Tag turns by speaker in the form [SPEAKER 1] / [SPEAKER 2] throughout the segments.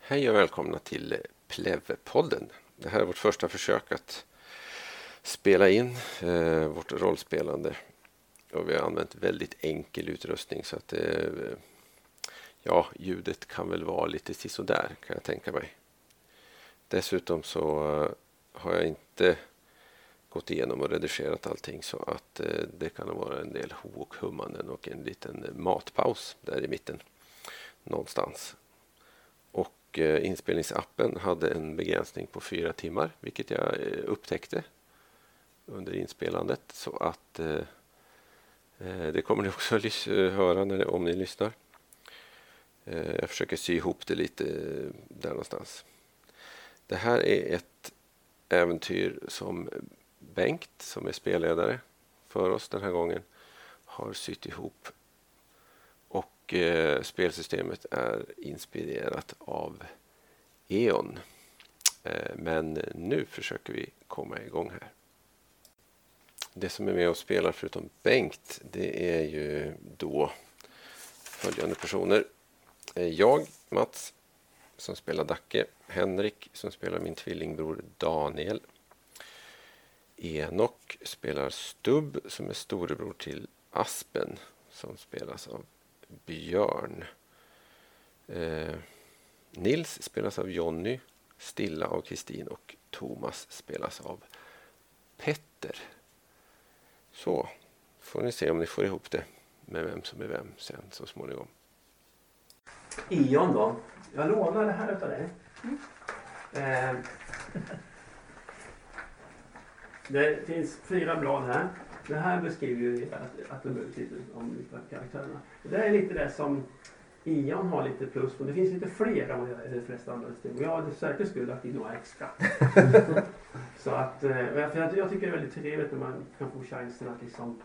[SPEAKER 1] Hej och välkomna till Plevpodden. Det här är vårt första försök att spela in eh, vårt rollspelande. Och vi har använt väldigt enkel utrustning så att det, eh, ja, ljudet kan väl vara lite sisådär kan jag tänka mig. Dessutom så eh, har jag inte gått igenom och redigerat allting så att eh, det kan vara en del ho och hummanden och en liten matpaus där i mitten någonstans. Och eh, inspelningsappen hade en begränsning på fyra timmar, vilket jag eh, upptäckte under inspelandet. Så att eh, eh, det kommer ni också lys- eh, höra när, om ni lyssnar. Eh, jag försöker sy ihop det lite eh, där någonstans. Det här är ett äventyr som Bengt, som är spelledare för oss den här gången, har sytt ihop och eh, spelsystemet är inspirerat av E.ON. Eh, men nu försöker vi komma igång här. Det som är med och spelar förutom Bengt, det är ju då följande personer. Eh, jag, Mats, som spelar Dacke. Henrik, som spelar min tvillingbror Daniel. Enok spelar Stubb, som är storebror till Aspen, som spelas av Björn. Eh, Nils spelas av Jonny, Stilla av Kristin och Thomas spelas av Petter. Så, får ni se om ni får ihop det med vem som är vem sen så småningom.
[SPEAKER 2] Ion då. Jag lånar det här utav dig. Eh, det finns fyra blad här. Det här beskriver ju att- attribut lite om lite karaktärerna. Och Det är lite det som Ion har lite plus på. Det finns lite fler än vad jag- de flesta andra system. Och jag hade säkert skulle lagt in några extra. Så att, eh, för jag, jag tycker det är väldigt trevligt när man kan få chansen att liksom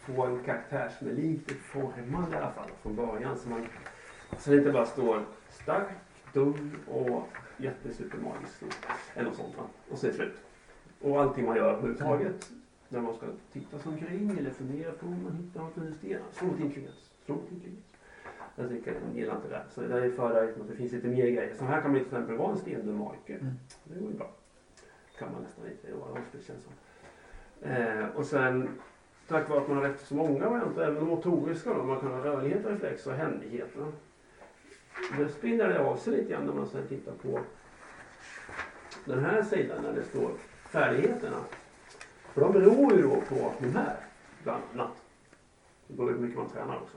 [SPEAKER 2] få en karaktär som är lite formad i alla fall från början. Så man så det inte bara står stark, dum och jättesupermagisk. Eller något sånt va? Och så är det slut. Och allting man gör överhuvudtaget. När man ska titta sig omkring eller fundera på om man hittar något under stenarna. Slå till klingas. Slå till klingas. Jag tycker jag gillar inte det där. Så det där är förarigt att det finns lite mer grejer. Så här kan man ju till exempel vara en stendum magiker. Det går ju bra. Kan man nästan inte vara det känns som. Eh, och sen tack vare att man har rätt så många varianter, även de motoriska då, man kan ha rörlighet, reflex och händigheter. Nu spinner det av sig lite grann när man sen tittar på den här sidan där det står färdigheterna. För de beror ju då på de här, bland annat. Det beror ju på hur mycket man tränar också.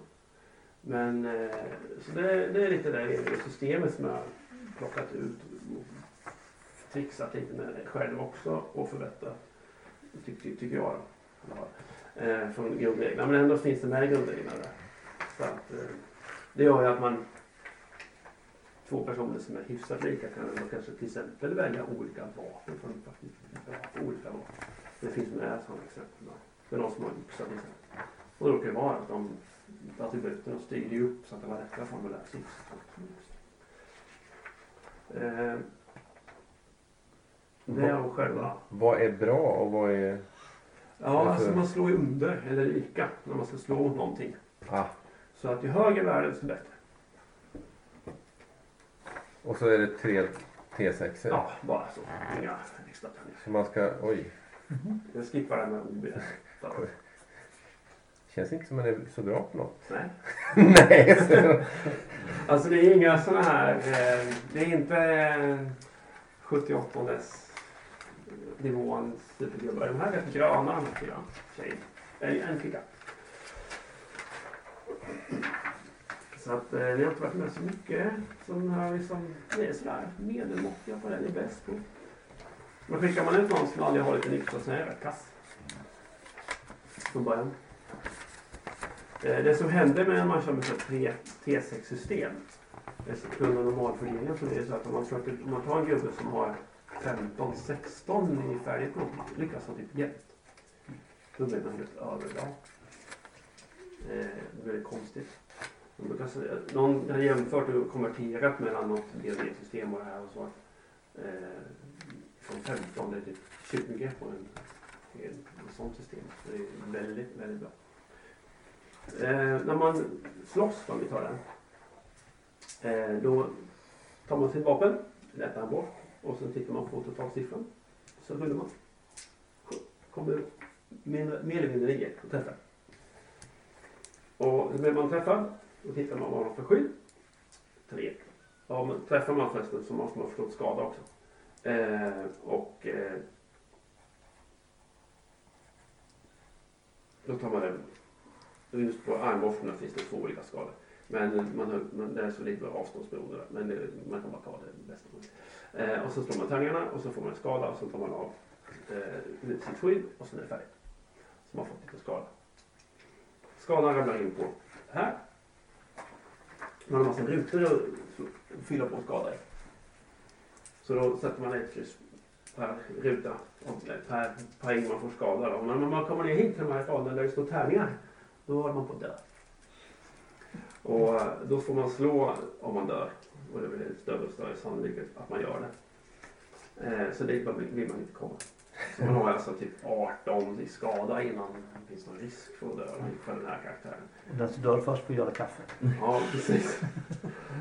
[SPEAKER 2] Men eh, så det, det är lite det systemet som jag har plockat ut och trixat lite med själv också och förbättrat. Ty, ty, tycker jag. då. Ja. Eh, från grundreglerna. Men ändå finns det med i grundreglerna där. Så att, eh, det gör ju att man två personer som är hyfsat lika kan man kanske till exempel välja olika vapen. För de är faktiskt bra på olika vapen. Det finns med sådana exempel. Då. Det är någon som har yxa till exempel. Och då kan det vara att de attributen styr ju upp så att det var rätta formulär. Så yxa, yxa. Eh, Det är om själva
[SPEAKER 3] Vad är bra och vad är...
[SPEAKER 2] Ja,
[SPEAKER 3] Varför?
[SPEAKER 2] alltså man slår ju under eller lika när man ska slå någonting.
[SPEAKER 3] Ah,
[SPEAKER 2] Så att ju högre värde desto bättre.
[SPEAKER 3] och så är det tre T6.
[SPEAKER 1] Typ.
[SPEAKER 2] Ja, bara så. Inga extra pengar.
[SPEAKER 3] Så man ska... Oj.
[SPEAKER 2] Jag skippar det här med OB. Så,
[SPEAKER 3] Känns inte som man är så bra på något.
[SPEAKER 2] Nej.
[SPEAKER 3] Nej. så-
[SPEAKER 2] Alltså det är inga sådana här... Eh, det är inte eh, 78 s nivån supergubbar. De här är rätt gröna de här fyra tjejerna. Eh, En flicka. Så att eh, ni har inte varit med så mycket. Som har liksom, ni är sådär medelmåttiga på det ni är bäst på. Men skickar man ut någon som aldrig har hållit en yxa så är det kass. Från början. Eh, Det som händer med när man kör med så här tre T6-system, under normalfördelningen, så är det så att om man, försöker, om man tar en gubbe som har 15-16 i färdighet på något, lyckas han typ jämt. Då blir man helt överlag. Eh, då blir det konstigt. Man brukar säga- Någon har jämfört och konverterat mellan något DD-system och det här och så. Eh, från 15 till typ 20 på en, en, en sånt system. Det är väldigt, väldigt bra. Eh, när man slåss, om vi tar den, eh, då tar man sitt vapen, letar han bort och sen tittar man på totalsiffran. Så rullar man. Kommer mer mer eller mindre nio och träffar. Och blir man träffad, då tittar man vad man har för skydd. Tre. Ja, men träffar man förresten så måste man förstås skada också. Eh, och eh, då tar man det. Just på armorsterna finns det två olika skalor. Men man, har- man, det är så lite avståndsberoende. där. Men eh, man kan bara ta det bästa man vill. eh, Och så slår man tärningarna och så får man en skada och så tar man av eh, sitt skydd och sen är det färdigt. Så man har fått lite skada. Skadan ramlar in på här. Man har en massa rutor att fylla på skada i. Så då sätter man ett kryss per ruta, och eh, per poäng man får skada. Då. Men när man kommer ner hit till de här raderna där det står tärningar, då håller man på att dö. Och eh, då får man slå om man dör. Och det blir större och större sannolikhet att man gör det. Eh, Så dit vill man inte komma. Så man har alltså typ 18 i skada innan det finns någon risk för att dö för den här karaktären.
[SPEAKER 4] Och den som dör först får göra kaffe.
[SPEAKER 2] Ja, precis.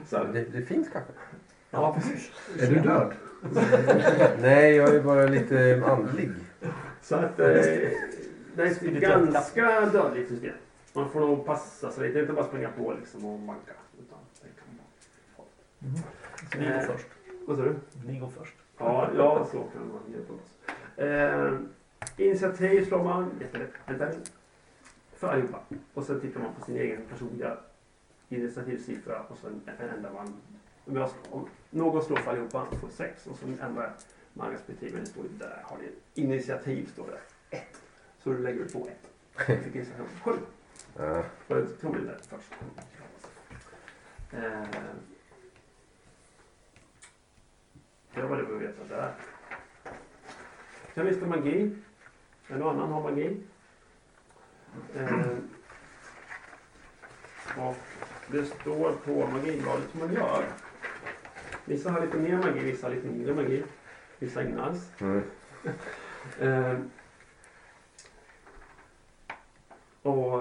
[SPEAKER 2] Så, att-
[SPEAKER 3] Det, det finns kaffe.
[SPEAKER 2] ja, precis.
[SPEAKER 5] Är du död?
[SPEAKER 3] Nej, jag är bara lite andlig.
[SPEAKER 2] Så att eh, det är ett ganska dödligt system. Man får nog passa sig lite. Det är inte bara springa på liksom och banka. Utan det kan man.
[SPEAKER 4] Så ni går först.
[SPEAKER 2] Vad sa du?
[SPEAKER 4] Mm. Eh, Ni går först.
[SPEAKER 2] Ja, ja så kan man hjälpa oss. Eh, initiativ slår man jättelätt. Vänta. För allihopa. Och sen tittar man på sin egen personliga initiativsiffra och sen ändrar man. Om, jag, om någon slår för allihopa får sex och sen ändrar man respektive. Det står ju där. Har ni initiativ står det. Ett. Så du lägger du på ett. Jag fick initiativ sju.
[SPEAKER 3] Ja.
[SPEAKER 2] Och jag tog den där först. Eh, det var det vi vet där. Sen finns det magi. En och annan har magi. Eh, och det står på magibladet hur man gör. Vissa har lite mer magi, vissa har lite mindre magi. Vissa ingen alls.
[SPEAKER 3] Mm.
[SPEAKER 2] Eh, och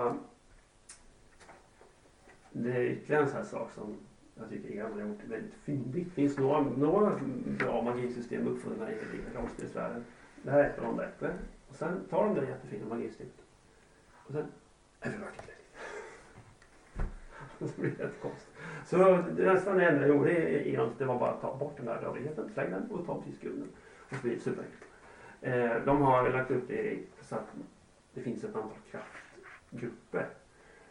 [SPEAKER 2] det är ytterligare en sån här sak som jag tycker EM har gjort väldigt fyndigt. Det finns några, några bra magisystem uppfunna i i rollspelsvärlden. Det här är ett av de bättre. Och sen tar de det jättefina magisystemet och sen är det vackert. Så blir det helt konstigt. Så det är nästan det enda jag gjorde i EM, det var bara att ta bort den där rörligheten, släng den och ta precis grunden. Och så blir det superenkelt. Eh, de har lagt upp det i- så att det finns ett antal kraftgrupper.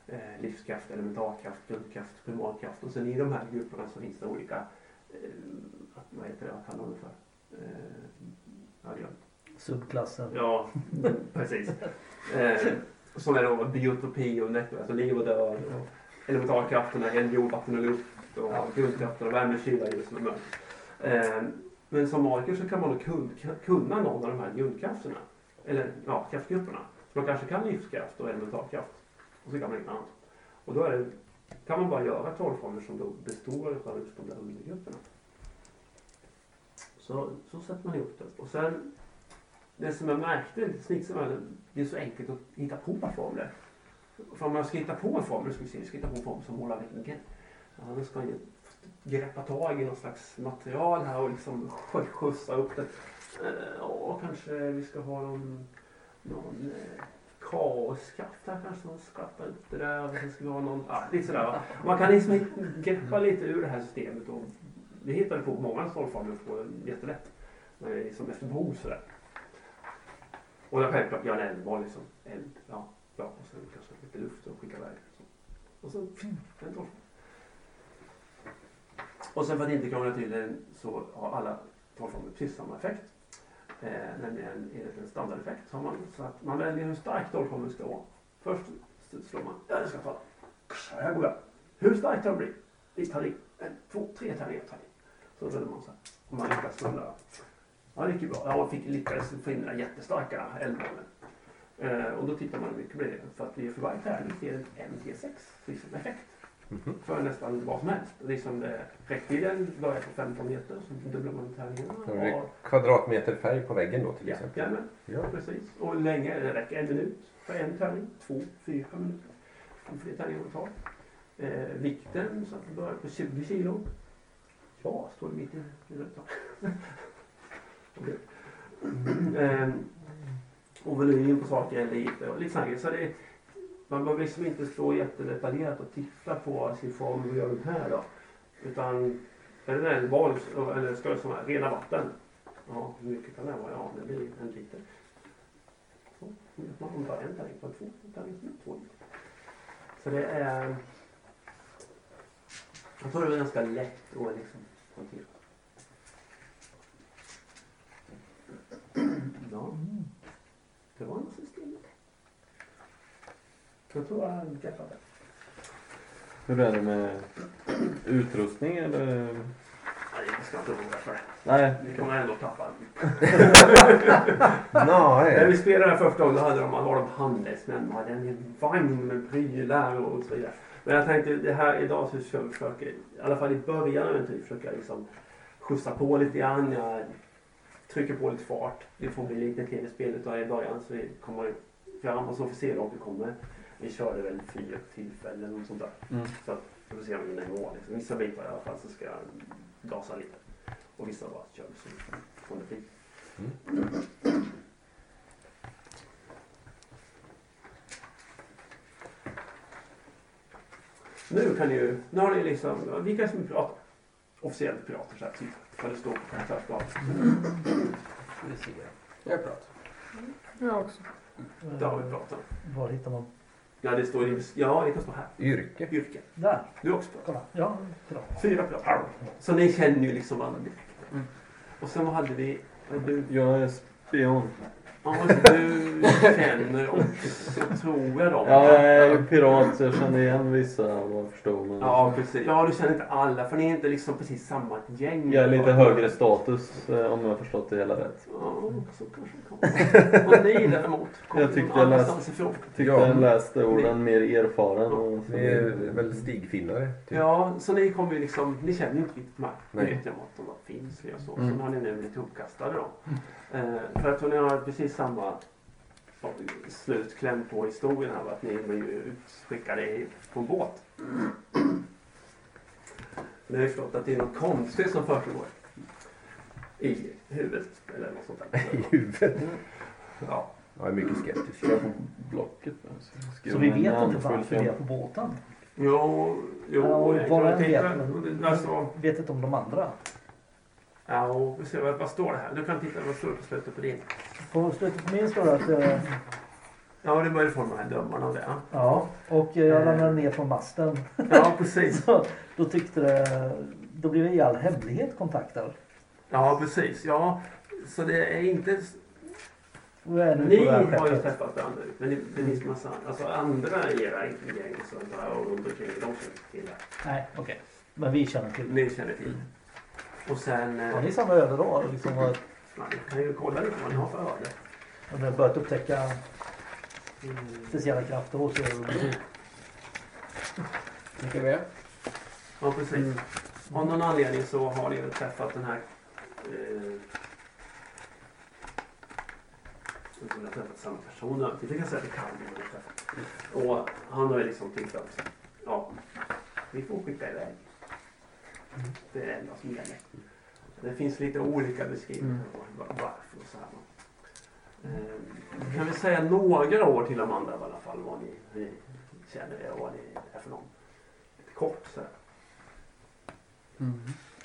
[SPEAKER 2] Eh, livskraft, elementarkraft, grundkraft, primalkraft. Och sen i de här grupperna så finns det olika, eh, vad heter det, vad kallar man det för? Eh, jag har glömt.
[SPEAKER 4] Subklassen.
[SPEAKER 2] Ja, precis. Eh, som är då biotopi och netto, alltså liv och död. Och
[SPEAKER 4] eh,
[SPEAKER 2] elementarkrafterna, eld, jord, vatten och luft. Och grundkrafterna, värme, kyla, ljus och mörker. Eh, men som magiker så kan man nog kun, kunna någon av de här grundkrafterna. Eller ja, kraftgrupperna. Så man kanske kan livskraft och elementarkraft. Och så kan man inget annat. Och då är det, kan man bara göra trollformer som då består av just de där undergrupperna. Så, så sätter man ihop det. Och sen det som jag märkte, snitsaren, det är så enkelt att hitta på formler. För om jag ska hitta på en formel skulle jag säga, jag ska hitta på en formel som målar väggen. Ja, då ska jag greppa tag i något slags material här och liksom skj- skjutsa upp det. Eh, Ja, kanske vi ska ha någon, någon eh, kaoskraft här kanske som skrattar ut det där. Och sen ska vi ha någon, ja, lite sådär va. Man kan liksom hit- greppa lite ur det här systemet. Och vi hittade på många stolformler på jättelätt. Men det är Liksom efter behov sådär. Och jag självklart gör en eldboll liksom. Eld, ja, ja. Och sen kanske lite luft och skicka iväg. Så. Och så en torsk. Och sen för att inte krångla till det så har alla trollformler precis samma effekt. Eh, nämligen enligt en standardeffekt. Så, har man, så att man väljer hur stark trollformeln ska vara. Först slår man. Ja, den ska falla. Så här går jag. Hur stark den blir. I tärning. En, två, tre tärningar tar i. Så väljer man så här. Om man lyckas med den där. Ja, det gick ju bra. Ja, man fick lyckades få in den där jättestarka eldbollen. Eh, och då tittar man hur mycket blir det. För att vi för varje tärning ser en MT6 liksom effekt.
[SPEAKER 3] Mhm.
[SPEAKER 2] För nästan vad som helst. Det är som det, räckvidden börjar på 15 meter, så dubblar man tärningarna.
[SPEAKER 3] Då är det kvadratmeter färg på väggen då till
[SPEAKER 2] Ja,
[SPEAKER 3] exempel.
[SPEAKER 2] jajamän.
[SPEAKER 3] Ja.
[SPEAKER 2] Precis. Och hur länge? Det räcker en minut för en tärning. Två, fyra minuter. Hur fler tärningar man tar. Eh, vikten så att det börjar på 20 kilo. Ja, står det mitt i rutan. Okej.
[SPEAKER 3] Mm.
[SPEAKER 2] Ehm, och volym på saker eller lite och lite sådana grejer. Så det, man behöver liksom inte stå jättedetaljerat och titta på sin form och göra den här då. Utan är det där en boll eller ska det vara rena vatten? Ja, hur mycket kan det vara? Ja, det blir en liter. Så, då vet man om det var en tallrik, det var två, en tallrik, det var två. Så det är... Jag tror det är ganska lätt att liksom hantera. Ja, det var nog systemet. Jag tror jag har greppat det.
[SPEAKER 5] Hur är det med utrustning eller?
[SPEAKER 2] Nej, jag ska inte oroa för det.
[SPEAKER 5] Nej.
[SPEAKER 2] Vi kommer ändå tappa. När
[SPEAKER 3] Nej.
[SPEAKER 2] vi spelade den första gången då hade de, var de handelsmän. De hade en hel vagn med prylar och så vidare. Men jag tänkte det här idag så ska vi försöka, i alla fall i början av en tid, försöka liksom skjutsa på lite grann. Jag trycker på lite fart. Det får bli lite tv-spel utav i början så vi kommer fram och så får vi se hur långt vi kommer. Vi körde väl fyra tillfällen och sånt där.
[SPEAKER 5] Mm.
[SPEAKER 2] Så att vi får se om vi når liksom. Vissa bitar i alla fall så ska jag gasa lite. Och vissa bara kör så får det bli. Nu kan ni ju, nu har ni liksom, vilka som är pirater? Officiellt pirater så här typ, vad det står på karaktärsblad.
[SPEAKER 4] Ska vi se.
[SPEAKER 3] Jag pratar.
[SPEAKER 6] Jag också.
[SPEAKER 2] Där har vi pirater.
[SPEAKER 4] Var hittar man?
[SPEAKER 2] Ja, det står i, ja det kan stå här.
[SPEAKER 3] Yrke.
[SPEAKER 2] Yrke.
[SPEAKER 4] Där,
[SPEAKER 2] Du är också pirat.
[SPEAKER 4] kolla. Ja, bra.
[SPEAKER 2] Fyra pirater. Så ni känner ju liksom alla direkt.
[SPEAKER 5] Mm.
[SPEAKER 2] Och sen vad hade vi, vad du,
[SPEAKER 5] Jag är spion.
[SPEAKER 2] ja, du känner också tror jag dem.
[SPEAKER 5] Ja, jag är ju pirat så jag kände igen vissa och jag förstod. Men
[SPEAKER 2] Ja, precis. Ja, du känner inte alla för ni är inte liksom precis samma gäng.
[SPEAKER 5] Jag är lite högre status eh, om jag har förstått det hela rätt.
[SPEAKER 2] Ja, så kanske det kommer. Och ni däremot kommer
[SPEAKER 5] Jag tyckte
[SPEAKER 2] någon
[SPEAKER 5] jag läste-
[SPEAKER 2] annanstans ifrån.
[SPEAKER 5] Tyckte
[SPEAKER 3] Ja.
[SPEAKER 5] jag läste orden mer erfaren. Och
[SPEAKER 3] Ni är väl stigfinnare? Typ.
[SPEAKER 2] Ja, så ni kommer ju liksom, ni känner ju inte riktigt de här. Ni
[SPEAKER 3] Nej.
[SPEAKER 2] vet ju om att de bara finns och så.
[SPEAKER 5] Mm.
[SPEAKER 2] Sen har ni nu lite uppkastade då.
[SPEAKER 3] Mm.
[SPEAKER 2] Eh, för att ni har precis samma ja, slutkläm på historien här. va, Att ni blir ju utskickade i- på en båt. Ni har ju förstått att det är något konstigt som försiggår. I huvudet eller något sånt där.
[SPEAKER 3] I huvudet.
[SPEAKER 2] Ja.
[SPEAKER 3] Jag är mycket skeptisk.
[SPEAKER 5] Ska jag få blocket nu? Skriva
[SPEAKER 4] Så vi
[SPEAKER 5] ner
[SPEAKER 4] vet inte
[SPEAKER 5] namnskylten.
[SPEAKER 4] varför vi är på båten.
[SPEAKER 2] Jo, jo.
[SPEAKER 4] Ja,
[SPEAKER 2] jag
[SPEAKER 4] bara
[SPEAKER 2] kan
[SPEAKER 4] en
[SPEAKER 2] titta.
[SPEAKER 4] vet, men-
[SPEAKER 2] Alltså,
[SPEAKER 4] Vet inte om de andra.
[SPEAKER 2] ja, vi ser vad, vad står det här? Du kan titta vad står det på slutet på din.
[SPEAKER 4] På slutet på min står det att... eh,
[SPEAKER 2] Ja, det börjar forma de här dömarna och det. ja.
[SPEAKER 4] Ja, och eh, jag ramlade ner från masten.
[SPEAKER 2] Ja, precis.
[SPEAKER 4] Så då tyckte det... Då blev jag i all hemlighet kontaktad.
[SPEAKER 2] Ja, precis. Ja, så det är inte...
[SPEAKER 4] Och jag är nu på
[SPEAKER 2] Ni
[SPEAKER 4] det här
[SPEAKER 2] har ju
[SPEAKER 4] skeppet.
[SPEAKER 2] träffat varandra. Men det, det finns massa alltså, andra i era gäng och sånt där och runt omkring. De känner inte till det.
[SPEAKER 4] Nej, okej. Men vi känner till det.
[SPEAKER 2] Ni känner till det. Och sen... eh,
[SPEAKER 4] Har ni samma öde då? Liksom, vad-
[SPEAKER 2] Man kan ju kolla lite vad ni har för öde.
[SPEAKER 4] har ni börjat upptäcka
[SPEAKER 2] Mm.
[SPEAKER 4] speciella krafter hos er?
[SPEAKER 3] Vilka vi är?
[SPEAKER 2] Ja, precis. Av någon anledning så har ni väl träffat den här... Eh, jag tror ni har träffat samma person alltid. Det kan jag säga att det kan ni har träffat. Och han har ju liksom tyckt att ja, vi får skicka iväg. Det är det enda som gäller. Det finns lite olika beskrivningar på var- varför och så här. Eh, kan vi säga några år till Amanda i alla fall vad ni, hur ni känner er och vad ni är för någon? Lite kort så här.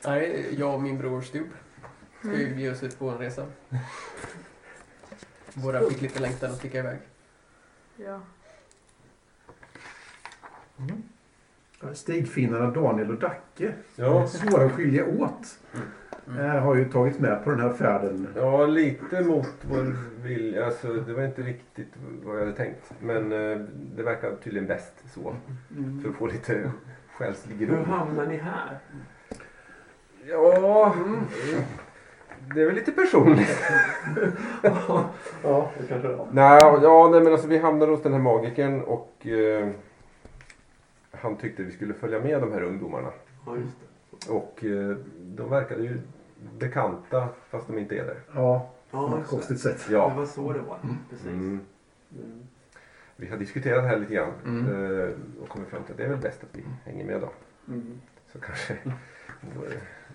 [SPEAKER 7] Nej, jag och min bror Stub ska ju ge oss ut på en resa. Båda fick lite längtan att sticka iväg.
[SPEAKER 6] Ja.
[SPEAKER 8] Stigfinnarna Daniel och Dacke,
[SPEAKER 3] Ja.
[SPEAKER 8] svåra att skilja åt,
[SPEAKER 7] Mm.
[SPEAKER 8] eh, har ju tagits med på den här färden.
[SPEAKER 3] Ja, lite mot vår vilja. Alltså, det var inte riktigt vad jag hade tänkt. Men eh, det verkar tydligen bäst så. För att få lite själslig
[SPEAKER 2] Hur
[SPEAKER 3] ro.
[SPEAKER 2] hamnar ni här?
[SPEAKER 3] Ja, eh, det är väl lite personligt.
[SPEAKER 2] Ja, det kanske det var.
[SPEAKER 3] Nej, ja, nej, men alltså, vi hamnade hos den här magikern och eh, han tyckte vi skulle följa med de här ungdomarna.
[SPEAKER 2] Ja, just det.
[SPEAKER 3] Och eh, de verkade ju bekanta fast de inte är det.
[SPEAKER 8] Ja, på
[SPEAKER 2] Ja,
[SPEAKER 8] ett
[SPEAKER 2] just det.
[SPEAKER 8] konstigt sätt.
[SPEAKER 2] det
[SPEAKER 3] Ja.
[SPEAKER 2] var så det var. Precis.
[SPEAKER 3] Mm.
[SPEAKER 2] Mm.
[SPEAKER 3] Vi har diskuterat det här lite grann
[SPEAKER 8] Mm.
[SPEAKER 2] Mm.
[SPEAKER 3] eh, och kommit fram till att det är väl bäst att vi hänger med då. Så kanske våra-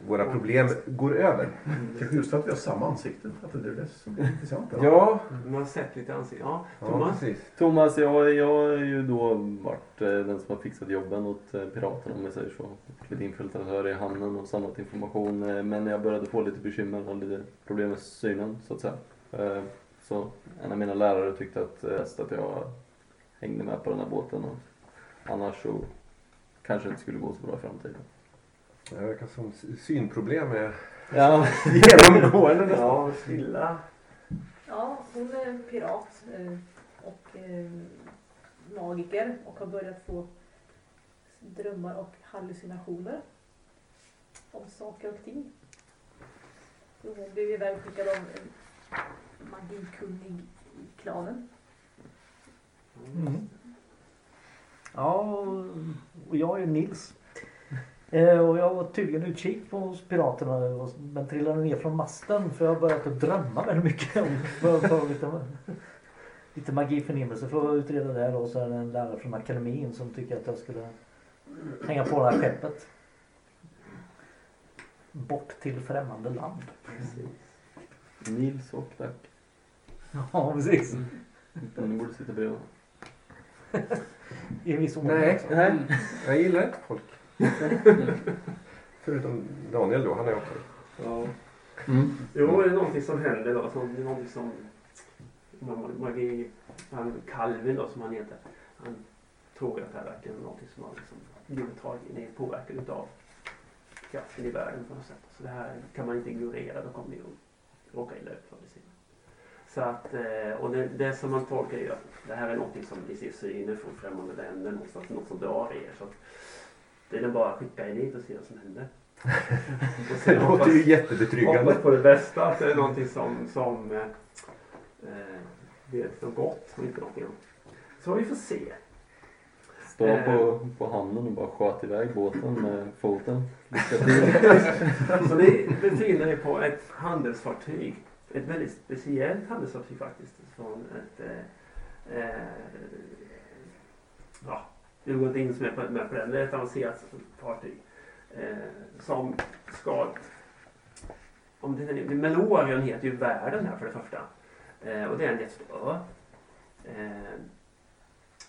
[SPEAKER 3] våra problem går över.
[SPEAKER 2] Mm.
[SPEAKER 8] Det är just att vi har samma ansikte. Att det är det som är intressant. eller?
[SPEAKER 3] Ja,
[SPEAKER 2] Man har sett lite ansikte. Ja,
[SPEAKER 3] ja
[SPEAKER 2] Thomas.
[SPEAKER 3] precis.
[SPEAKER 5] Thomas, jag, jag är ju då varit eh, den som har fixat jobben åt eh, piraterna om jag säger så. Och Lite infiltratör i hamnen och samlat information. eh, Men jag började få lite bekymmer och lite problem med synen så att säga. Eh, Så en av mina lärare tyckte att eh, bäst att jag hängde med på den här båten. Och annars så kanske det inte skulle gå så bra i framtiden.
[SPEAKER 3] Det verkar som sy- synproblem är
[SPEAKER 5] Ja,
[SPEAKER 3] genomgående nästan.
[SPEAKER 2] Ja, stilla.
[SPEAKER 9] Ja, hon är pirat eh, och eh, magiker och har börjat få drömmar och hallucinationer om saker och ting. Så Hon blev iväg skickad av en magikunnig i klanen.
[SPEAKER 4] Mm. Ja, och jag är Nils. Eh, och jag var tydligen utkik på hos piraterna och- men trillade ner från masten för jag har börjat att drömma väldigt mycket om vad- vad- lite, lite magiförnimmelse för att utreda det här och så är det en lärare från akademin som tycker att jag skulle hänga på det här skeppet. Bort till främmande land.
[SPEAKER 5] Nils och Dac.
[SPEAKER 4] Ja, precis.
[SPEAKER 5] Ni borde sitta bredvid varandra.
[SPEAKER 4] I en viss ordning.
[SPEAKER 3] Nej,
[SPEAKER 4] alltså.
[SPEAKER 3] nej, jag gillar inte folk. Förutom Daniel då, han är också.
[SPEAKER 2] Ja.
[SPEAKER 3] Mm.
[SPEAKER 2] Jo, det är någonting som händer då. Som, det är någonting som ma- magi, han, Calvin då som han heter. Han tror att det här verkar vara någonting som han liksom blivit tagen i, påverkad utav kraften i världen på något sätt. Så det här kan man inte ignorera, då kommer det att råka illa ut förr eller senare. Så att, eh, och det, det som man tolkar är ju att det här är någonting som ni ser syner från främmande länder någonstans, något som drar er. Så att det är bara att skicka er dit och se vad som händer. Och sen
[SPEAKER 3] Det
[SPEAKER 2] hoppas-
[SPEAKER 3] låter ju
[SPEAKER 2] Hoppas
[SPEAKER 3] jättebetryggande.
[SPEAKER 2] på det bästa, att det är någonting som, som eh, eh, leder till något gott och inte någonting annat. Så vi får se.
[SPEAKER 5] Stå
[SPEAKER 2] Eh.
[SPEAKER 5] på, på hamnen och bara sköt iväg båten med foten. Lycka till.
[SPEAKER 2] Så ni befinner er på ett handelsfartyg. Ett väldigt speciellt handelsfartyg faktiskt. Från ett... Eh, eh, ja, det går inte in som är på- med på den. Det är ett avancerat fartyg. Eh, som ska... Om det, är- Melorion heter ju världen här för det första. Eh, och det är en jättestor ö. Eh,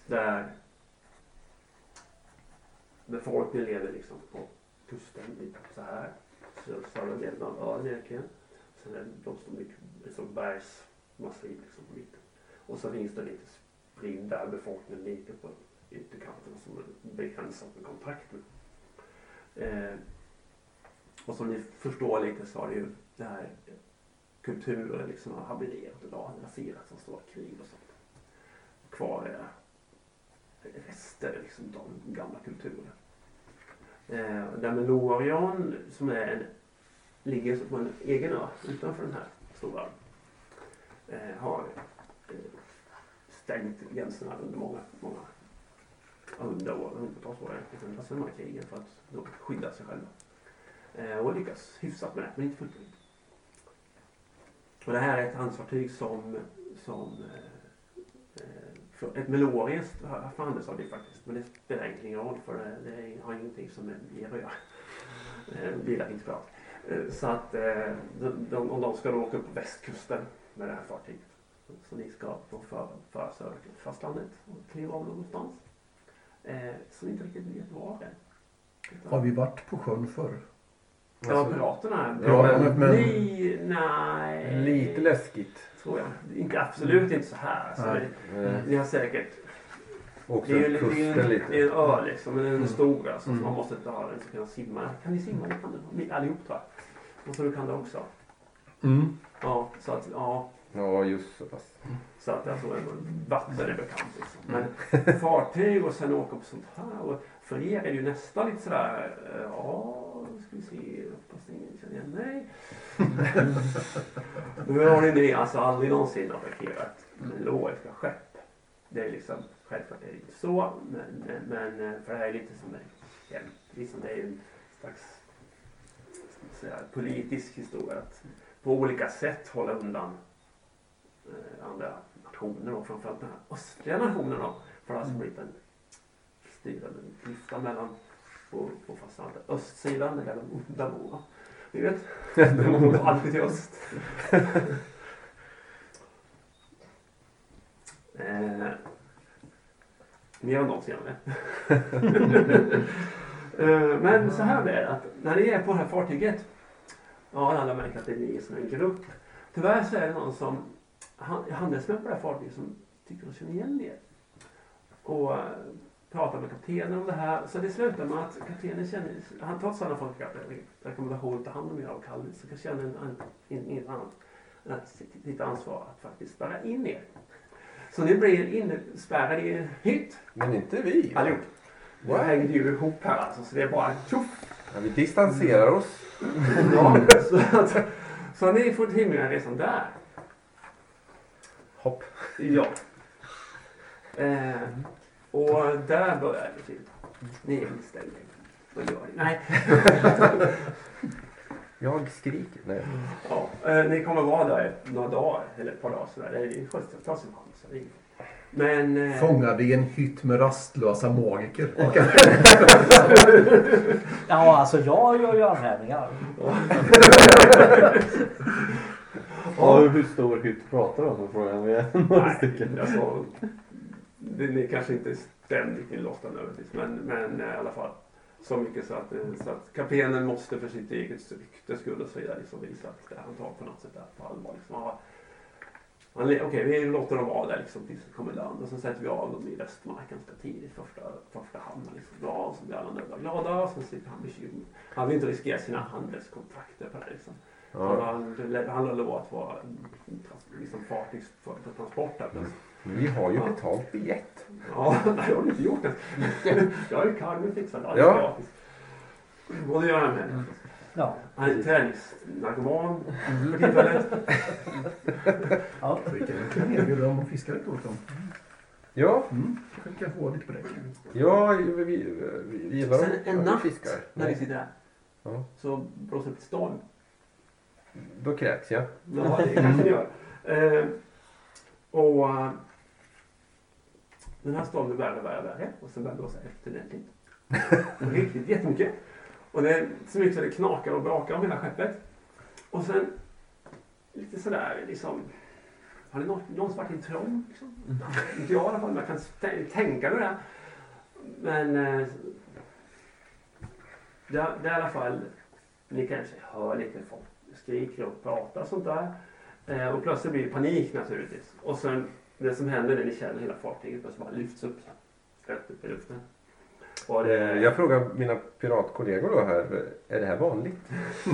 [SPEAKER 2] där befolkningen lever liksom på kusten lite så här så större delen av ön egentligen. Sen är de som mycket liksom bergsmassiv liksom på mitten. Och så finns det lite spridd där befolkningen lite på ytterkanterna som är begränsat med kontakt med. Eh, och som ni förstår lite så har det ju det här eh, kulturen liksom har havererat och raserats av stora krig och sånt. Kvar är rester liksom av den gamla kulturen. Eh, där med Lorion som är en, ligger på en egen ö utanför den här stora eh, har eh, stängt gränserna under många, många hundra år, hundratals år egentligen, alltså de här krigen för att då skydda sig själva. Eh, och lyckas hyfsat med det, men inte fullt ut. Och det här är ett handelsfartyg som, som eh, eh, för- ett meloriskt handelsfartyg faktiskt, men det spelar egentligen ingen roll för det, det har ingenting som ger att göra. Eh, Bilar inte bra. Eh, Så att eh, de, de, om de ska då åka upp på västkusten med det här fartyget. Så ni ska då föra för sig över till fastlandet och kliva av någonstans. Eh, som inte riktigt vet var det är.
[SPEAKER 8] Har vi varit på sjön förr?
[SPEAKER 2] Ja, piraterna.
[SPEAKER 3] Ja,
[SPEAKER 8] men- men-
[SPEAKER 2] Ni, nej.
[SPEAKER 3] Lite läskigt.
[SPEAKER 2] Tror jag. Inte, absolut inte så här. Så
[SPEAKER 8] Mm. Nej. Mm.
[SPEAKER 3] Eh,
[SPEAKER 2] Ni har säkert
[SPEAKER 3] Och
[SPEAKER 2] Det är ju
[SPEAKER 3] sen
[SPEAKER 2] det är ju
[SPEAKER 3] kusten
[SPEAKER 2] en, det är
[SPEAKER 3] lite.
[SPEAKER 2] en ö liksom, men den är stor alltså,
[SPEAKER 8] Mm.
[SPEAKER 2] så man måste ta den så kan jag simma. Kan ni simma? Det kan du. Ni Allihop tror jag. Och så du kan det också.
[SPEAKER 8] Mm.
[SPEAKER 2] Ja, så att, ja,
[SPEAKER 3] Ja, just så pass.
[SPEAKER 2] så att jag tror ändå vatten är bekant liksom. Men fartyg och sen åka på sånt här. Och för er är det ju nästan lite sådär, eh, ja, ska vi se, hoppas ingen känner igen mig. Nu har ni med alltså aldrig någonsin attackerat låriska skepp. Det är liksom, självklart är det inte så, men, men eh, för det här är lite som en, en liksom det är ju en slags ska man säga, politisk historia att på olika sätt hålla undan eh, andra nationer och framförallt den här östliga nationen då. För det har alltså blivit en styrande klyfta mellan på, på fastlandet. Östsidan, det kallas Damona. Ni vet,
[SPEAKER 3] Den
[SPEAKER 2] Damona alltid till öst. eh, mer än någonsin med. eh, men så här blir det att när ni är på det här fartyget. Ja, har alla märkt att det är ni som är en grupp. Tyvärr så är det någon som han- handelsmän på det här fartyget som tycker de känner igen er. Och eh, pratar med kaptenen om det här. Så det slutar med att kaptenen känner, han trots att han har fått rekommendationer att ta eh, hand om er av Kallis, så känner han in- inget annat än att sitt- sitt ansvar att faktiskt spärra in er. Så ni blir inspärrade i en hytt
[SPEAKER 3] Men inte vi. va?
[SPEAKER 2] allihop. Vi
[SPEAKER 3] Wow.
[SPEAKER 2] hängde ju ihop här alltså, så det är bara tjoff.
[SPEAKER 3] Ja, vi distanserar oss.
[SPEAKER 2] Ja, så, att, så ni får timma resan där.
[SPEAKER 3] Hopp.
[SPEAKER 2] Ja. Eh, och där börjar det typ. Ni är inställda. Vad gör ni? Nej.
[SPEAKER 3] Jag skriker. Nej.
[SPEAKER 2] Ja, eh, ni kommer vara där några dagar eller ett par dagar sådär. Det är ju skönt ta sin hand. Så det är inget. Men... eh,
[SPEAKER 8] Fångade i en hytt med rastlösa magiker.
[SPEAKER 4] Ja, alltså jag gör ju anmälningar.
[SPEAKER 5] Ja, hur stor hytt pratar du om? Frågar jag. Vi är några stycken.
[SPEAKER 2] Nej, alltså, det, ni kanske inte ständigt inlåsta nödvändigtvis, men, men eh, i alla fall. Så mycket så att, eh, så att kaptenen måste för sitt eget ryktes skull och så vidare liksom visa att det han tar på något sätt det här på allvar. Liksom. Han, han, le- okej, vi låter dem vara där liksom, tills vi kommer i land och sen sätter vi av dem i Västmark ganska tidigt, första, första hamnen. Liksom. Ja, så blir alla nöjda och glada och sen sitter han bekymrad. Han vill inte riskera sina handelskontakter på det här, liksom.
[SPEAKER 3] Ja.
[SPEAKER 2] Han, han har lovat att vara liksom, fartygs för, för transport där plötsligt.
[SPEAKER 3] Vi har ju betalt biljett.
[SPEAKER 2] Ja, nej, jag har inte gjort det. Jag har ju Carmen fixat allt
[SPEAKER 3] Ja.
[SPEAKER 2] gratis. Och det gör han med.
[SPEAKER 4] Ja.
[SPEAKER 2] Han
[SPEAKER 3] Mm.
[SPEAKER 2] är träningsnarkoman för tillfället.
[SPEAKER 4] Ja.
[SPEAKER 8] Vilken kan erbjuda om att fiska lite åt dem.
[SPEAKER 3] Ja,
[SPEAKER 8] Skicka på lite på det.
[SPEAKER 3] ja vi, vi, vi, vi gillar
[SPEAKER 2] Sen en
[SPEAKER 3] Ja,
[SPEAKER 2] natt
[SPEAKER 3] vi fiskar.
[SPEAKER 2] när vi
[SPEAKER 3] Nej,
[SPEAKER 2] sitter här
[SPEAKER 3] Ja.
[SPEAKER 2] så blåser det upp ett storm.
[SPEAKER 3] då kräks jag.
[SPEAKER 2] Ja, det kanske det gör. Eh, och eh, den här stormen blir värre och värre och värre och sen börjar det blåsa efter ordentligt. Riktigt jättemycket. Och det är så mycket så det knakar och brakar om hela skeppet. Och sen lite sådär liksom. Har det nå- någonsin varit i en trång? Liksom? Inte jag i alla fall, men jag kan tä- tänka mig det. Men eh, det, det är i alla fall, ni kanske hör lite folk skriker och pratar och sånt där. Eh, och plötsligt blir det panik naturligtvis. Och sen det som händer är att ni känner hela fartyget plötsligt bara lyfts upp. Rätt upp i luften. Och
[SPEAKER 3] Eh,
[SPEAKER 2] det,
[SPEAKER 3] Jag frågar mina piratkollegor då här. Är det här vanligt?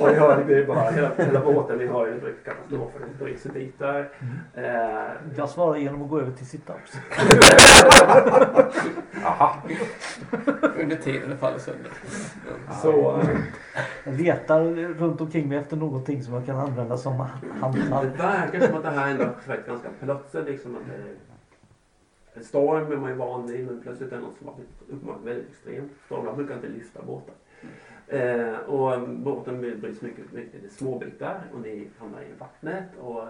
[SPEAKER 2] Och ni hör, det är bara hela, hela båten, ni hör ju katastrofen. Det rycks i bitar.
[SPEAKER 7] Mm.
[SPEAKER 2] Eh,
[SPEAKER 4] Jag svarar genom att gå över till situps.
[SPEAKER 7] Under tiden det faller sönder.
[SPEAKER 2] så, eh,
[SPEAKER 4] Jag letar runt omkring mig efter någonting som jag kan använda som
[SPEAKER 2] det
[SPEAKER 4] handlar.
[SPEAKER 2] verkar som att det här ändå har skett ganska plötsligt. Liksom, att det är en storm är man ju van vid men plötsligt är det något som har blivit uppmärksammat väldigt extremt. Stormar brukar inte lyfta båtar. Eh, och eh, båten blir- bryts mycket, mycket i småbitar och ni hamnar i vattnet. Och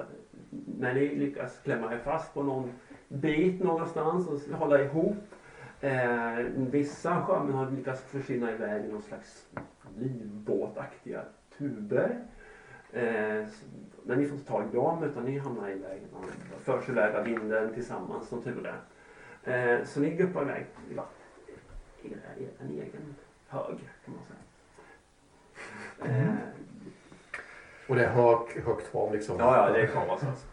[SPEAKER 2] när ni lyckas klämma er fast på någon bit någonstans och s- hålla ihop. Eh, vissa sjömän har lyckats försvinna iväg i någon slags livbåtaktiga tuber. Eh, s- men ni får inte tag i dem utan ni hamnar i vägen. Man förs iväg av vinden tillsammans som tur är. Eh, så ni guppar iväg i vattnet. I era- i en egen hög kan man säga. Eh,
[SPEAKER 10] Och det är hög, högt hav liksom.
[SPEAKER 2] ja, ja, det är kaos alltså.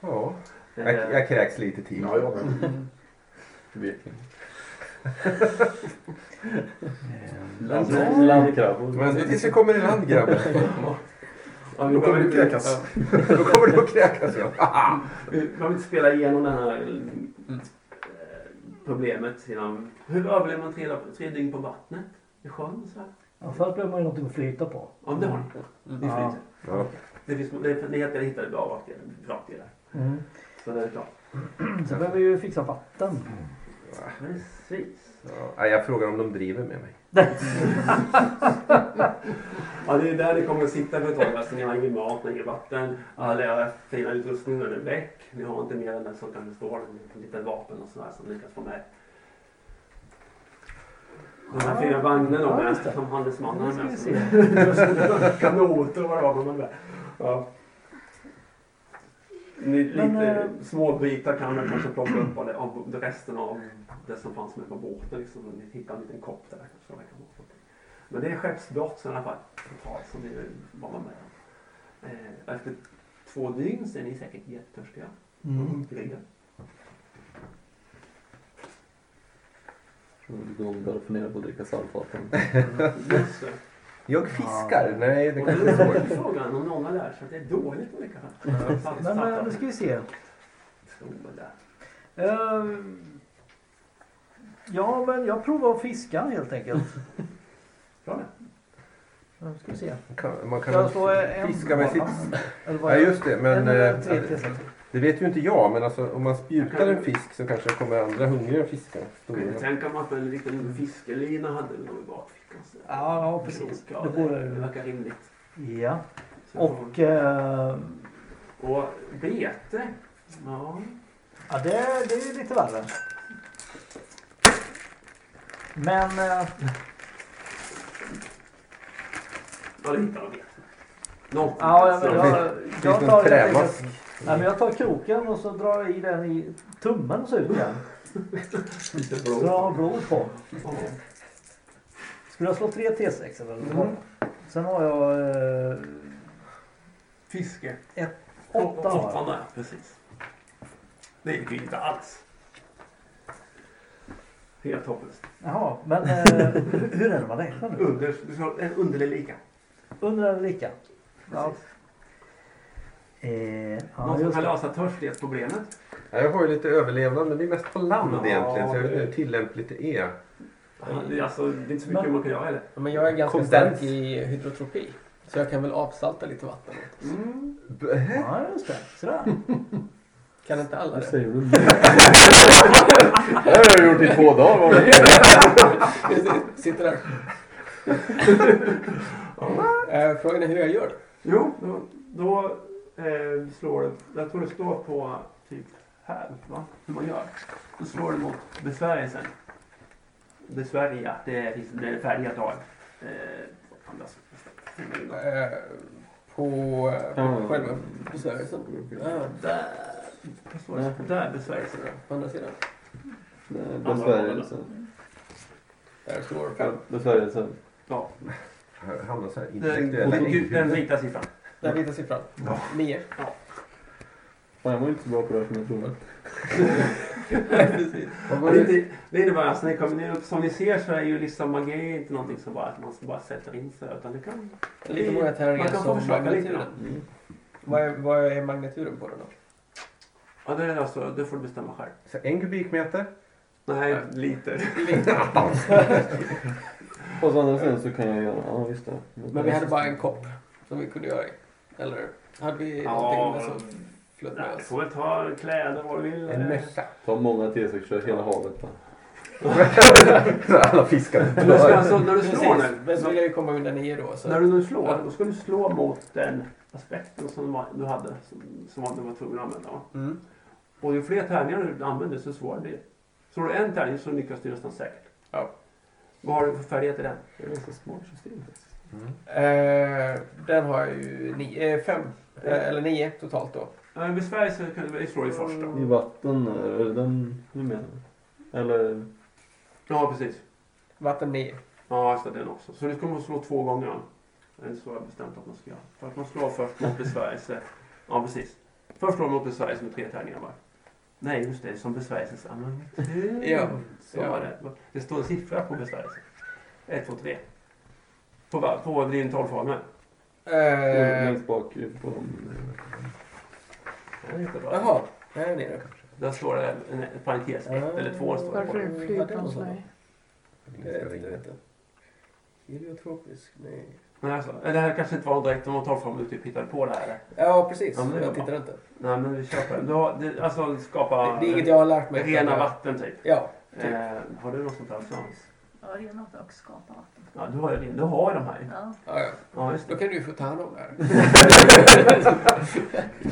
[SPEAKER 3] Ja, jag,
[SPEAKER 2] Eh,
[SPEAKER 3] jag kräks lite till.
[SPEAKER 10] Ja, jag med.
[SPEAKER 5] Viking.
[SPEAKER 2] Land-
[SPEAKER 5] Landkrabbor.
[SPEAKER 3] Vänta tills vi kommer i land grabben.
[SPEAKER 2] ja, vi
[SPEAKER 10] Då kommer
[SPEAKER 2] behöver
[SPEAKER 10] det
[SPEAKER 2] inte-
[SPEAKER 10] kräkas.
[SPEAKER 3] Då kommer du att kräkas. Ja.
[SPEAKER 2] Vi behöver inte spela igenom det här eh, problemet innan. Hur överlever man tre, dag- tre dygn på vattnet? I sjön så här?
[SPEAKER 4] Ja, först behöver man ju någonting att flyta på.
[SPEAKER 2] Ja, men det har ni. Ni
[SPEAKER 4] Ja.
[SPEAKER 2] flyter.
[SPEAKER 3] Ja.
[SPEAKER 2] Det finns, det, ni hittade- hittade bra vrakdelar. vrakdelar.
[SPEAKER 4] Mm.
[SPEAKER 2] Så det är klart.
[SPEAKER 4] Sen behöver vi ju fixa vatten.
[SPEAKER 2] Precis.
[SPEAKER 3] Ja. Nej, Jag frågar om de driver med mig.
[SPEAKER 2] Ja, det är där ni kommer att sitta för ett tag. Alltså, ni har ingen mat, ni har inget vatten. All er fina utrustning den är väck. Ni har inte mer än den som kanske står. Lite vapen och sådär som ni kan få med. De här fyra vagnarna
[SPEAKER 4] Ja,
[SPEAKER 2] ja,
[SPEAKER 4] just det.
[SPEAKER 2] som handelsmannen
[SPEAKER 4] Nu
[SPEAKER 2] har
[SPEAKER 4] ska vi
[SPEAKER 2] med
[SPEAKER 4] se.
[SPEAKER 2] sig. Kanoter och vad det var man hade med. Ja. Ni,
[SPEAKER 4] Men,
[SPEAKER 2] lite
[SPEAKER 4] eh,
[SPEAKER 2] små bitar kan man kanske plocka upp av, det, av resten av det som fanns med på båten. Liksom. Ni hittar en liten kopp där. Kanske det kan vara någonting. Men det är skeppsbrott så i alla fall totalt som ni var med om. Eh, efter två dygn så är ni säkert jättetörstiga.
[SPEAKER 4] Mm.
[SPEAKER 2] Hungriga.
[SPEAKER 5] Golvar och funderar på att dricka saltvatten.
[SPEAKER 2] Just det.
[SPEAKER 3] Jag fiskar? Nej, det
[SPEAKER 2] Och nu
[SPEAKER 3] kanske är
[SPEAKER 2] är
[SPEAKER 3] svårt.
[SPEAKER 2] frågan om någon har lärt sig att det är dåligt att dricka
[SPEAKER 3] Mm.
[SPEAKER 2] vatten.
[SPEAKER 4] Nej, men eh, nu ska vi se. Ehm, ja, men jag provar att fiska helt enkelt.
[SPEAKER 2] Bra.
[SPEAKER 4] Nu ska vi se.
[SPEAKER 3] Man kan- Man
[SPEAKER 4] Jag
[SPEAKER 3] kan
[SPEAKER 4] slår en
[SPEAKER 3] fiska med sitt...
[SPEAKER 4] bana. Eller vad
[SPEAKER 3] Ja,
[SPEAKER 4] är det?
[SPEAKER 3] just det. Men,
[SPEAKER 4] en eller
[SPEAKER 3] eh,
[SPEAKER 4] tre testar.
[SPEAKER 3] det vet ju inte jag, men alltså, om man spjutar en fisk så kanske det kommer andra hungriga fiskar.
[SPEAKER 2] Jag kan
[SPEAKER 3] Stora.
[SPEAKER 2] inte tänka mig att en liten fiskelina hade någon i bakfickan. så.
[SPEAKER 4] Ja, ja, precis.
[SPEAKER 2] Ja,
[SPEAKER 4] Det
[SPEAKER 2] det,
[SPEAKER 4] borde jag ju.
[SPEAKER 2] verkar rimligt.
[SPEAKER 4] Ja.
[SPEAKER 2] Så-
[SPEAKER 4] Och eh,
[SPEAKER 2] och bete. Ja.
[SPEAKER 4] ja, det, det är ju lite värre. Men eh,
[SPEAKER 2] Ja, det hittar de bete. Något.
[SPEAKER 4] ja, jag,
[SPEAKER 2] Så-
[SPEAKER 4] jag, jag
[SPEAKER 3] någon
[SPEAKER 4] tar helt
[SPEAKER 3] trämask?
[SPEAKER 4] enkelt- Nej, men jag tar kroken och så drar jag i den i tummen så ut igen.
[SPEAKER 2] Lite
[SPEAKER 4] Så
[SPEAKER 2] blå.
[SPEAKER 4] jag har blod på.
[SPEAKER 2] Ja.
[SPEAKER 4] Skulle jag slå tre T6 eller?
[SPEAKER 2] Mm.
[SPEAKER 4] Sen har jag eh,
[SPEAKER 2] Fiske.
[SPEAKER 4] åtta.
[SPEAKER 2] Åtta,
[SPEAKER 4] va?
[SPEAKER 2] nej, precis. Det gick ju inte alls. Helt hopplöst.
[SPEAKER 4] Jaha, men eh, hur- hur är det man räknar nu?
[SPEAKER 2] Under, du ska ha en underlig lika.
[SPEAKER 4] Under eller lika? Ja.
[SPEAKER 2] Precis.
[SPEAKER 4] Eh, ja,
[SPEAKER 2] Någon som
[SPEAKER 4] just
[SPEAKER 2] kan
[SPEAKER 4] det.
[SPEAKER 2] lösa törstighetsproblemet?
[SPEAKER 3] Ja, jag har ju lite överlevnad, men det är mest på land
[SPEAKER 2] Ja,
[SPEAKER 3] egentligen. Så jag vet inte
[SPEAKER 2] det-
[SPEAKER 3] hur tillämpligt det är.
[SPEAKER 2] Det är Alltså, det är inte så mycket
[SPEAKER 4] Men-
[SPEAKER 2] man kan göra heller.
[SPEAKER 7] Ja, Men jag är ganska
[SPEAKER 3] Konstant.
[SPEAKER 7] stark i hydrotropi. Så jag kan väl avsalta lite vatten.
[SPEAKER 4] Mm.
[SPEAKER 3] B-
[SPEAKER 4] Ja, just det. Sådär.
[SPEAKER 7] Kan inte alla
[SPEAKER 5] Vad
[SPEAKER 7] det?
[SPEAKER 5] säger du? Det har jag gjort i två dagar. Vad är det?
[SPEAKER 7] Jag Sitter där. Eh, Frågan är hur jag gör.
[SPEAKER 2] Jo, då, då eh, slår du. Jag tror det står på typ här, va? Hur man gör. Då slår du mot besvärjelsen. Besvärja, det är liksom det är färdiga drag. Eh, andas.
[SPEAKER 7] Eh, På, på
[SPEAKER 5] Ja.
[SPEAKER 7] själva besvärjelsen. Ja,
[SPEAKER 2] Där. Vad står det? Där besvärjelsen.
[SPEAKER 7] på andra sidan.
[SPEAKER 5] Eh, Besvärjelse.
[SPEAKER 7] Där står fem.
[SPEAKER 5] Besvärjelse.
[SPEAKER 2] Ja,
[SPEAKER 3] Här Hamnar så här
[SPEAKER 2] den,
[SPEAKER 3] intellektuella
[SPEAKER 7] typ
[SPEAKER 2] den, den
[SPEAKER 3] ägg.
[SPEAKER 2] vita siffran.
[SPEAKER 7] Den vita siffran. Nio.
[SPEAKER 5] Fan, jag var inte så bra på det här som jag trodde.
[SPEAKER 3] Vad var
[SPEAKER 2] Men
[SPEAKER 3] det?
[SPEAKER 2] det, det innebär att när ni kommer ner upp, som ni ser så är ju liksom magi inte någonting som bara, att man bara sätter in sig. Utan det kan...
[SPEAKER 7] Lika många tärningar
[SPEAKER 2] Man kan få
[SPEAKER 7] som
[SPEAKER 2] försöka lite
[SPEAKER 7] magnituren. Vad är, vad är magnituren på den då?
[SPEAKER 2] Ja, det, är alltså, det får du bestämma själv.
[SPEAKER 3] Så en kubikmeter?
[SPEAKER 2] Nej, liter.
[SPEAKER 5] Och så andra sidan så kan jag göra... Ja, just det.
[SPEAKER 7] Men vi hade bara en kopp som vi kunde göra i. Eller hade vi
[SPEAKER 2] Ja,
[SPEAKER 7] någonting med som flöt med
[SPEAKER 2] Nej, du
[SPEAKER 7] oss?
[SPEAKER 2] får väl ta kläder vad du vill. Eh,
[SPEAKER 3] En mössa?
[SPEAKER 5] Ta många T6 kör hela havet. va?
[SPEAKER 3] Så alla fiskar
[SPEAKER 2] Men du ska
[SPEAKER 3] dör.
[SPEAKER 2] alltså, när du
[SPEAKER 7] Precis,
[SPEAKER 2] slår nu.
[SPEAKER 7] Men så vill jag ju komma under nio då. Så.
[SPEAKER 2] När du nu slår, då ska du slå mot den aspekten som var- du hade. Som, som du var tvungen att använda. va?
[SPEAKER 7] Mm.
[SPEAKER 2] Och ju fler tärningar du använder så svårare blir det. Slår du en tärning så lyckas du nästan säkert.
[SPEAKER 7] Ja.
[SPEAKER 2] Vad har du för färdighet i den?
[SPEAKER 5] Det är ganska smart system faktiskt.
[SPEAKER 7] Eh, den har jag ju nio, eh, fem, eh, eller nio totalt då.
[SPEAKER 2] Ja, Besvärjelse kan du slå i först då.
[SPEAKER 5] I vatten, är det den du menar? Eller?
[SPEAKER 2] Ja, precis.
[SPEAKER 7] Vatten nio.
[SPEAKER 2] Ja, just det. Den också. Så du kommer att slå två gånger. va? Det är så jag bestämt att man ska göra. För att man slår först mot besvärjelse. Ja, precis. Först slår man mot besvärjelse med tre tärningar bara. Nej, just det. Som besvärjelses magnitud.
[SPEAKER 7] Ja,
[SPEAKER 2] Mm, Så
[SPEAKER 7] ja.
[SPEAKER 2] var det. Det står en siffra på besvärjelsen. 1, 2, 3. På, va- på din talformel.
[SPEAKER 7] Eh,
[SPEAKER 5] Längst bak på...
[SPEAKER 2] Ja, jättebra.
[SPEAKER 7] jaha, här nere.
[SPEAKER 2] Där står det en, en parentes. Ett
[SPEAKER 7] Ah.
[SPEAKER 2] eller två står det på
[SPEAKER 6] Varför är
[SPEAKER 2] den.
[SPEAKER 6] det flygplansfärg?
[SPEAKER 7] Det vet jag inte. Eh, Heliotropisk? Nej.
[SPEAKER 2] Nej, alltså, det här kanske inte var direkt de talformel du typ hittade på det här.
[SPEAKER 7] Ja, precis.
[SPEAKER 2] Ja, men det var
[SPEAKER 7] jag
[SPEAKER 2] bra.
[SPEAKER 7] tittar inte.
[SPEAKER 2] Nej, men vi köper den. Du har, det, alltså skapa...
[SPEAKER 7] Det, det är inget jag har lärt mig.
[SPEAKER 2] Rena
[SPEAKER 7] utan jag-
[SPEAKER 2] vatten typ.
[SPEAKER 7] Ja,
[SPEAKER 2] Eh, har du något sånt där också?
[SPEAKER 11] Ja, rena vatten och skapa vatten.
[SPEAKER 2] Ja, du har ju din. Du har ju de här.
[SPEAKER 11] Ja.
[SPEAKER 7] Ja, ja.
[SPEAKER 2] Ja, just det.
[SPEAKER 7] Då kan du få ta hand om det här.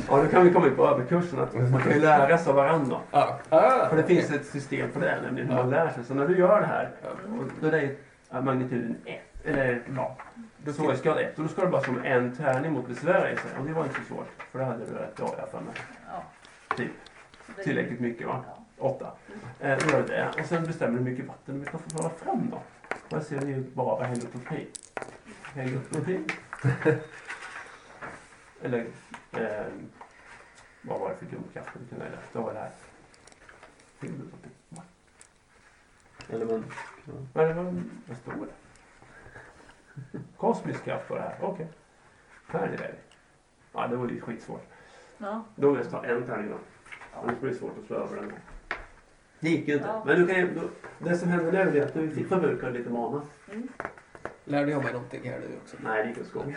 [SPEAKER 2] ja, då kan vi komma in på överkursen. Att man kan ju lära sig av varandra.
[SPEAKER 7] Ja. Ah,
[SPEAKER 2] för det finns ett system för det, nämligen hur man lär sig. Så när du gör det här, och då är det ja, magnituden 1, eller ja, då svårighetsgrad 1. Och då ska du bara som en tärning mot besvärjelse. Och det var inte så svårt, för det hade du rätt ja, jag för mig.
[SPEAKER 11] Ja.
[SPEAKER 2] Typ.
[SPEAKER 11] Så det-
[SPEAKER 2] Tillräckligt mycket va?
[SPEAKER 11] Ja.
[SPEAKER 2] Åtta. Eh, då gör du det. Och sen bestämmer du hur mycket vatten du ska få föra fram då. Och jag ser det ju bara vad helotropi. Helotropi. Eller eh, vad var det för dum kaffe vi kunde ha lärt? Det var det här. Helotropi. Va?
[SPEAKER 5] Eller men...
[SPEAKER 2] Vad är det? vad- Vad står det? Kosmisk kraft var det här. Okej. Här är det. Ja, det var ju skitsvårt.
[SPEAKER 11] Ja.
[SPEAKER 2] Då vill jag ta en tärning då. Annars blir det svårt att slå över den. Det gick ju inte. Men du kan, ju- då- det som hände nu är att du fick förbruka lite mana.
[SPEAKER 7] Lär dig om mig någonting här nu också.
[SPEAKER 2] Nej, det gick åt skogen.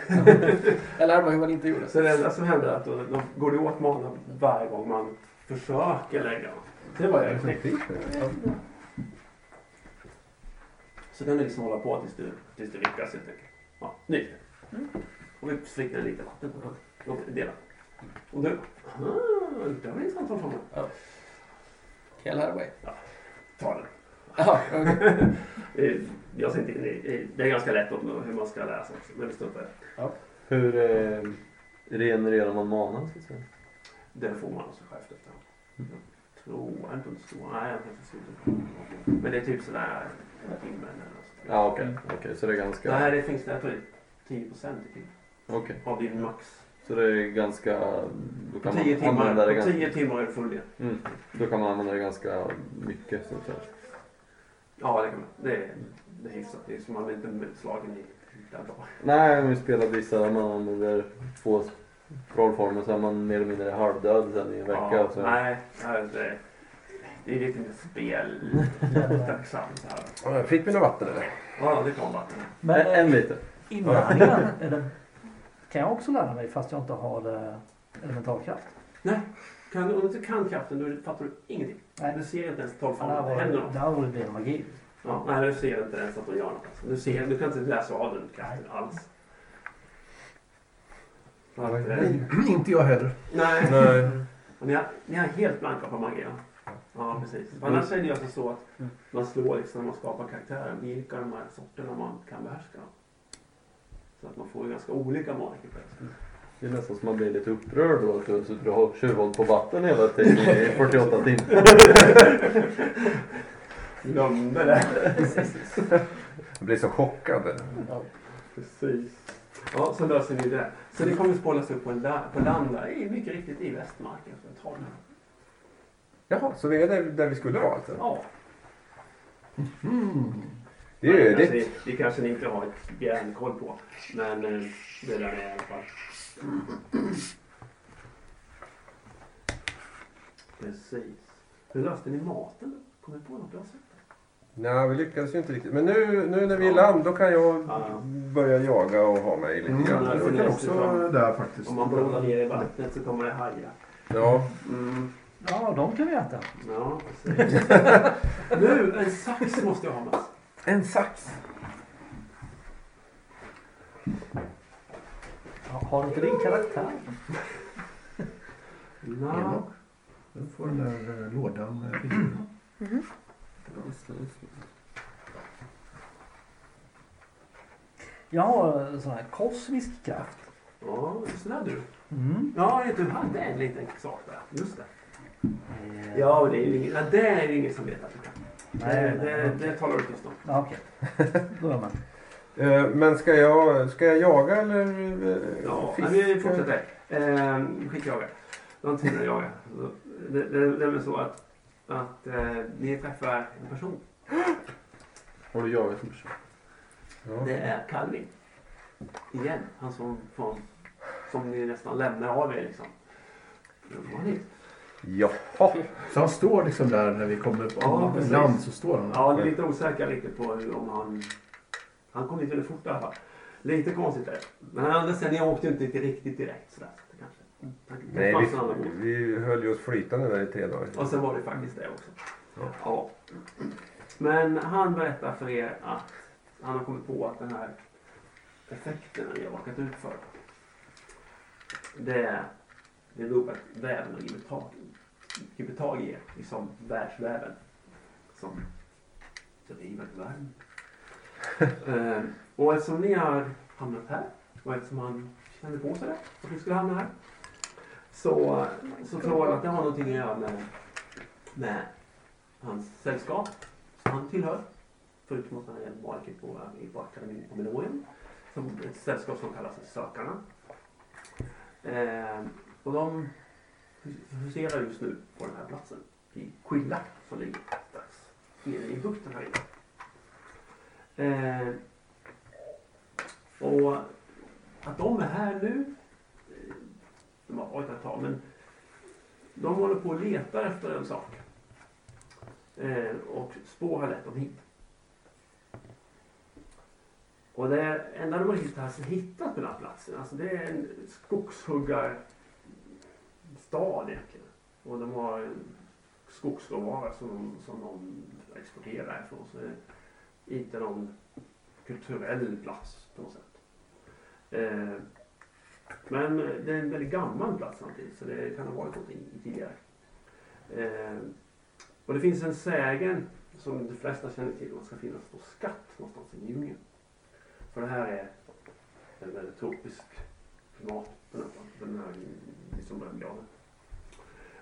[SPEAKER 7] Jag lärde mig hur man inte gjorde.
[SPEAKER 2] Så det enda som hände är att då, då går det åt mana varje gång man försöker lägga. Det var ju riktigt. Så den är liksom hålla på tills du, tills du lyckas helt enkelt. Ja, nytt. Mm. Och vi slickade lite vatten på den. Och delade. Och du, ah, det var intressant att få med.
[SPEAKER 7] Ja. Kan jag lära mig?
[SPEAKER 2] Ja, ta den.
[SPEAKER 7] Jaha, okej.
[SPEAKER 2] Eh, Jag ser inte in i, i, det är ganska lätt om hur man ska läsa också, men vi struntar i det.
[SPEAKER 5] Hur eh, regenererar man manan så att säga?
[SPEAKER 2] Den får man också själv efter.
[SPEAKER 5] Mm.
[SPEAKER 2] Jag tror inte om det står. Nej, jag kan inte stå Men det är typ sådär en timme eller något sånt.
[SPEAKER 5] Ja okej, okej så det är ganska...
[SPEAKER 2] Nej, Mm. det finns det. Jag tror det är 10 procent
[SPEAKER 5] Okej,
[SPEAKER 2] av din max.
[SPEAKER 5] så det är ganska...
[SPEAKER 2] På
[SPEAKER 5] Då kan
[SPEAKER 2] 10
[SPEAKER 5] man använda det
[SPEAKER 2] timmar, på
[SPEAKER 5] ganska...
[SPEAKER 2] 10 timmar är du full igen.
[SPEAKER 5] Mm, då kan man använda det ganska mycket så att säga.
[SPEAKER 2] Ja, det kan man. Det är, det är hyfsat. Det är som man blir inte slagen i hela dagen.
[SPEAKER 5] Nej, vi spelar vissa, man använder två rollformer så är man mer eller mindre halvdöd sen i en vecka.
[SPEAKER 2] Ja,
[SPEAKER 5] och så.
[SPEAKER 2] Nej, nej, det, det är lite spel. Tacksamt här.
[SPEAKER 3] Ja, Fick vi något vatten eller?
[SPEAKER 2] Ja, det kom vatten.
[SPEAKER 4] Men
[SPEAKER 5] en, en liter.
[SPEAKER 4] inlärningen är det, kan jag också lära mig fast jag inte har eh, elemental kraft.
[SPEAKER 2] Nej, kan, om du inte kan kraften då fattar du ingenting.
[SPEAKER 4] Nej.
[SPEAKER 2] Du ser inte ens
[SPEAKER 4] Men Där
[SPEAKER 2] trollformen.
[SPEAKER 4] var
[SPEAKER 2] Det händer
[SPEAKER 4] det,
[SPEAKER 2] något.
[SPEAKER 4] där var det mer magi.
[SPEAKER 2] Ja, nej, du ser inte ens att de gör något. Alltså. Du, ser, du kan inte läsa av den kraften alls. Så att, eh,
[SPEAKER 8] Inte jag heller.
[SPEAKER 2] nej.
[SPEAKER 3] Nej.
[SPEAKER 2] Och Ni har, ni har helt blanka på magi, ja. Ja, precis. Annars är det ju alltså så att man slår liksom när man skapar karaktären vilka de här sorterna man kan behärska. Så att man får ju ganska olika magiker plötsligt.
[SPEAKER 5] Det är nästan som man blir lite upprörd då att du har suttit och hållit tjuvhåll på vatten hela tiden i 48 timmar.
[SPEAKER 2] Glömde det.
[SPEAKER 3] Jag blir så chockad.
[SPEAKER 2] Precis. Ja, så löser ni det. Så det kommer spolas upp på, la- på land där, i- mycket riktigt i Västmarken för Trollhättan.
[SPEAKER 3] Jaha, så vi är där, där vi skulle vara alltså?
[SPEAKER 2] Ja.
[SPEAKER 3] Det är ju
[SPEAKER 2] kanske,
[SPEAKER 3] det.
[SPEAKER 2] ni- alltså, det kanske ni inte har ett järnkoll på. Men eh, det där är i alla fall. Precis. Hur löste ni maten? då? Kom ni på något bra sätt?
[SPEAKER 3] Nej, vi lyckades ju inte riktigt. Men nu, nu när vi är i land då kan jag
[SPEAKER 2] Ja.
[SPEAKER 3] börja jaga och ha mig
[SPEAKER 8] Mm,
[SPEAKER 3] lite grann.
[SPEAKER 2] det får
[SPEAKER 8] jag
[SPEAKER 2] ni
[SPEAKER 8] kan
[SPEAKER 2] också
[SPEAKER 8] också
[SPEAKER 2] ta.
[SPEAKER 8] där faktiskt.
[SPEAKER 2] Om man blånar ner i vattnet så kommer det hajar.
[SPEAKER 3] Ja,
[SPEAKER 2] Mm.
[SPEAKER 4] Ja, de kan vi äta.
[SPEAKER 2] Ja, precis. nu, en sax måste jag ha med.
[SPEAKER 3] en sax.
[SPEAKER 4] Ja, Har inte din karaktär?
[SPEAKER 2] Nå.
[SPEAKER 8] Du får den där eh, lådan. eh, fin.
[SPEAKER 4] Jag har en sån här kosmisk kraft.
[SPEAKER 2] Ja, just det där du.
[SPEAKER 4] Mm.
[SPEAKER 2] Ja, du hade en liten sak där. Just det. Ja, men det är ju ingen, ja, det är ju ingen som vet att du kan.
[SPEAKER 4] Nej,
[SPEAKER 2] det, det, det talar du tyst om.
[SPEAKER 4] Ja, okej. Då är jag med.
[SPEAKER 3] Eh, Men ska jag, ska jag jaga eller eh,
[SPEAKER 2] Ja,
[SPEAKER 3] fiska?
[SPEAKER 2] men vi fortsätter. Eh, skitjagar. De tvingar jaga. Så Det, det, det är väl så att, att eh, ni träffar en person.
[SPEAKER 5] Har du jagat en person?
[SPEAKER 3] Ja.
[SPEAKER 2] Det är Calvin. Igen. Han som, från, som ni nästan lämnar av er liksom. Det var ni.
[SPEAKER 3] Jaha.
[SPEAKER 8] Så han står liksom där när vi kommer på
[SPEAKER 2] Ja, precis.
[SPEAKER 8] land så står han.
[SPEAKER 2] Ja, ni är lite osäkra riktigt på hur, om han... Han kom lite väldigt fort i alla fall. Lite konstigt är det. Men han andra sen, ni åkte ju inte riktigt direkt sådär. Så det kanske. det
[SPEAKER 3] Mm. Nej,
[SPEAKER 2] fanns
[SPEAKER 3] vi,
[SPEAKER 2] en annan båt.
[SPEAKER 3] vi höll ju oss flytande där i tre dagar.
[SPEAKER 2] Och sen var det faktiskt det också. Ja. Men han berättar för er att han har kommit på att den här effekten ni har råkat ut för. Det, det beror på att väven har gripit tag, gripit tag i er. Liksom världsväven. Som driver världen. Eh, och eftersom ni har hamnat här och eftersom han kände på sig det, att ni skulle hamna här. Så, så tror han att det har någonting att göra med, med hans sällskap som han tillhör. Förutom att han är barkid på, i barkakademin på Menorien. Som ett sällskap som kallas Sökarna. Eh, och de hus- huserar just nu på den här platsen. I Quilla som ligger strax nere i bukten här inne. Eh, och att de är här nu, eh, de har varit här ett tag, men de håller på och letar efter en sak. Eh, och spår har lett dem hit. Och det enda de har hittat, alltså, hittat på den här platsen, alltså det är en skogshuggarstad egentligen. Och de har en skogsråvara som, som de exporterar härifrån. Så det är inte någon kulturell plats på något sätt. Eh, men det är en väldigt gammal plats samtidigt så det kan ha varit någonting tidigare. Eh, och det finns en sägen som de flesta känner till. Man ska finnas då skatt någonstans i djungeln. För det här är en väldigt tropisk klimat på den här, på den här liksom breddgraden.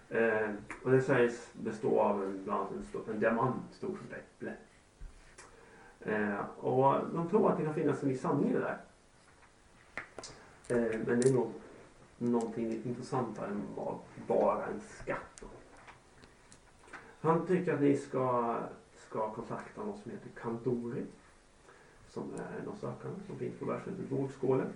[SPEAKER 2] Eh, och det sägs bestå av en, bland annat en, stor, en diamant stor som ett äpple. Eh, och de tror att det kan finnas en viss sanning i det där. Eh, men det är nog någonting lite intressantare än vad bara en skatt. Då. Han tycker att ni ska, ska kontakta någon som heter Kandori. Som är en av sökarna som finns på världshuset Vårdskålen.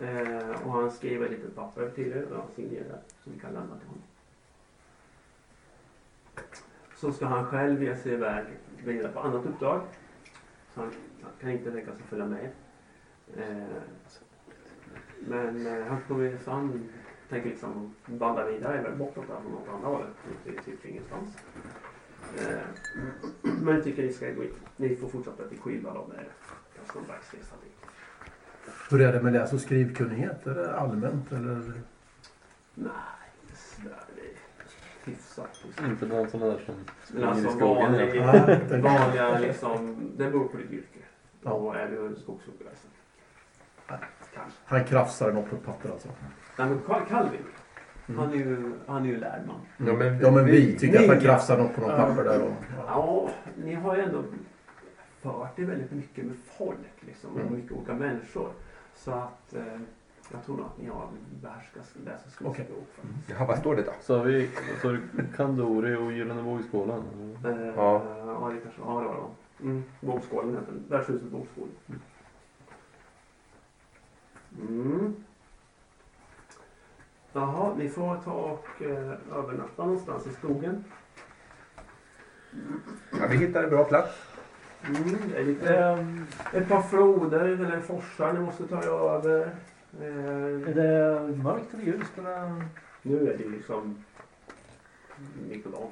[SPEAKER 2] Eh, och han skriver ett litet papper till er och han signerar som ni kan lämna till honom. Så ska han själv ge sig iväg vidare på annat uppdrag. Så han, han kan inte tänka sig följa med. Eh, men eh, han, kommer, så han tänker liksom vandra vidare eller bortåt där från något andra hållet. Inte typ ingenstans. Eh, men jag tycker ni ska gå in. Ni får fortsätta till Quilla då med som dagsresa dit.
[SPEAKER 8] Hur är det med läs och skrivkunnighet? Är det allmänt eller?
[SPEAKER 2] Nej, sådär. Det är hyfsat.
[SPEAKER 5] Inte någon sån där som
[SPEAKER 2] Men
[SPEAKER 5] springer
[SPEAKER 2] alltså
[SPEAKER 5] i skogen.
[SPEAKER 2] vanlig,
[SPEAKER 5] egentligen.
[SPEAKER 2] vanliga liksom, det beror på ditt yrke. Då är du en skogshuggare. så Kanske.
[SPEAKER 8] Han krafsar något på ett papper alltså.
[SPEAKER 2] Nej men Carl Calvin, han är ju, han är ju lärd man.
[SPEAKER 8] Ja, men- Ja, men vi tycker att han krafsar något på något
[SPEAKER 2] Ja.
[SPEAKER 8] papper där då.
[SPEAKER 2] Ja, ni har ju ändå fört er väldigt mycket med folk liksom.
[SPEAKER 8] Mm.
[SPEAKER 2] Och mycket olika människor. Så att eh, jag tror nog att ni har behärskat läsa skrivspråk. faktiskt.
[SPEAKER 5] Ja, vad står det då? Så har vi så har vi Kandori och Gyllene vågskålen.
[SPEAKER 2] Eh, ja. det kanske ja, det var det. va? Mm. Vågskålen heter den. Värdshuset Vågskålen. Mm. Jaha, ni får ta och eh, övernatta någonstans i skogen.
[SPEAKER 3] Ja, vi hittar en bra plats.
[SPEAKER 2] Mm, det är lite,
[SPEAKER 4] Ehm,
[SPEAKER 2] ett par floder eller forsar ni måste ta er över. Eh,
[SPEAKER 4] Är det mörkt eller ljust? Eller?
[SPEAKER 2] nu är det liksom mitt på dagen.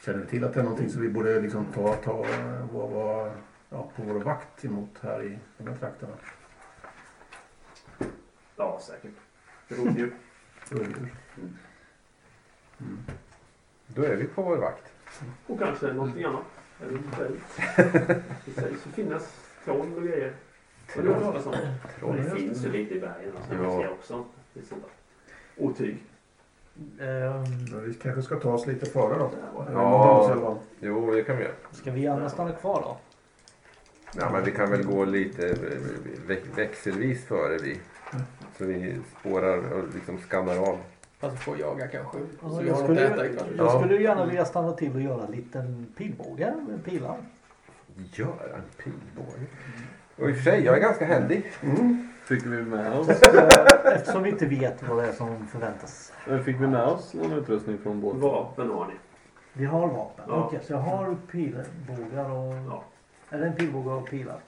[SPEAKER 8] Känner vi till att det är någonting som vi borde liksom ta, ta vår, vår, ja, på vår vakt emot här i de här trakterna?
[SPEAKER 2] Ja, säkert. Rovdjur.
[SPEAKER 8] Rovdjur.
[SPEAKER 3] Då är vi på vår vakt.
[SPEAKER 2] Och kanske någonting annat. Jag vet inte. Det sägs ju finnas troll och grejer. Har du hört talas om det?
[SPEAKER 3] Troll.
[SPEAKER 2] Det finns ju lite i bergen och så kan man
[SPEAKER 3] Ja.
[SPEAKER 2] se också. Det är sånt där. Otyg.
[SPEAKER 4] Ehm,
[SPEAKER 8] Men vi kanske ska ta oss lite före då.
[SPEAKER 3] Ja, jo det kan vi göra.
[SPEAKER 4] Ska vi gärna stanna kvar då?
[SPEAKER 3] Ja, men vi kan väl gå lite eh, vä- växelvis före vi. Så vi spårar och liksom skannar av.
[SPEAKER 7] Fast får jaga kanske.
[SPEAKER 4] Ja,
[SPEAKER 7] så vi
[SPEAKER 4] jag,
[SPEAKER 7] har något att
[SPEAKER 4] skulle,
[SPEAKER 7] äta ikväll.
[SPEAKER 4] jag skulle ju gärna vilja stanna till och göra en liten pilbåge med pilar.
[SPEAKER 3] Gör en pilbåge. Och i och för sig, jag är ganska händig.
[SPEAKER 5] Fick vi med oss?
[SPEAKER 4] Eftersom vi inte vet vad det är som förväntas.
[SPEAKER 5] Eh, Fick vi med oss någon utrustning från båten?
[SPEAKER 2] Vapen har ni.
[SPEAKER 4] Vi har vapen.
[SPEAKER 5] Ja.
[SPEAKER 4] Okej, så jag har pilbågar och... Är det en pilbåge och pilar?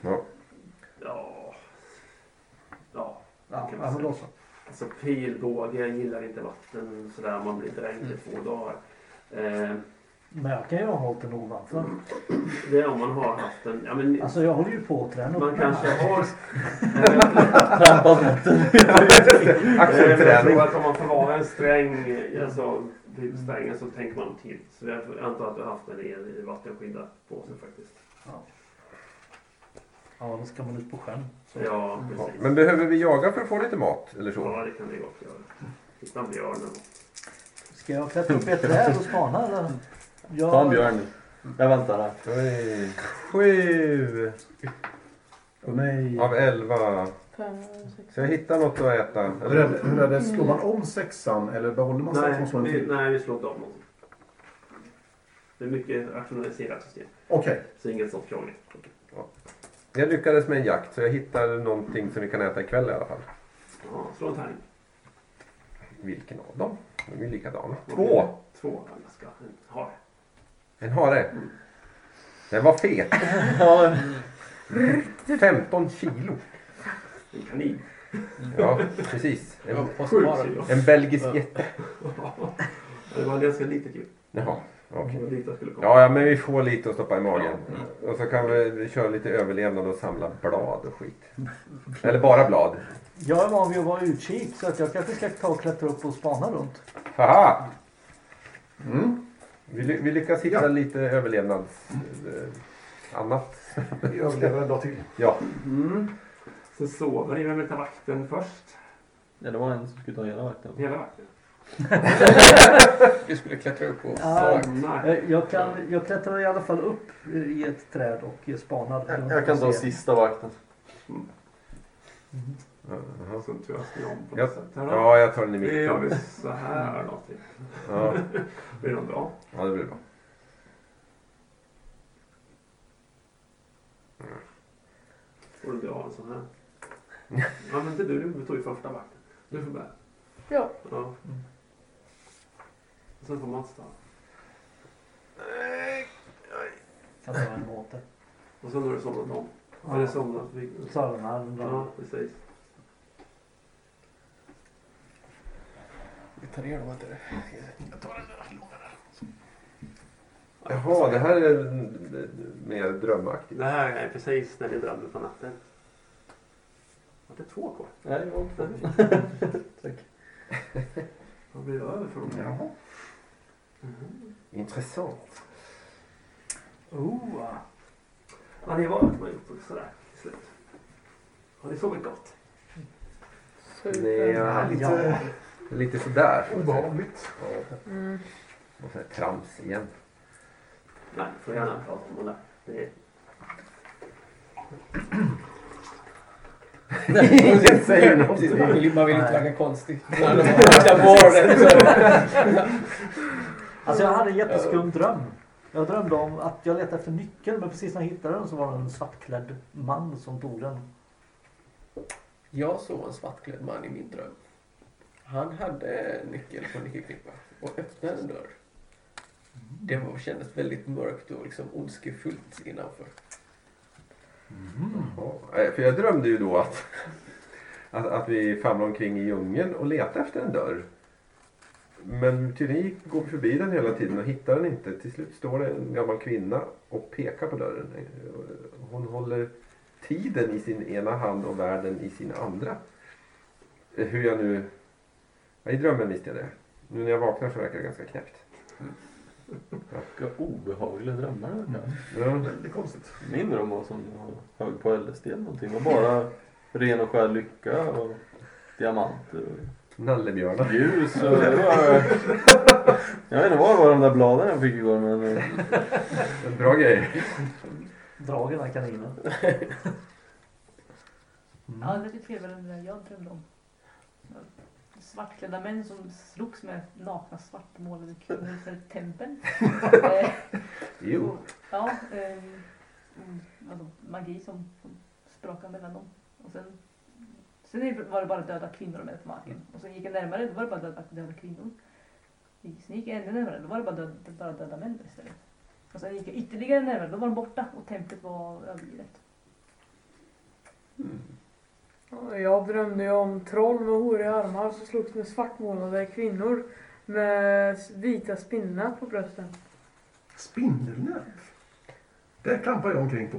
[SPEAKER 3] Ja.
[SPEAKER 2] Ja. Ja.
[SPEAKER 4] Ja,
[SPEAKER 2] kan man
[SPEAKER 4] ja men
[SPEAKER 2] säga.
[SPEAKER 4] då så.
[SPEAKER 2] Alltså pilbåge, jag gillar inte vatten sådär. Man blir dränkt i två dagar. Eh,
[SPEAKER 4] Men jag kan ju ha hållit den ovanför.
[SPEAKER 2] det är om man har haft en... Ja, men,
[SPEAKER 4] Alltså jag håller ju på att träna
[SPEAKER 2] man
[SPEAKER 4] upp
[SPEAKER 2] kanske
[SPEAKER 4] den här.
[SPEAKER 2] har... Eh,
[SPEAKER 4] Trampat mot den.
[SPEAKER 2] Axelträning. Jag
[SPEAKER 4] Axelträning.
[SPEAKER 2] tror att om man förvarar en sträng, alltså typ strängen, så tänker man till. Så jag antar att du har haft den i en i vattenskydda påse faktiskt.
[SPEAKER 4] Ja, då ska man ut på sjön. Så.
[SPEAKER 2] Ja, precis.
[SPEAKER 3] Men behöver vi jaga för att få lite mat eller så?
[SPEAKER 2] Ja, det kan vi gott göra. Hitta en björn eller något.
[SPEAKER 4] Ska jag klättra upp i ett träd och spana eller? Jag-
[SPEAKER 5] Ta en björn. Jag väntar här.
[SPEAKER 3] Oj. Sju
[SPEAKER 8] Åh nej.
[SPEAKER 3] av elva.
[SPEAKER 6] Fem, sex.
[SPEAKER 3] Så jag hittar något att äta.
[SPEAKER 8] Hur är det- hur är det? Slår man om sexan eller behåller man sexan och slår en
[SPEAKER 2] Nej, vi,
[SPEAKER 8] till?
[SPEAKER 2] nej, vi slår inte av någonting. Det är mycket rationaliserat system.
[SPEAKER 8] Okej.
[SPEAKER 2] Så inget sånt krångligt.
[SPEAKER 3] Jag lyckades med en jakt så jag hittar någonting som vi kan äta ikväll i alla fall.
[SPEAKER 2] Ja, slå en tärning.
[SPEAKER 3] Vilken av dem? De är ju likadana. Två!
[SPEAKER 2] Två. Ja, Jag ska ha det.
[SPEAKER 3] En hare. Den var fet. 15 kilo.
[SPEAKER 2] En kanin.
[SPEAKER 3] Ja, precis. En,
[SPEAKER 2] Sju kilo.
[SPEAKER 3] en belgisk jätte.
[SPEAKER 2] Ja, Det var ganska litet djur.
[SPEAKER 3] Jaha, okej.
[SPEAKER 2] Det var dit jag skulle komma.
[SPEAKER 3] Ja, ja, men vi får lite att stoppa i magen. Och så kan vi, vi köra lite överlevnad och samla blad och skit. Eller bara blad.
[SPEAKER 4] Jag är van vid att vara utkik så att jag kanske ska ta och klättra upp och spana runt.
[SPEAKER 3] Haha! Mm. Vi, ly- vi lyckas hitta lite överlevnads... eh, annat.
[SPEAKER 8] Vi överlever en dag till.
[SPEAKER 3] Ja.
[SPEAKER 2] Mm. Sen sover ni. Vem vill ta vakten först?
[SPEAKER 5] Ja, det var en som skulle ta hela vakten.
[SPEAKER 2] Hela vakten?
[SPEAKER 7] Vi skulle klättra upp och
[SPEAKER 4] Ja,
[SPEAKER 2] Nej.
[SPEAKER 4] jag, Eh, jag, kan, jag klättrar i alla fall upp i ett träd och Mm. spanar. runt
[SPEAKER 5] Jag kan
[SPEAKER 4] och
[SPEAKER 5] ta
[SPEAKER 4] ser.
[SPEAKER 5] sista vakten.
[SPEAKER 3] Jaha.
[SPEAKER 2] Sen tror jag att ni om på
[SPEAKER 3] Ja,
[SPEAKER 2] något sätt. här då.
[SPEAKER 3] ja, jag tar den i
[SPEAKER 2] Vi gör vi
[SPEAKER 3] mitten.
[SPEAKER 2] så här eller någonting.
[SPEAKER 3] Ja,
[SPEAKER 2] Blir det något bra?
[SPEAKER 3] ja det blir bra.
[SPEAKER 2] Får du dra en sån här? Ja, men inte du. Du tog ju första vakten. Du får bära.
[SPEAKER 6] Ja.
[SPEAKER 2] Ja. Sen får Mats ta.
[SPEAKER 4] Kan ta en båter.
[SPEAKER 2] Och sen har du somnat om.
[SPEAKER 4] Ja.
[SPEAKER 2] Eller somnat. vi-
[SPEAKER 4] Sörmland.
[SPEAKER 2] Ja, precis.
[SPEAKER 7] Vi tar ner dem inte.
[SPEAKER 3] Jaha, det här är eh, mer drömaktigt.
[SPEAKER 2] Det här är precis när ni drömmer på natten. Var det två kvar?
[SPEAKER 5] Nej, det var
[SPEAKER 2] Ja,
[SPEAKER 5] inte.
[SPEAKER 2] det är fint. Vad blir det över för dem?
[SPEAKER 8] Jaha.
[SPEAKER 3] Mhm. Intressant.
[SPEAKER 2] Oh. Ja, det var att man gjort sådär till slut. Har ni sovit gott?
[SPEAKER 3] Nej, ja,
[SPEAKER 8] Lite
[SPEAKER 3] lite sådär. får jag säga.
[SPEAKER 8] obehagligt.
[SPEAKER 3] Ja.
[SPEAKER 6] Mm.
[SPEAKER 3] Och så här trams igen.
[SPEAKER 2] Nej, får gärna prata om det. Det är
[SPEAKER 3] Ingen säger någonting.
[SPEAKER 7] Man vill inte verka konstig. Jag får det.
[SPEAKER 4] Alltså jag hade en jätteskum dröm. Jag drömde om att jag letade efter nyckeln men precis när jag hittade den så var det en svartklädd man som tog den.
[SPEAKER 7] Jag såg en svartklädd man i min dröm. Han hade nyckel på en nyckelknippa och öppnade en dörr. Det var, kändes väldigt mörkt och liksom ondskefullt innanför.
[SPEAKER 3] Ja, eh, För jag drömde ju då att, att, att vi famlade omkring i djungeln och letade efter en dörr. Men tydligen gick, går vi förbi den hela tiden och hittar den inte. Till slut står det en gammal kvinna och pekar på dörren. Eh, Hon håller tiden i sin ena hand och världen i sin andra. Eh, Hur jag nu... Ja, I drömmen visste jag det. Nu när jag vaknar så verkar det ganska knäppt.
[SPEAKER 5] Vilka obehagliga drömmar det verkar.
[SPEAKER 3] Ja.
[SPEAKER 8] Väldigt konstigt.
[SPEAKER 5] Min dröm var som jag högg på LSD eller någonting. Det var bara ren och skär lycka och diamanter och
[SPEAKER 3] Nallebjörnar.
[SPEAKER 5] ljus. Och det var... Jag vet inte vad det var de där bladen jag fick igår men eh,
[SPEAKER 3] Bra grejer.
[SPEAKER 4] Dra den här kaninen.
[SPEAKER 11] Ja, det är lite trevligare än det där jag drömde om. Svartklädda män som slogs med nakna svartmålade kvinnor för ett tempel. Eh,
[SPEAKER 3] Jo.
[SPEAKER 11] ja, eh, mm, alltså, magi som, som sprakade mellan dem. Och sen, sen var det bara döda kvinnor med på marken. Och sen gick jag närmare, då var det bara döda, döda kvinnor. Sen gick jag ännu närmare, då var det bara döda, bara döda män istället. Och sen gick jag ytterligare närmare, då var de borta och templet var övergivet.
[SPEAKER 6] Ja, Jag drömde ju om troll med horiga armar som slogs med svartmålade kvinnor. Med vita spinnar på brösten.
[SPEAKER 8] Spindelnät. Det klampade jag omkring på.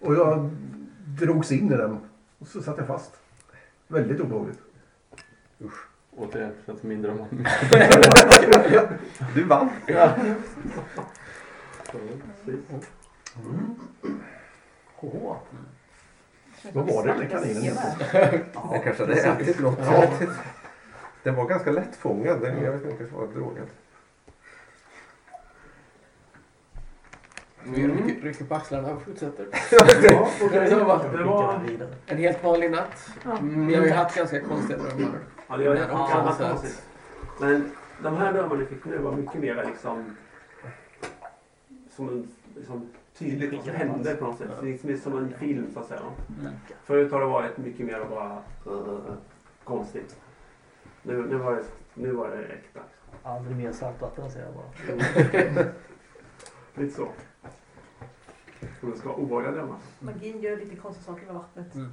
[SPEAKER 8] Och jag drogs in i den. Och så satt jag fast. Väldigt obehagligt.
[SPEAKER 5] Usch. Återigen, känns mindre om man.
[SPEAKER 3] Du vann.
[SPEAKER 5] Ja.
[SPEAKER 8] Mm. Åh.
[SPEAKER 3] Vad var det med kaninen? Jag kanske hade
[SPEAKER 8] precis.
[SPEAKER 3] ätit något.
[SPEAKER 8] Ja.
[SPEAKER 3] Den var ganska lättfångad. Den, jag vet inte, kanske var drogad.
[SPEAKER 7] Vi rycker, rycker på axlarna och fortsätter.
[SPEAKER 2] Ja, okej.
[SPEAKER 7] Det var-
[SPEAKER 2] Det var-
[SPEAKER 7] en helt vanlig natt.
[SPEAKER 2] Ja.
[SPEAKER 7] Vi har ju haft ganska konstiga drömmar.
[SPEAKER 2] Ja, det gör det.
[SPEAKER 7] Men
[SPEAKER 2] Ja,
[SPEAKER 7] också
[SPEAKER 2] annat
[SPEAKER 7] så att-
[SPEAKER 2] konstigt. Men de här drömmarna vi fick nu var mycket mer liksom som en liksom, tydligt vad som hände på något sätt. Det är liksom som en film så att säga. Förut har det varit mycket mer bara eh, konstigt. Nu, nu, var det, nu var det äkta.
[SPEAKER 4] Aldrig mer saltvatten säger jag bara.
[SPEAKER 2] Lite så. Och det ska vara obehagliga drömmar.
[SPEAKER 9] Magin gör lite konstiga saker med vattnet.
[SPEAKER 11] Mm.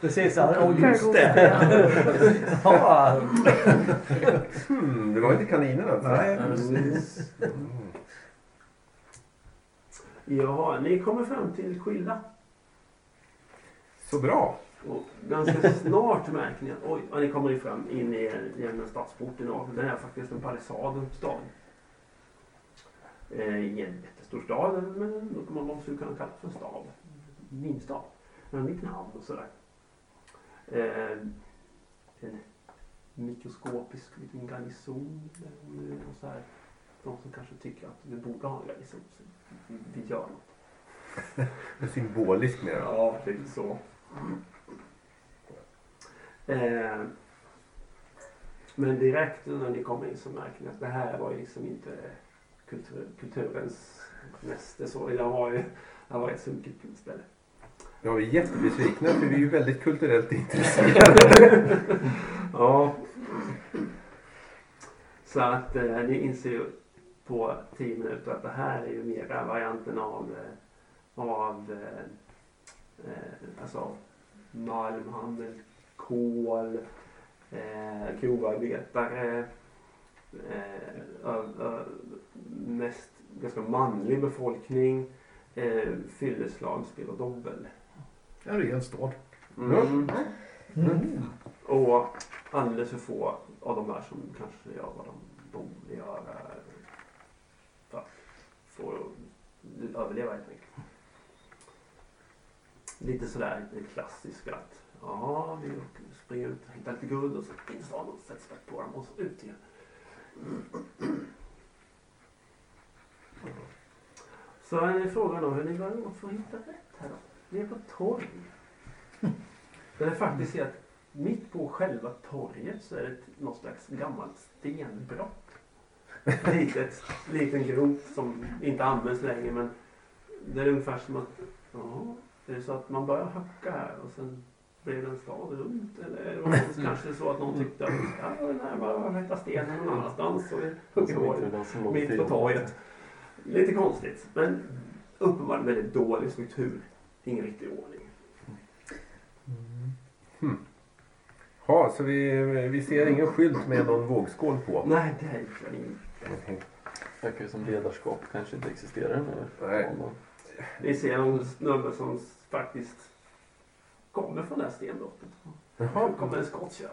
[SPEAKER 4] Precis. Ja,
[SPEAKER 9] Kan jag gå
[SPEAKER 4] just det. ja.
[SPEAKER 3] Hmm, det var inte kaninen alltså?
[SPEAKER 8] Nej,
[SPEAKER 2] precis. Jaha, ni kommer fram till Quilla.
[SPEAKER 3] Så bra.
[SPEAKER 2] Och ganska snart märker ni att oj, ja, ni kommer fram in i genom stadsporten och den är faktiskt en palissad en stad. Eh, Ingen jättestor stad, men då kan man man skulle kunna kalla det för en stad. En liten stad. Men En liten hamn och sådär. Eh, En mikroskopisk liten garnison. eh, Och så här. De som kanske tycker att vi borde ha en garnison. Så vi gör något.
[SPEAKER 3] Mm. Symbolisk mer.
[SPEAKER 2] Ja, lite så. Eh, men direkt när ni kommer in så märker ni att det här var ju liksom inte kultur, kulturens näste. Så. Det var ju det här var ett sunkigt ställe.
[SPEAKER 3] Jag var jättebesvikna för vi är ju väldigt kulturellt intresserade.
[SPEAKER 2] ja. Så att eh, ni inser ju på 10 minuter att det här är ju mera varianten av, eh, av eh, eh, alltså malmhandel, kol, eh, grovarbetare. Eh, ö, ö, mest ganska manlig befolkning. Eh, fylleslag, spel och dobbel.
[SPEAKER 8] Det är en stad.
[SPEAKER 2] Mm.
[SPEAKER 8] Mm.
[SPEAKER 2] Och alldeles för få av de här som kanske gör vad de borde göra för att få överleva helt enkelt. Lite sådär det klassiska att ja, vi åker- springer ut och hittar lite guld och så finns det något sätt spett på dem och så ut igen. Så är frågan om hur ni går åt för att hitta rätt här då. Ni är på torg. Där det faktiskt är att mitt på själva torget så är det ett- något slags gammalt stenbrott. Litet, liten grop som inte används längre men det är ungefär som att, ja, är det så att man börjar hacka här och sen blev det en stad runt eller var det kanske så att någon tyckte att ja, den här var hitta stenen någon annanstans och vi hugger
[SPEAKER 5] Som
[SPEAKER 2] på
[SPEAKER 5] inte den som
[SPEAKER 2] den
[SPEAKER 5] låg
[SPEAKER 2] mitt på
[SPEAKER 5] till.
[SPEAKER 2] torget. Lite konstigt men uppenbarligen väldigt dålig struktur. Ingen riktig ordning.
[SPEAKER 3] Ja, Mm. Hmm. så vi, vi ser ingen skylt med någon vågskål på?
[SPEAKER 2] Nej, det här är inte.
[SPEAKER 5] Verkar ju som ledarskap kanske inte existerar nu.
[SPEAKER 3] Nej.
[SPEAKER 2] Ni ser någon snubbe som faktiskt kommer från det här stenbrottet.
[SPEAKER 3] Jaha.
[SPEAKER 2] Det kommer en skottkärra.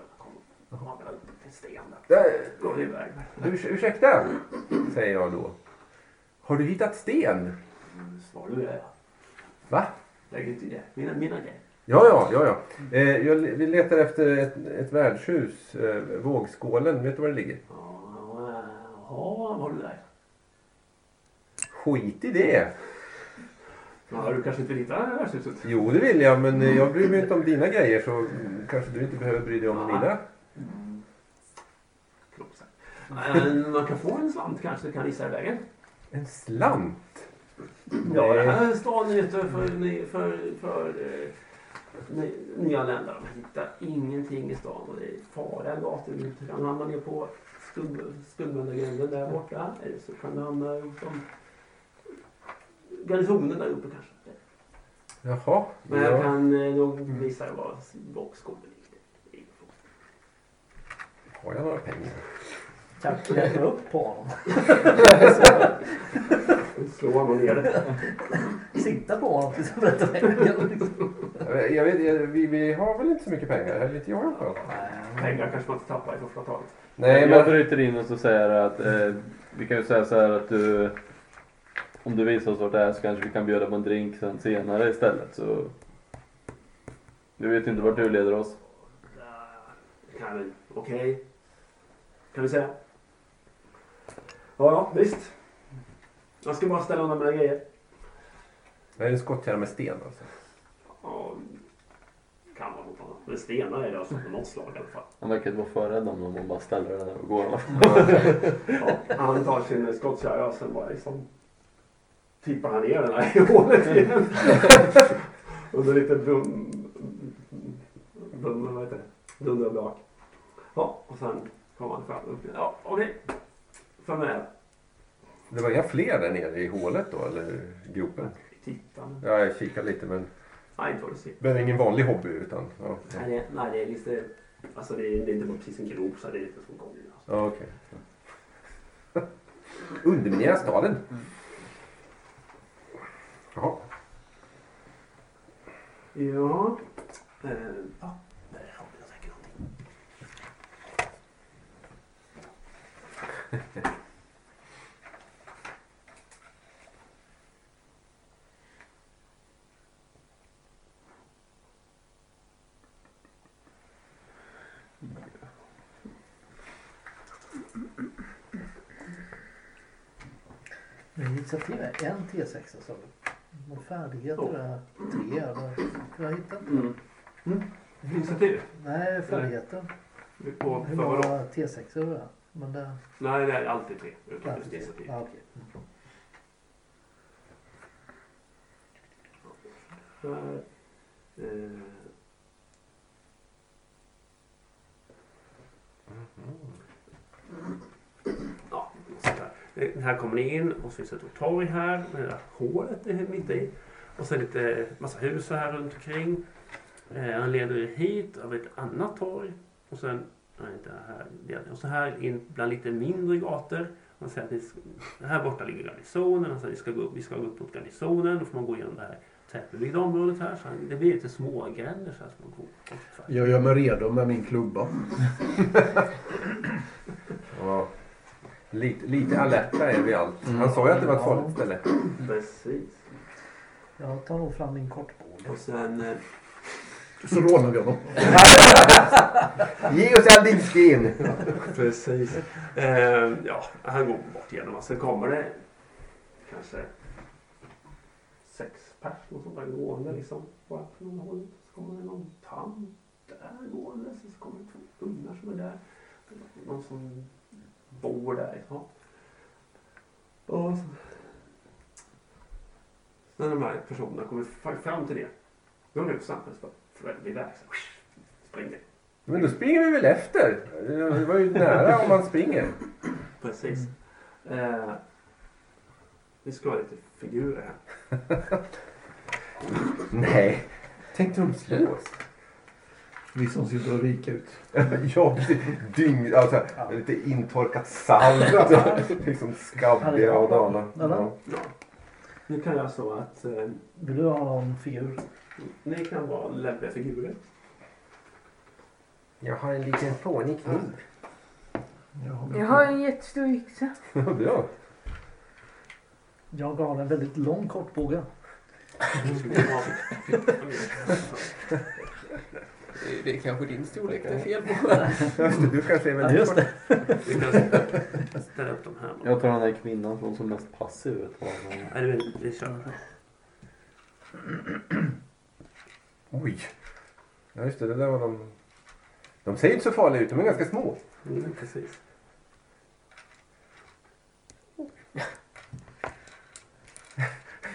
[SPEAKER 2] Kommer hagla upp en sten där.
[SPEAKER 3] Där.
[SPEAKER 2] Går iväg.
[SPEAKER 3] Urs ursäkta, säger jag då. Har du hittat sten?
[SPEAKER 2] Mm, Svar du är.
[SPEAKER 3] Va?
[SPEAKER 2] Lägg inte i det. Mina, mina grejer.
[SPEAKER 3] Ja, ja, ja. ja. Eh, jag, vi letar efter ett, ett värdshus. Eh, vågskålen, vet du var det ligger?
[SPEAKER 2] Ja, Jaha, var du där?
[SPEAKER 3] Skit i det.
[SPEAKER 2] Ja, du kanske inte hittar det här värdshuset?
[SPEAKER 3] Jo, det vill jag, men eh, jag bryr mig inte om dina grejer så mm, kanske du inte behöver bry dig om
[SPEAKER 2] Ja.
[SPEAKER 3] mina.
[SPEAKER 2] Klokt sagt. Men man kan få en slant kanske, kan visa dig vägen.
[SPEAKER 3] En slant?
[SPEAKER 2] Ja,
[SPEAKER 3] Nej.
[SPEAKER 2] den här staden är inte för, ny- för, för eh, ny- nyanlända. Man hittar ingenting i stan och det är farliga gator. Du kan hamna ner på Skugg- Skuggmöllargränden där borta. Eller så kan du hamna utom garnisonen där uppe kanske.
[SPEAKER 3] Jaha.
[SPEAKER 2] Men jag kan eh, nog visa dig var vågskålen ligger.
[SPEAKER 3] Har jag några pengar?
[SPEAKER 4] Kan klättra upp på honom.
[SPEAKER 2] Slå honom ner det.
[SPEAKER 4] Sitta på honom tills han berättar vägen.
[SPEAKER 3] Eh, Jag vet, jag, vi, vi har väl inte så mycket pengar? Eller inte jag i alla fall.
[SPEAKER 2] Pengar kanske man inte tappar i första taget.
[SPEAKER 3] Nej,
[SPEAKER 5] Jag
[SPEAKER 3] men
[SPEAKER 5] bryter in och så säger att eh, vi kan ju säga så här att du om du visar oss vart det är så kanske vi kan bjuda på en drink sen senare istället så du vet inte vart du leder oss.
[SPEAKER 2] Kan vi, okej. Kan vi säga. Ja, ja, visst. Jag ska bara ställa undan mina grejer.
[SPEAKER 3] det är en skottkärra med sten alltså.
[SPEAKER 2] Ja, kan vara något annat. Men stenar är det alltså på något slag i alla fall.
[SPEAKER 5] Han verkar inte vara förrädd om dem och bara ställer den där och går.
[SPEAKER 2] Ja, han tar sin skottkärra och sen bara liksom tippar han ner den här i hålet igen. Under lite dum... dum vad heter det? Dunderblak. Ja, och sen kommer han fram upp igen. Ja, okej. Följ med.
[SPEAKER 3] Det var inga fler där nere i hålet då eller gropen?
[SPEAKER 2] Titta.
[SPEAKER 3] Ja, jag kikade lite men,
[SPEAKER 2] Nej, inte vad du ser.
[SPEAKER 3] men ingen vanlig hobby utan... Ja, ja.
[SPEAKER 2] Nej, det, nej, det är lite... Alltså det är, det är inte bara precis en grop så det är lite som gången. Alltså.
[SPEAKER 3] ja okej. Underminera staden. Jaha.
[SPEAKER 2] Ja. Eh, ja. Där har vi säkert någonting.
[SPEAKER 4] Men Initiativ är en T6 alltså. Och färdigheter
[SPEAKER 2] Oh.
[SPEAKER 4] är tre. eller- Jag hittar inte.
[SPEAKER 2] Mm. Initiativ?
[SPEAKER 4] Nej, färdigheten.
[SPEAKER 2] Vi är På,
[SPEAKER 4] Hur
[SPEAKER 2] för vadå?
[SPEAKER 4] många T6 är det? Men det...
[SPEAKER 2] Nej, det är alltid tre. Utan just
[SPEAKER 4] Färdighet.
[SPEAKER 2] initiativ.
[SPEAKER 4] Ja, okej. Mm.
[SPEAKER 2] För, eh, Ja, så här. Eh, här kommer ni in och så finns det ett torg här med det där hålet är mitt i. Och sen lite eh, massa hus så här runt omkring. Eh, han leder er hit över ett annat torg. Och sen, nej inte här, det är- och så här in bland lite mindre gator. Han säger att ni, s- här borta ligger garnisonen. Han säger att vi ska gå upp, vi ska gå upp mot garnisonen. Då får man gå igenom det här tätbebyggda området här. Så han, det blir lite smågränder så här som man går.
[SPEAKER 10] Jag gör mig redo med min klubba.
[SPEAKER 3] Ja. Lite, lite alerta är vi allt. Mm. Han sa ju att det var ett farligt ställe.
[SPEAKER 2] Precis.
[SPEAKER 4] Jag tar nog fram min kortbåge.
[SPEAKER 2] Och sen... eh,
[SPEAKER 10] Så rånar vi honom.
[SPEAKER 3] Ge oss all din skin!
[SPEAKER 2] Precis. Eh, ja, han går bort igenom. Sen kommer det kanske sex pers något sånt där gående liksom. Bara från hållet. Så kommer det någon tant där gående. Sen så kommer det två ungar som är där. Någon som bor där. Ja. Och så. När de här personerna kommer fa- fram till det. Då är det samtidigt bara iväg. så här, Springer.
[SPEAKER 3] Men då springer vi väl efter? Det var ju nära om man springer.
[SPEAKER 2] Precis.
[SPEAKER 4] Mm.
[SPEAKER 2] Eh, vi ska ha lite figurer här.
[SPEAKER 3] Nej. Tänkte de slå oss?
[SPEAKER 10] Vi som ser så rika ut.
[SPEAKER 3] Ja, precis. Dygn, alltså, lite intorkat sand. Alltså, liksom skabbiga och dana. Ja.
[SPEAKER 2] Nu kan jag så att eh,
[SPEAKER 4] Vill du ha någon figur?
[SPEAKER 2] ni kan vara lämpliga figurer.
[SPEAKER 3] Jag har en liten fånig kniv.
[SPEAKER 10] Jag har min
[SPEAKER 6] Jag har en jättestor yxa.
[SPEAKER 3] Ja, bra.
[SPEAKER 4] Jag har en väldigt lång kortbåge.
[SPEAKER 2] Ni skulle kunna ha-
[SPEAKER 7] Det, det är kanske din storlek det är fel på.
[SPEAKER 3] Just det, du kanske är
[SPEAKER 4] Ja,
[SPEAKER 3] väldigt
[SPEAKER 4] just det.
[SPEAKER 2] Vi kan ställa upp dem här.
[SPEAKER 5] Jag tar den där kvinnan som som mest passiv ut.
[SPEAKER 2] Eller vi, vi kör.
[SPEAKER 3] kort. Oj. Ja, just det. Det där var de... De ser inte så farliga ut. De är ganska små.
[SPEAKER 2] Mm, precis.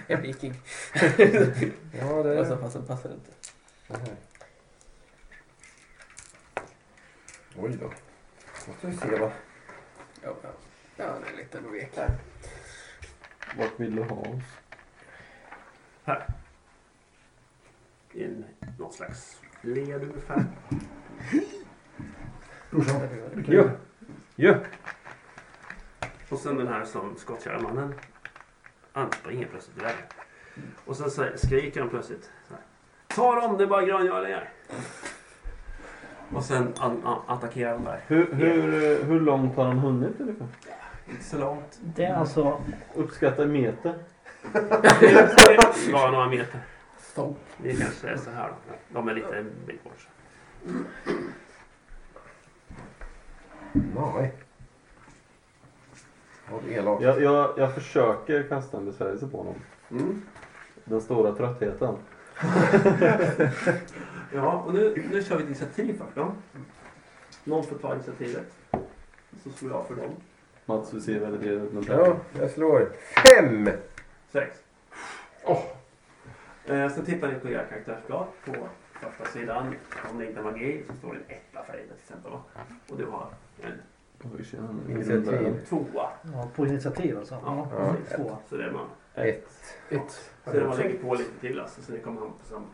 [SPEAKER 7] En viking.
[SPEAKER 3] Ja, det...
[SPEAKER 7] Och så passar, passar det inte.
[SPEAKER 3] Mhm. Oj då. Måste vi se vad...
[SPEAKER 7] Ja, ja. ja det är lite ändå vek.
[SPEAKER 5] Vart vill du ha oss?
[SPEAKER 2] I en, någon slags led ungefär.
[SPEAKER 1] Brorsan, lycka
[SPEAKER 12] Ja.
[SPEAKER 1] till.
[SPEAKER 13] Ja.
[SPEAKER 2] Och sen den här som skottkärra mannen. Han springer plötsligt iväg. Och sen så här skriker han plötsligt. Så här, Ta dem, det är bara gröngölingar. Och sen an, an, attackerar de där.
[SPEAKER 5] Hur, hur, hur långt har han hunnit ungefär?
[SPEAKER 2] Inte så långt.
[SPEAKER 4] Det är alltså...
[SPEAKER 5] Uppskatta i meter.
[SPEAKER 2] Det var några meter. Det kanske är så här då. De är lite en bit bort.
[SPEAKER 3] Nej. Vad elakt.
[SPEAKER 5] Jag, jag, jag försöker kasta en besvärjelse på honom.
[SPEAKER 2] Mm.
[SPEAKER 5] Den stora tröttheten.
[SPEAKER 12] Ja, och nu, nu kör vi ett initiativ för dem. Någon får ta initiativet. Så slår jag för dem.
[SPEAKER 5] Mats, du ser väldigt trevlig ut. men-
[SPEAKER 3] Ja, jag slår fem.
[SPEAKER 12] Sex. Eh, sen tittar ni på era karaktärsblad. På första sidan, om det inte är magi, så står det en etta för dig till exempel. Va? Och du har en
[SPEAKER 5] Oj, tjena.
[SPEAKER 3] Initiativ.
[SPEAKER 12] tvåa.
[SPEAKER 4] Ja, på initiativ alltså.
[SPEAKER 12] Ja,
[SPEAKER 3] Ja.
[SPEAKER 12] precis.
[SPEAKER 4] Två.
[SPEAKER 12] Så det är man.
[SPEAKER 3] Ett.
[SPEAKER 12] Ett. Så det är man lägger på lite till alltså, så ni kommer hamna på samma.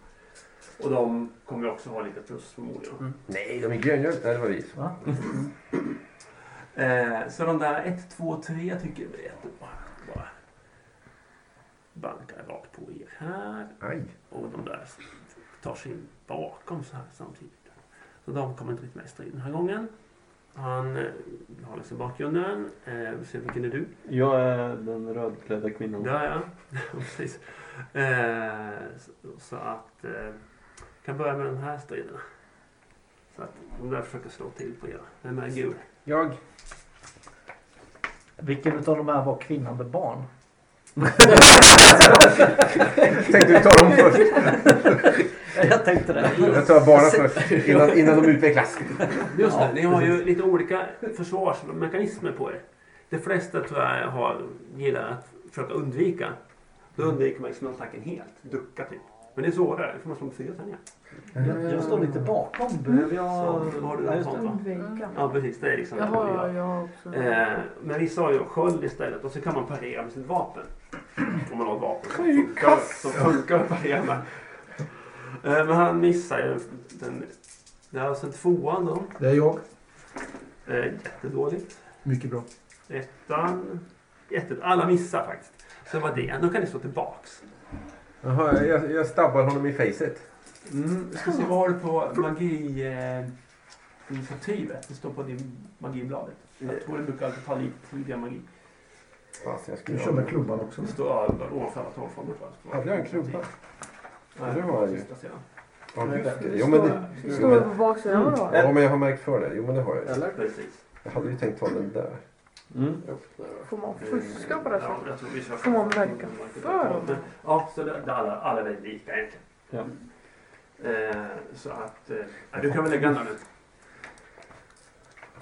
[SPEAKER 12] Och de kommer också ha lite plus förmodligen.
[SPEAKER 3] Nej, de är gröngöl. Nej, det var vi som...
[SPEAKER 4] Va?
[SPEAKER 12] Eh, så de där 1, 2, 3 tycker vi är jättebra. Bara bankar rakt på er här.
[SPEAKER 3] Aj.
[SPEAKER 2] Och de där tar sig in bakom så här samtidigt. Så de kommer inte riktigt med i striden den här gången. Han eh, håller sig i bakgrunden. Eh, vi ser vilken är du?
[SPEAKER 5] Jag är den rödklädda kvinnan.
[SPEAKER 2] Där ja. Precis. Eh, så, så att... Eh, kan börja med den här striden. Så att de där försöker slå till på er. Vem är gul?
[SPEAKER 3] Jag.
[SPEAKER 4] Vilken utav de här var kvinnan med barn?
[SPEAKER 3] Tänkte du ta dem först?
[SPEAKER 4] Jag tänkte det.
[SPEAKER 3] Jag tar bara först. Innan, innan de utvecklas.
[SPEAKER 2] Just det, ni har ju lite olika försvarsmekanismer på er. De flesta tror jag har, gillar att försöka undvika. Då undviker man liksom attacken helt. Ducka typ. Men det är svårare. Då får man slå med fyra tärningar.
[SPEAKER 4] Jag, jag står lite bakom. Behöver jag...
[SPEAKER 2] Mm. Så, har du
[SPEAKER 4] Ja,
[SPEAKER 2] en
[SPEAKER 4] just det.
[SPEAKER 2] sån, va?
[SPEAKER 11] Undvika.
[SPEAKER 2] Ja precis, det är liksom...
[SPEAKER 11] Jag har, jag har också.
[SPEAKER 2] Eh, men vissa har ju sköld istället och så kan man parera med sitt vapen. Om man har ett vapen som funkar, som funkar att parera med. Eh, men han missar ju den... Det här är alltså tvåan då.
[SPEAKER 1] Det är jag.
[SPEAKER 2] Eh, jättedåligt.
[SPEAKER 1] Mycket bra.
[SPEAKER 2] Ettan. Jätte, alla missar faktiskt. Så vad det då kan ni slå tillbaks.
[SPEAKER 3] Jaha, jag, jag stabbar honom i facet.
[SPEAKER 2] Mm, jag ska se vad har du på magi... Eh, initiativet. Det står på din magibladet. Jag tror det brukar alltid ta lite tid i magi.
[SPEAKER 3] Fast jag skulle
[SPEAKER 1] Du kör med klubban också.
[SPEAKER 2] Det står över, ovanför alla trollformer tror jag.
[SPEAKER 3] Hade jag en klubba?
[SPEAKER 2] Nej,
[SPEAKER 3] Det har jag ju.
[SPEAKER 2] sista sidan.
[SPEAKER 3] Ja, just det. Jo, men det... Jo,
[SPEAKER 11] Står det
[SPEAKER 3] men,
[SPEAKER 11] på baksidan mm. då?
[SPEAKER 3] ja, men jag har märkt för det. Jo, men det har jag ju.
[SPEAKER 2] Precis.
[SPEAKER 3] Jag hade ju tänkt ta den där.
[SPEAKER 5] Mm.
[SPEAKER 11] Får man fuska på det
[SPEAKER 2] Ja,
[SPEAKER 11] sättet?
[SPEAKER 2] jag tror vi kör Mm.
[SPEAKER 11] Får man verka för dem?
[SPEAKER 2] Ja, så det, det alla, alla är väldigt lika egentligen.
[SPEAKER 5] Ja.
[SPEAKER 2] Eh, så att... Eh, ja, du kan väl lägga den där nu?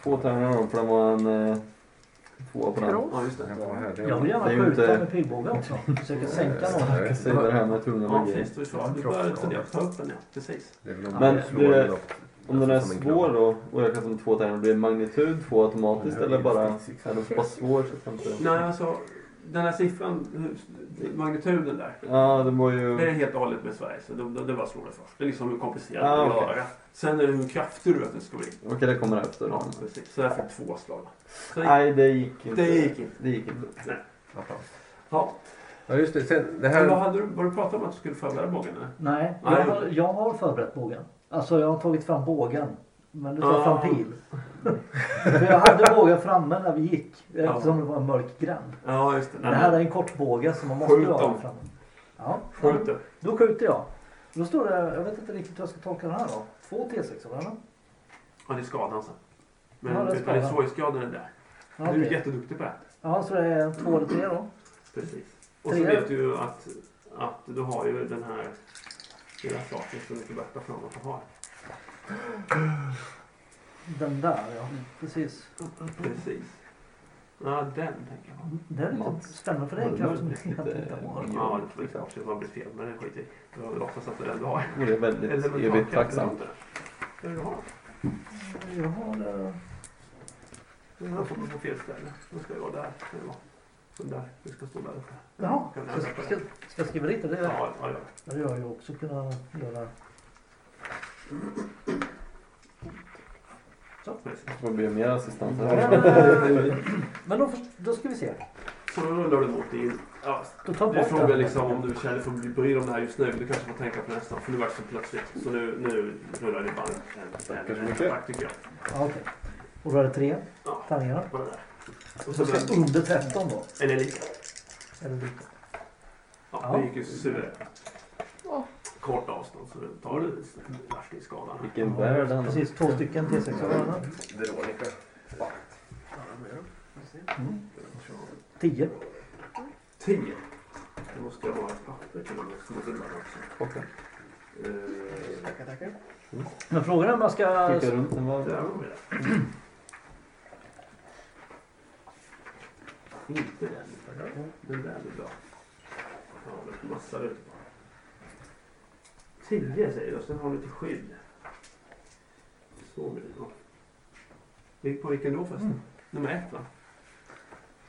[SPEAKER 5] Två tärningar har de, för den var en eh, tvåa på den.
[SPEAKER 2] Ja, just det.
[SPEAKER 3] Ja, här, det
[SPEAKER 4] Jag vill
[SPEAKER 3] är...
[SPEAKER 4] gärna
[SPEAKER 5] Det är ju
[SPEAKER 4] skjuta
[SPEAKER 5] inte-
[SPEAKER 4] med pilbåge också. Försöka sänka någon.
[SPEAKER 5] Jag säger det här med tunga
[SPEAKER 2] Ja,
[SPEAKER 5] magier.
[SPEAKER 2] precis. Du, sa- du började fundera på höften, ja. Precis.
[SPEAKER 3] Det är väl om
[SPEAKER 5] Men
[SPEAKER 3] jag slår
[SPEAKER 5] du-
[SPEAKER 3] den då.
[SPEAKER 5] Om den är
[SPEAKER 3] Som en klubba.
[SPEAKER 5] svår då, och jag kastar med två tärningar, blir det magnitud två automatiskt eller bara... Är den bara svår så kan inte...
[SPEAKER 2] Nej, alltså. Den här siffran, hur- magnituden där.
[SPEAKER 5] Ja, den var
[SPEAKER 2] Det är
[SPEAKER 5] ju...
[SPEAKER 2] helt och hållet med Sverige, så det, det, det var svårt först. Det är liksom hur komplicerat
[SPEAKER 5] Ah,
[SPEAKER 2] det är att
[SPEAKER 5] okej.
[SPEAKER 2] göra. Sen är det hur kraftig du vet att det ska bli.
[SPEAKER 5] Okej, det kommer efter.
[SPEAKER 2] Ja, precis. Så jag fick två slag. Så det,
[SPEAKER 5] Nej, det gick inte.
[SPEAKER 2] det gick inte.
[SPEAKER 5] Det gick inte.
[SPEAKER 3] Aha.
[SPEAKER 2] Ja.
[SPEAKER 3] Ja, just det. Sen, det
[SPEAKER 2] Men vad,
[SPEAKER 3] här...
[SPEAKER 2] hade du, vad du pratade om att du skulle förbereda bågen? eller?
[SPEAKER 4] Nej,
[SPEAKER 2] Nej.
[SPEAKER 4] jag har, jag har förberett bågen. Alltså jag har tagit fram bågen. Men du tar
[SPEAKER 2] Ah.
[SPEAKER 4] fram pil. För jag hade bågen framme när vi gick. Eftersom
[SPEAKER 2] Ja.
[SPEAKER 4] det var en mörk gränd.
[SPEAKER 2] Ja, just det. Nej,
[SPEAKER 4] Det här är en kortbåge som man måste
[SPEAKER 2] Skjut
[SPEAKER 4] ha
[SPEAKER 2] dem.
[SPEAKER 4] framme. Ja,
[SPEAKER 2] Skjut det.
[SPEAKER 4] då skjuter jag. Då står det, jag vet inte riktigt hur jag ska tolka den här då. Två T6 eller?
[SPEAKER 2] Ja, det är skadan sen. Men
[SPEAKER 4] Ja, det är
[SPEAKER 2] ja, det är
[SPEAKER 4] skadan.
[SPEAKER 2] svårighetsgraden är där. Du
[SPEAKER 4] Ja,
[SPEAKER 2] är
[SPEAKER 4] okej.
[SPEAKER 2] jätteduktig på det. här.
[SPEAKER 4] ja, så det är två eller tre då.
[SPEAKER 2] Precis. Och så
[SPEAKER 4] Tre.
[SPEAKER 2] vet du ju att, att du har ju den här lilla saken som du förbättrar fram att du har.
[SPEAKER 4] Den där ja,
[SPEAKER 2] Mm.
[SPEAKER 4] precis.
[SPEAKER 2] Precis. Ja, den tänker jag
[SPEAKER 5] Mm.
[SPEAKER 2] på.
[SPEAKER 4] Det är lite
[SPEAKER 5] Mats,
[SPEAKER 4] spännande för
[SPEAKER 5] har
[SPEAKER 4] dig
[SPEAKER 5] du
[SPEAKER 4] kanske som
[SPEAKER 5] blivit
[SPEAKER 4] du inte
[SPEAKER 5] lite-
[SPEAKER 4] hittar på.
[SPEAKER 2] Ja, det tror jag kanske var blivit fel, men det skiter i. Det var väl oftast att det är den du har.
[SPEAKER 5] Och det är väldigt
[SPEAKER 2] Elemental
[SPEAKER 5] evigt
[SPEAKER 2] kraft,
[SPEAKER 5] tacksam.
[SPEAKER 2] eller något. Det är det du har.
[SPEAKER 4] Jag har eh, det.
[SPEAKER 2] Jag får på fel ställe. Nu ska jag vara där. Eller vad? Så där. Du ska stå där uppe.
[SPEAKER 4] Jaha,
[SPEAKER 2] Kan jag
[SPEAKER 4] ska,
[SPEAKER 2] ändra på det?
[SPEAKER 4] ska, ska jag skriva dit det? Det
[SPEAKER 2] Ja, ja, ja.
[SPEAKER 4] hade jag ju också kunnat göra. Så.
[SPEAKER 5] Vad blir mer assistans
[SPEAKER 4] Men, eh, men då, först- då ska vi se.
[SPEAKER 2] Så då rullar du mot din... Ja,
[SPEAKER 4] Då tar
[SPEAKER 2] du
[SPEAKER 4] bort
[SPEAKER 2] frågar
[SPEAKER 4] den.
[SPEAKER 2] liksom om du känner för att bli bryr om det här just nu. Du kanske får tänka på nästa för nu vart det så plötsligt. Så nu, nu rullar det bara en- en- en en attack tycker jag.
[SPEAKER 4] Ja, okej. Och då är det tre tärningar.
[SPEAKER 2] Bara där.
[SPEAKER 4] Och så
[SPEAKER 2] blir det-
[SPEAKER 4] under 13 då.
[SPEAKER 2] Eller lika.
[SPEAKER 4] Eller lite.
[SPEAKER 2] Ja,
[SPEAKER 4] Ja.
[SPEAKER 2] det gick ju suveränt. Kort avstånd så det tar du
[SPEAKER 4] Mm.
[SPEAKER 2] värst i skadan.
[SPEAKER 5] Vilken värld han
[SPEAKER 4] Precis, två stycken T6 av varandra.
[SPEAKER 2] Veronica.
[SPEAKER 4] Mm. 10.
[SPEAKER 2] 10. Då måste jag ha ett papper till och med som jag rullar också.
[SPEAKER 5] Okej.
[SPEAKER 2] Eh,
[SPEAKER 14] Tackar, tackar.
[SPEAKER 4] Men frågan är om man ska...
[SPEAKER 5] Kika runt den var...
[SPEAKER 2] där har vi
[SPEAKER 4] Mm.
[SPEAKER 2] det. Inte den. utan Den där är bra. Ja, det är massa rutor. 10 säger du och sen har du till skydd. Så blir det då. Ligg På vilken då förresten? Nummer ett va?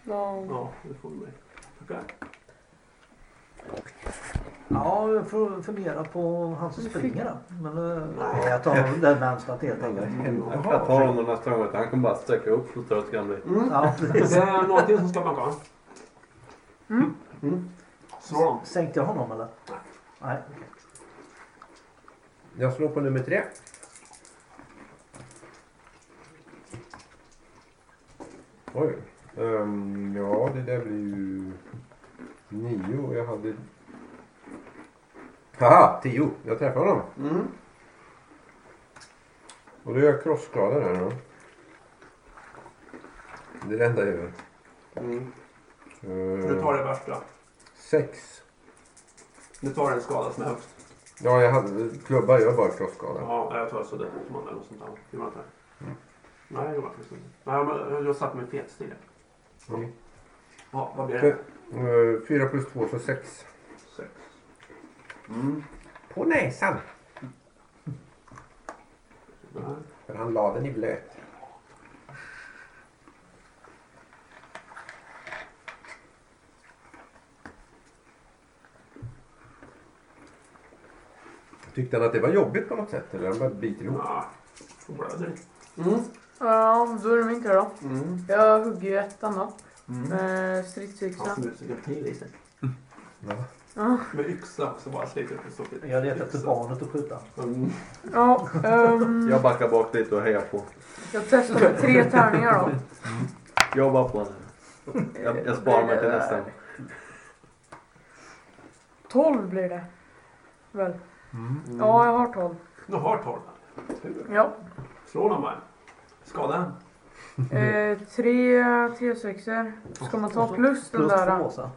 [SPEAKER 11] Ja.
[SPEAKER 2] Ja, det får du mig. Tackar.
[SPEAKER 4] Ja, jag får fundera på han som springer då. Men eh, nej, jag tar den närmsta helt enkelt.
[SPEAKER 5] Jag tar honom nästa gång. Han kommer bara sträcka upp och dra åt gamla.
[SPEAKER 4] Ja, precis.
[SPEAKER 2] Det är någonting som ska banka.
[SPEAKER 11] Mm.
[SPEAKER 2] Slå dem.
[SPEAKER 4] Sänkte jag honom eller? Nej.
[SPEAKER 3] Jag slår på nummer tre. Oj. Ehm, ja, det där blir ju nio och jag hade... Haha, tio. Jag träffar honom.
[SPEAKER 2] Mm.
[SPEAKER 3] Och då är jag krossskadad här nu. Det är det enda jag gör.
[SPEAKER 2] Mm.
[SPEAKER 3] Ehm,
[SPEAKER 2] Du tar det värsta.
[SPEAKER 3] Sex.
[SPEAKER 2] Du tar den skada som är högst.
[SPEAKER 3] Ja, jag hade klubbar. Jag är bara krossskadad.
[SPEAKER 2] Ja, Mm. jag tar sådär som andra eller sånt där. Gjorde han inte det? Nej, det gjorde han faktiskt inte. Nej, men jag satt med fet stil.
[SPEAKER 3] Mm.
[SPEAKER 2] Ja, vad blir det?
[SPEAKER 3] Fe- eh, Fyra plus två så sex.
[SPEAKER 2] Sex.
[SPEAKER 3] På näsan.
[SPEAKER 2] Där.
[SPEAKER 3] För han la den i blöt. Tyckte han att det var jobbigt på något sätt? Eller han bara biter ihop?
[SPEAKER 2] Ja, får blöder.
[SPEAKER 11] ja, då är det min tur då.
[SPEAKER 2] Mm.
[SPEAKER 11] Jag hugger ju ettan då.
[SPEAKER 2] Mm.
[SPEAKER 11] Med
[SPEAKER 2] Han
[SPEAKER 11] stridsyxa.
[SPEAKER 2] snusar reptil i sig.
[SPEAKER 3] Ja.
[SPEAKER 11] Ja.
[SPEAKER 2] Med yxa så bara sliter upp en stor bit.
[SPEAKER 4] Jag letar efter
[SPEAKER 2] Yxa.
[SPEAKER 4] barnet att skjuta.
[SPEAKER 2] Mm.
[SPEAKER 11] Ja, ehm,
[SPEAKER 5] Jag backar bak lite och hejar på.
[SPEAKER 11] jag testar med tre tärningar då.
[SPEAKER 5] Jag bara på honom. Jag, jag sparar mig till nästa. gång.
[SPEAKER 11] 12 blir det. Väl?
[SPEAKER 2] Mm.
[SPEAKER 11] Ja, jag har 12.
[SPEAKER 2] Du har tolv. Tur.
[SPEAKER 11] Ja.
[SPEAKER 2] Slå dem bara. Skada. Mm.
[SPEAKER 11] Eh, tre tre sexor. Ska man ta plus den
[SPEAKER 4] Plus
[SPEAKER 11] där?
[SPEAKER 4] två så.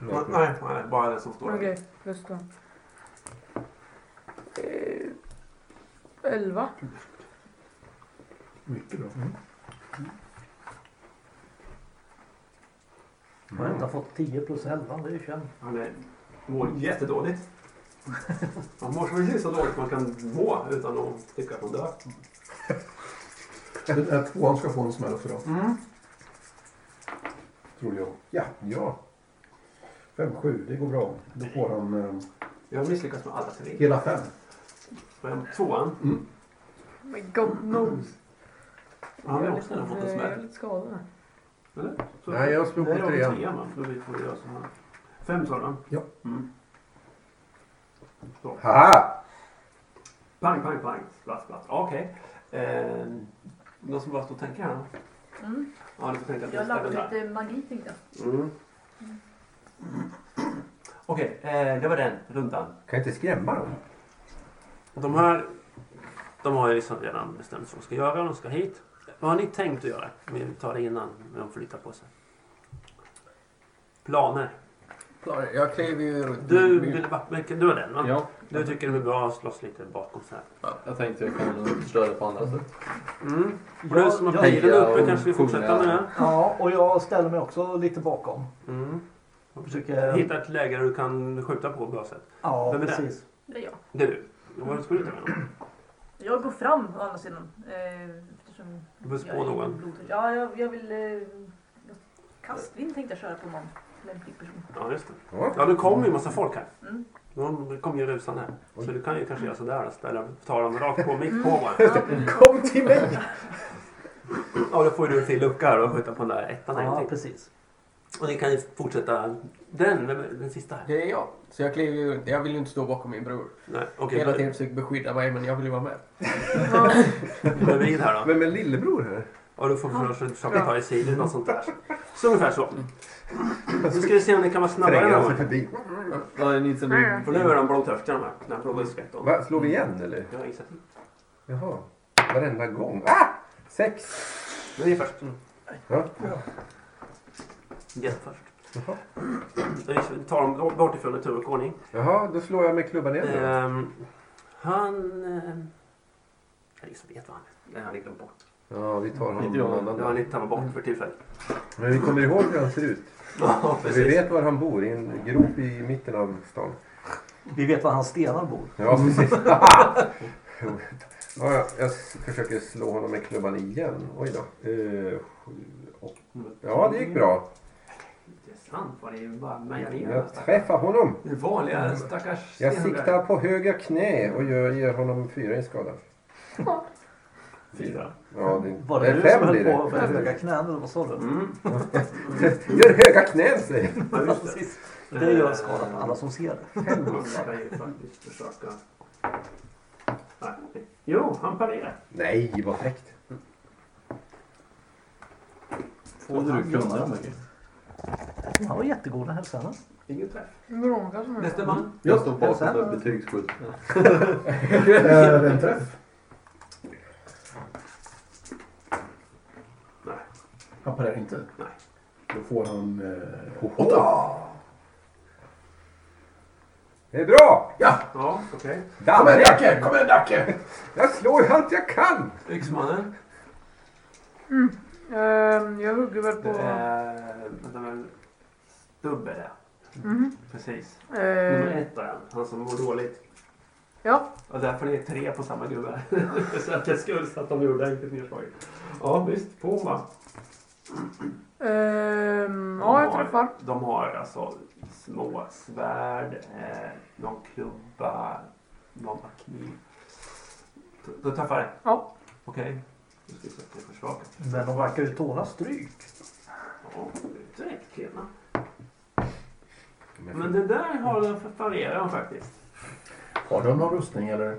[SPEAKER 2] Nej, nej, bara den som står
[SPEAKER 11] Okej,
[SPEAKER 2] där.
[SPEAKER 11] plus två. Eh, 11.
[SPEAKER 15] Mycket bra.
[SPEAKER 4] Jag har inte fått 10 plus 11. Det är ju 21.
[SPEAKER 2] Han är, mår jättedåligt. Man mår precis så dåligt man kan må utan att tycka att man dör.
[SPEAKER 15] Den här tvåan ska få en smäll också då.
[SPEAKER 3] Mm.
[SPEAKER 15] Tror jag. Ja, ja. 5-7, det går bra. Då får han eh,
[SPEAKER 2] Jag har misslyckats med alla tre.
[SPEAKER 15] hela fem.
[SPEAKER 2] Men tvåan,
[SPEAKER 11] My god knows.
[SPEAKER 2] han har också redan fått en
[SPEAKER 11] Eh, Jag är
[SPEAKER 2] smäll.
[SPEAKER 11] lite skadad.
[SPEAKER 2] Eller? Så-
[SPEAKER 3] Nej, jag slog på
[SPEAKER 2] Nej, det var
[SPEAKER 3] trean.
[SPEAKER 2] trean. va? Då vi får göra så här. Fem sa du?
[SPEAKER 15] Ja.
[SPEAKER 2] Mm.
[SPEAKER 3] Haha!
[SPEAKER 2] Pang, pang, pang. Splatt, splatt. Okej. Eh, någon som bara står och tänker här? då?
[SPEAKER 16] Mm.
[SPEAKER 2] Ja, du får tänka att
[SPEAKER 16] Jag
[SPEAKER 2] ställer
[SPEAKER 16] laddade
[SPEAKER 2] där.
[SPEAKER 16] lite magi tänkte jag.
[SPEAKER 2] Mm. Okej, eh, det var den rundan.
[SPEAKER 3] Kan jag inte skrämma dem?
[SPEAKER 2] De här de har ju liksom redan bestämt sig vad de ska göra. De ska hit. Vad har ni tänkt att göra? Vi tar det innan de flyttar på sig. Planer.
[SPEAKER 14] Planer. Jag kliver ju runt.
[SPEAKER 2] Du,
[SPEAKER 3] Mm.
[SPEAKER 2] vill Backbäck, du är den va?
[SPEAKER 5] Ja,
[SPEAKER 2] Du tycker det är bra att slåss lite bakom så här.
[SPEAKER 5] jag tänkte jag kan nog förstöra på andra sätt.
[SPEAKER 2] Mm. Och
[SPEAKER 4] Ja,
[SPEAKER 2] du som har
[SPEAKER 4] ja.
[SPEAKER 2] pilen uppe
[SPEAKER 5] Ja,
[SPEAKER 2] kanske vi fortsätter med det?
[SPEAKER 4] Ja, och jag ställer mig också lite bakom.
[SPEAKER 2] Mm.
[SPEAKER 4] Jag försöker...
[SPEAKER 2] Hitta ett läge där du kan skjuta på bra sätt.
[SPEAKER 4] Ja,
[SPEAKER 2] Vem är det?
[SPEAKER 4] precis.
[SPEAKER 16] Det är jag.
[SPEAKER 2] Du, vad ska du ta med dem?
[SPEAKER 16] Jag går fram å andra sidan. Eh, eftersom
[SPEAKER 2] Du behöver
[SPEAKER 16] jag
[SPEAKER 2] spå
[SPEAKER 16] är
[SPEAKER 2] någon.
[SPEAKER 16] blodtorr. Ja, jag, jag vill... Eh, kastvind tänkte jag köra på någon lämplig person.
[SPEAKER 2] Ja, just det.
[SPEAKER 3] Ja.
[SPEAKER 2] Ja, det kommer ju en massa folk här.
[SPEAKER 16] Mm.
[SPEAKER 2] De kommer ju rusande.
[SPEAKER 11] Mm.
[SPEAKER 2] Så du kan ju kanske göra sådär och ställa, ta dem rakt på mitt på bara.
[SPEAKER 14] Kom till mig!
[SPEAKER 2] Ja, då får ju du en till lucka här och skjuta på den där ettan. här
[SPEAKER 4] Ja,
[SPEAKER 2] till.
[SPEAKER 4] precis.
[SPEAKER 2] Och ni kan ju fortsätta. Den, vem är den sista? här?
[SPEAKER 1] Det är jag. Så jag kliver ju runt. Jag vill ju inte stå bakom min bror.
[SPEAKER 2] Nej, okej.
[SPEAKER 1] Hela tiden försöker beskydda mig men jag vill ju vara med.
[SPEAKER 2] Bredvid här då.
[SPEAKER 3] Vem är lillebror här?
[SPEAKER 2] Ja, du får försöka försöka ta i sidor något sånt där. Så ungefär så. Nu ska vi se om ni kan vara snabbare den
[SPEAKER 3] Tränger
[SPEAKER 2] här
[SPEAKER 3] han sig
[SPEAKER 2] gången.
[SPEAKER 3] förbi?
[SPEAKER 5] Ja, ni som är...
[SPEAKER 2] För nu är de blått efter de här. Den här blåa skvätt om.
[SPEAKER 3] Mm. Va, slår vi igen eller?
[SPEAKER 2] Jag har initiativ.
[SPEAKER 3] Jaha. Varenda gång. Ah! Sex.
[SPEAKER 2] Men det är först. Mm.
[SPEAKER 3] Ja.
[SPEAKER 2] Det är först. Vi tar dem bort ifrån i turordning.
[SPEAKER 3] Jaha, då slår jag med klubban igen då.
[SPEAKER 2] Ehm, han... ehm, Jag liksom vet vad han är. Nej, han är glömt bort.
[SPEAKER 3] Ja, vi tar honom
[SPEAKER 5] Inte
[SPEAKER 3] någon
[SPEAKER 5] jag.
[SPEAKER 3] annan
[SPEAKER 2] Det har han
[SPEAKER 3] dag.
[SPEAKER 2] inte tagit bort för tillfället.
[SPEAKER 3] Men vi kommer ihåg hur han ser ut.
[SPEAKER 2] Ja,
[SPEAKER 3] Vi
[SPEAKER 2] precis.
[SPEAKER 3] vet var han bor, i en grop i mitten av stan.
[SPEAKER 4] Vi vet var hans stenar bor.
[SPEAKER 3] Ja, precis. ja, jag- jag s- försöker slå honom med klubban igen. Oj då. Eh, sju, åtta. Ja, det gick bra.
[SPEAKER 2] Intressant vad Mm. det är bara mejar ner den här
[SPEAKER 3] Jag
[SPEAKER 2] stackaren.
[SPEAKER 3] träffar honom.
[SPEAKER 2] Det vanliga stackars
[SPEAKER 3] Jag
[SPEAKER 2] stenhuggar.
[SPEAKER 3] siktar på höger knä och gör, ger honom fyra i skada.
[SPEAKER 2] Fyra.
[SPEAKER 3] Ja, det,
[SPEAKER 4] Var det
[SPEAKER 3] nej,
[SPEAKER 4] du som
[SPEAKER 3] fem blir
[SPEAKER 4] höll
[SPEAKER 3] det.
[SPEAKER 4] på med höga knän eller vad sa du?
[SPEAKER 2] Mm.
[SPEAKER 3] Gör höga knän säger jag.
[SPEAKER 2] Ja, just det.
[SPEAKER 4] Precis. Det gör skada på alla som ser det.
[SPEAKER 2] Han ska ju faktiskt försöka... Nej. Jo, han parerar.
[SPEAKER 3] Nej, vad fräckt.
[SPEAKER 5] Får du kunna dem? Micke?
[SPEAKER 4] Han var jättegod den hälsan.
[SPEAKER 2] Ingen träff.
[SPEAKER 11] Brånka Mm. som
[SPEAKER 2] Nästa man.
[SPEAKER 5] Jag står bakom
[SPEAKER 4] sen-
[SPEAKER 5] för betygsskjut.
[SPEAKER 17] Är det en träff?
[SPEAKER 2] Nej.
[SPEAKER 17] Han parerar inte?
[SPEAKER 2] Nej.
[SPEAKER 17] Då får han... Eh,
[SPEAKER 3] Hoho.
[SPEAKER 17] åtta!
[SPEAKER 3] Det är bra!
[SPEAKER 17] Ja!
[SPEAKER 2] Ja, okej.
[SPEAKER 17] Kom igen
[SPEAKER 3] Dammet!
[SPEAKER 17] Dacke! Kom igen Dacke!
[SPEAKER 3] Jag slår ju allt jag kan!
[SPEAKER 2] Yxmannen.
[SPEAKER 11] Ehm, jag hugger väl på...
[SPEAKER 2] Det är... Vänta, men... Stubbe det.
[SPEAKER 11] Mhm.
[SPEAKER 2] Precis. Nummer
[SPEAKER 11] Eh,
[SPEAKER 2] ett är han. Han som mår dåligt.
[SPEAKER 11] ja,
[SPEAKER 2] Ja, därför är det tre på samma gubbe. så att jag skulle så att de gjorde inte nedslaget. Ja, visst. På va. De
[SPEAKER 11] ehm, ja jag
[SPEAKER 2] har-
[SPEAKER 11] träffar.
[SPEAKER 2] De har alltså små svärd, eh, någon klubba, någon kniv. Då- Då träffar det?
[SPEAKER 11] Ja.
[SPEAKER 2] Okej. Då ska vi se att det är försvagat.
[SPEAKER 4] Men de verkar ju tåla stryk.
[SPEAKER 2] Ja, direkt klena. Men det där har den parerar han faktiskt.
[SPEAKER 17] Har de någon rustning eller?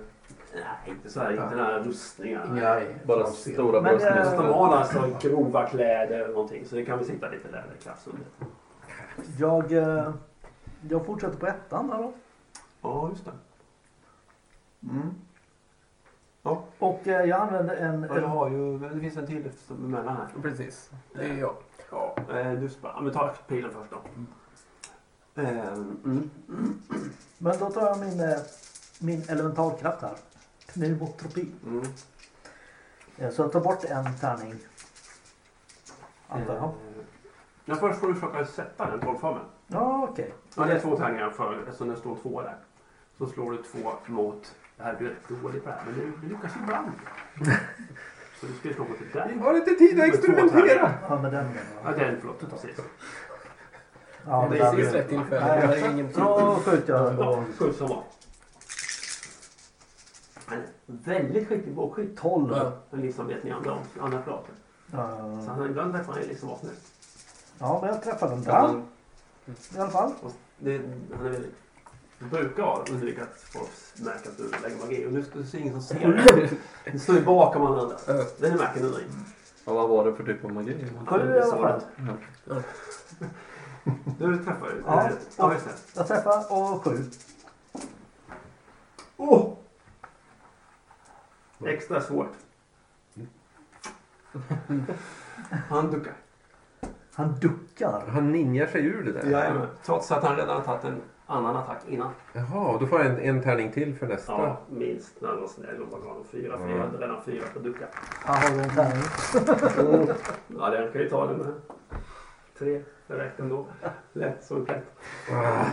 [SPEAKER 2] Nej, inte så här. Inte några rustningar.
[SPEAKER 17] Nej.
[SPEAKER 5] Bara
[SPEAKER 17] de ser.
[SPEAKER 5] stora
[SPEAKER 4] Men,
[SPEAKER 2] Men så att de
[SPEAKER 5] bröstmuskler.
[SPEAKER 2] har alltså grova kläder eller någonting. Så det kan väl sitta lite läderkrafs under.
[SPEAKER 4] Jag, eh, jag fortsätter på ettan där då.
[SPEAKER 2] Ja, just det. Mm.
[SPEAKER 4] Och eh, jag använder en...
[SPEAKER 2] Ja, jag har ju, det finns en till som är mellan här.
[SPEAKER 1] Precis. Det är jag.
[SPEAKER 2] Ja, eh, du spar. Men ta pilen först då. Eh, mm.
[SPEAKER 4] Men då tar jag min, eh, min elementalkraft här. Pneumotropi.
[SPEAKER 2] Mm.
[SPEAKER 4] Eh, Så jag tar bort en tärning. Antar jag.
[SPEAKER 2] Eh, Men först får du försöka sätta den trollformen.
[SPEAKER 4] Ja, okej.
[SPEAKER 2] Ja, det är två tärningar för, eftersom det står två där. Så slår du två mot... Det här, du är rätt dålig på det här, men du, du lyckas ibland. Så du ska ju slå mot det där.
[SPEAKER 3] Har inte tid att experimentera!
[SPEAKER 4] Ja, men den menar
[SPEAKER 2] Ja,
[SPEAKER 4] jag.
[SPEAKER 2] den förlåt. Precis.
[SPEAKER 4] Ja,
[SPEAKER 1] Det
[SPEAKER 4] men
[SPEAKER 1] är
[SPEAKER 4] den
[SPEAKER 1] precis rätt tillfälle. Det är ingen tid.
[SPEAKER 4] Då skjuter jag den
[SPEAKER 2] Ja,
[SPEAKER 4] då.
[SPEAKER 2] sju som var. Men väldigt skicklig bågskytt.
[SPEAKER 4] 12.
[SPEAKER 1] Ja.
[SPEAKER 2] Liksom vet ni andra, andra pratar. Så
[SPEAKER 4] Eh,
[SPEAKER 2] han ibland träffar han ju liksom vapnet.
[SPEAKER 4] Ja, men jag träffar den där i alla fall.
[SPEAKER 2] Och Det, han är väldigt... Du brukar undvika att folk märker att du lägger magi. Och nu ska du se ingen som ser det. Du står ju bakom alla andra. Det märker du inte.
[SPEAKER 5] Ja, vad var det för typ av magi?
[SPEAKER 4] Sju i alla fall.
[SPEAKER 2] Du träffar ju.
[SPEAKER 4] Ja.
[SPEAKER 2] ja just det.
[SPEAKER 4] Jag träffar och sju.
[SPEAKER 2] Åh! Extra svårt. Han duckar.
[SPEAKER 4] Han duckar.
[SPEAKER 3] Han ninjar sig ur det där.
[SPEAKER 2] Jajamän. Trots att han redan har tagit en annan attack innan.
[SPEAKER 3] Jaha, då får jag en, en tärning till för nästa.
[SPEAKER 2] Ja, minst. När han var snäll och bara gav honom fyra. För jag hade redan fyra på ducka.
[SPEAKER 4] Han har en tärning.
[SPEAKER 2] Ja, den kan ju ta den med. Tre. Det räckte ändå. Lätt som katt.
[SPEAKER 3] Ah,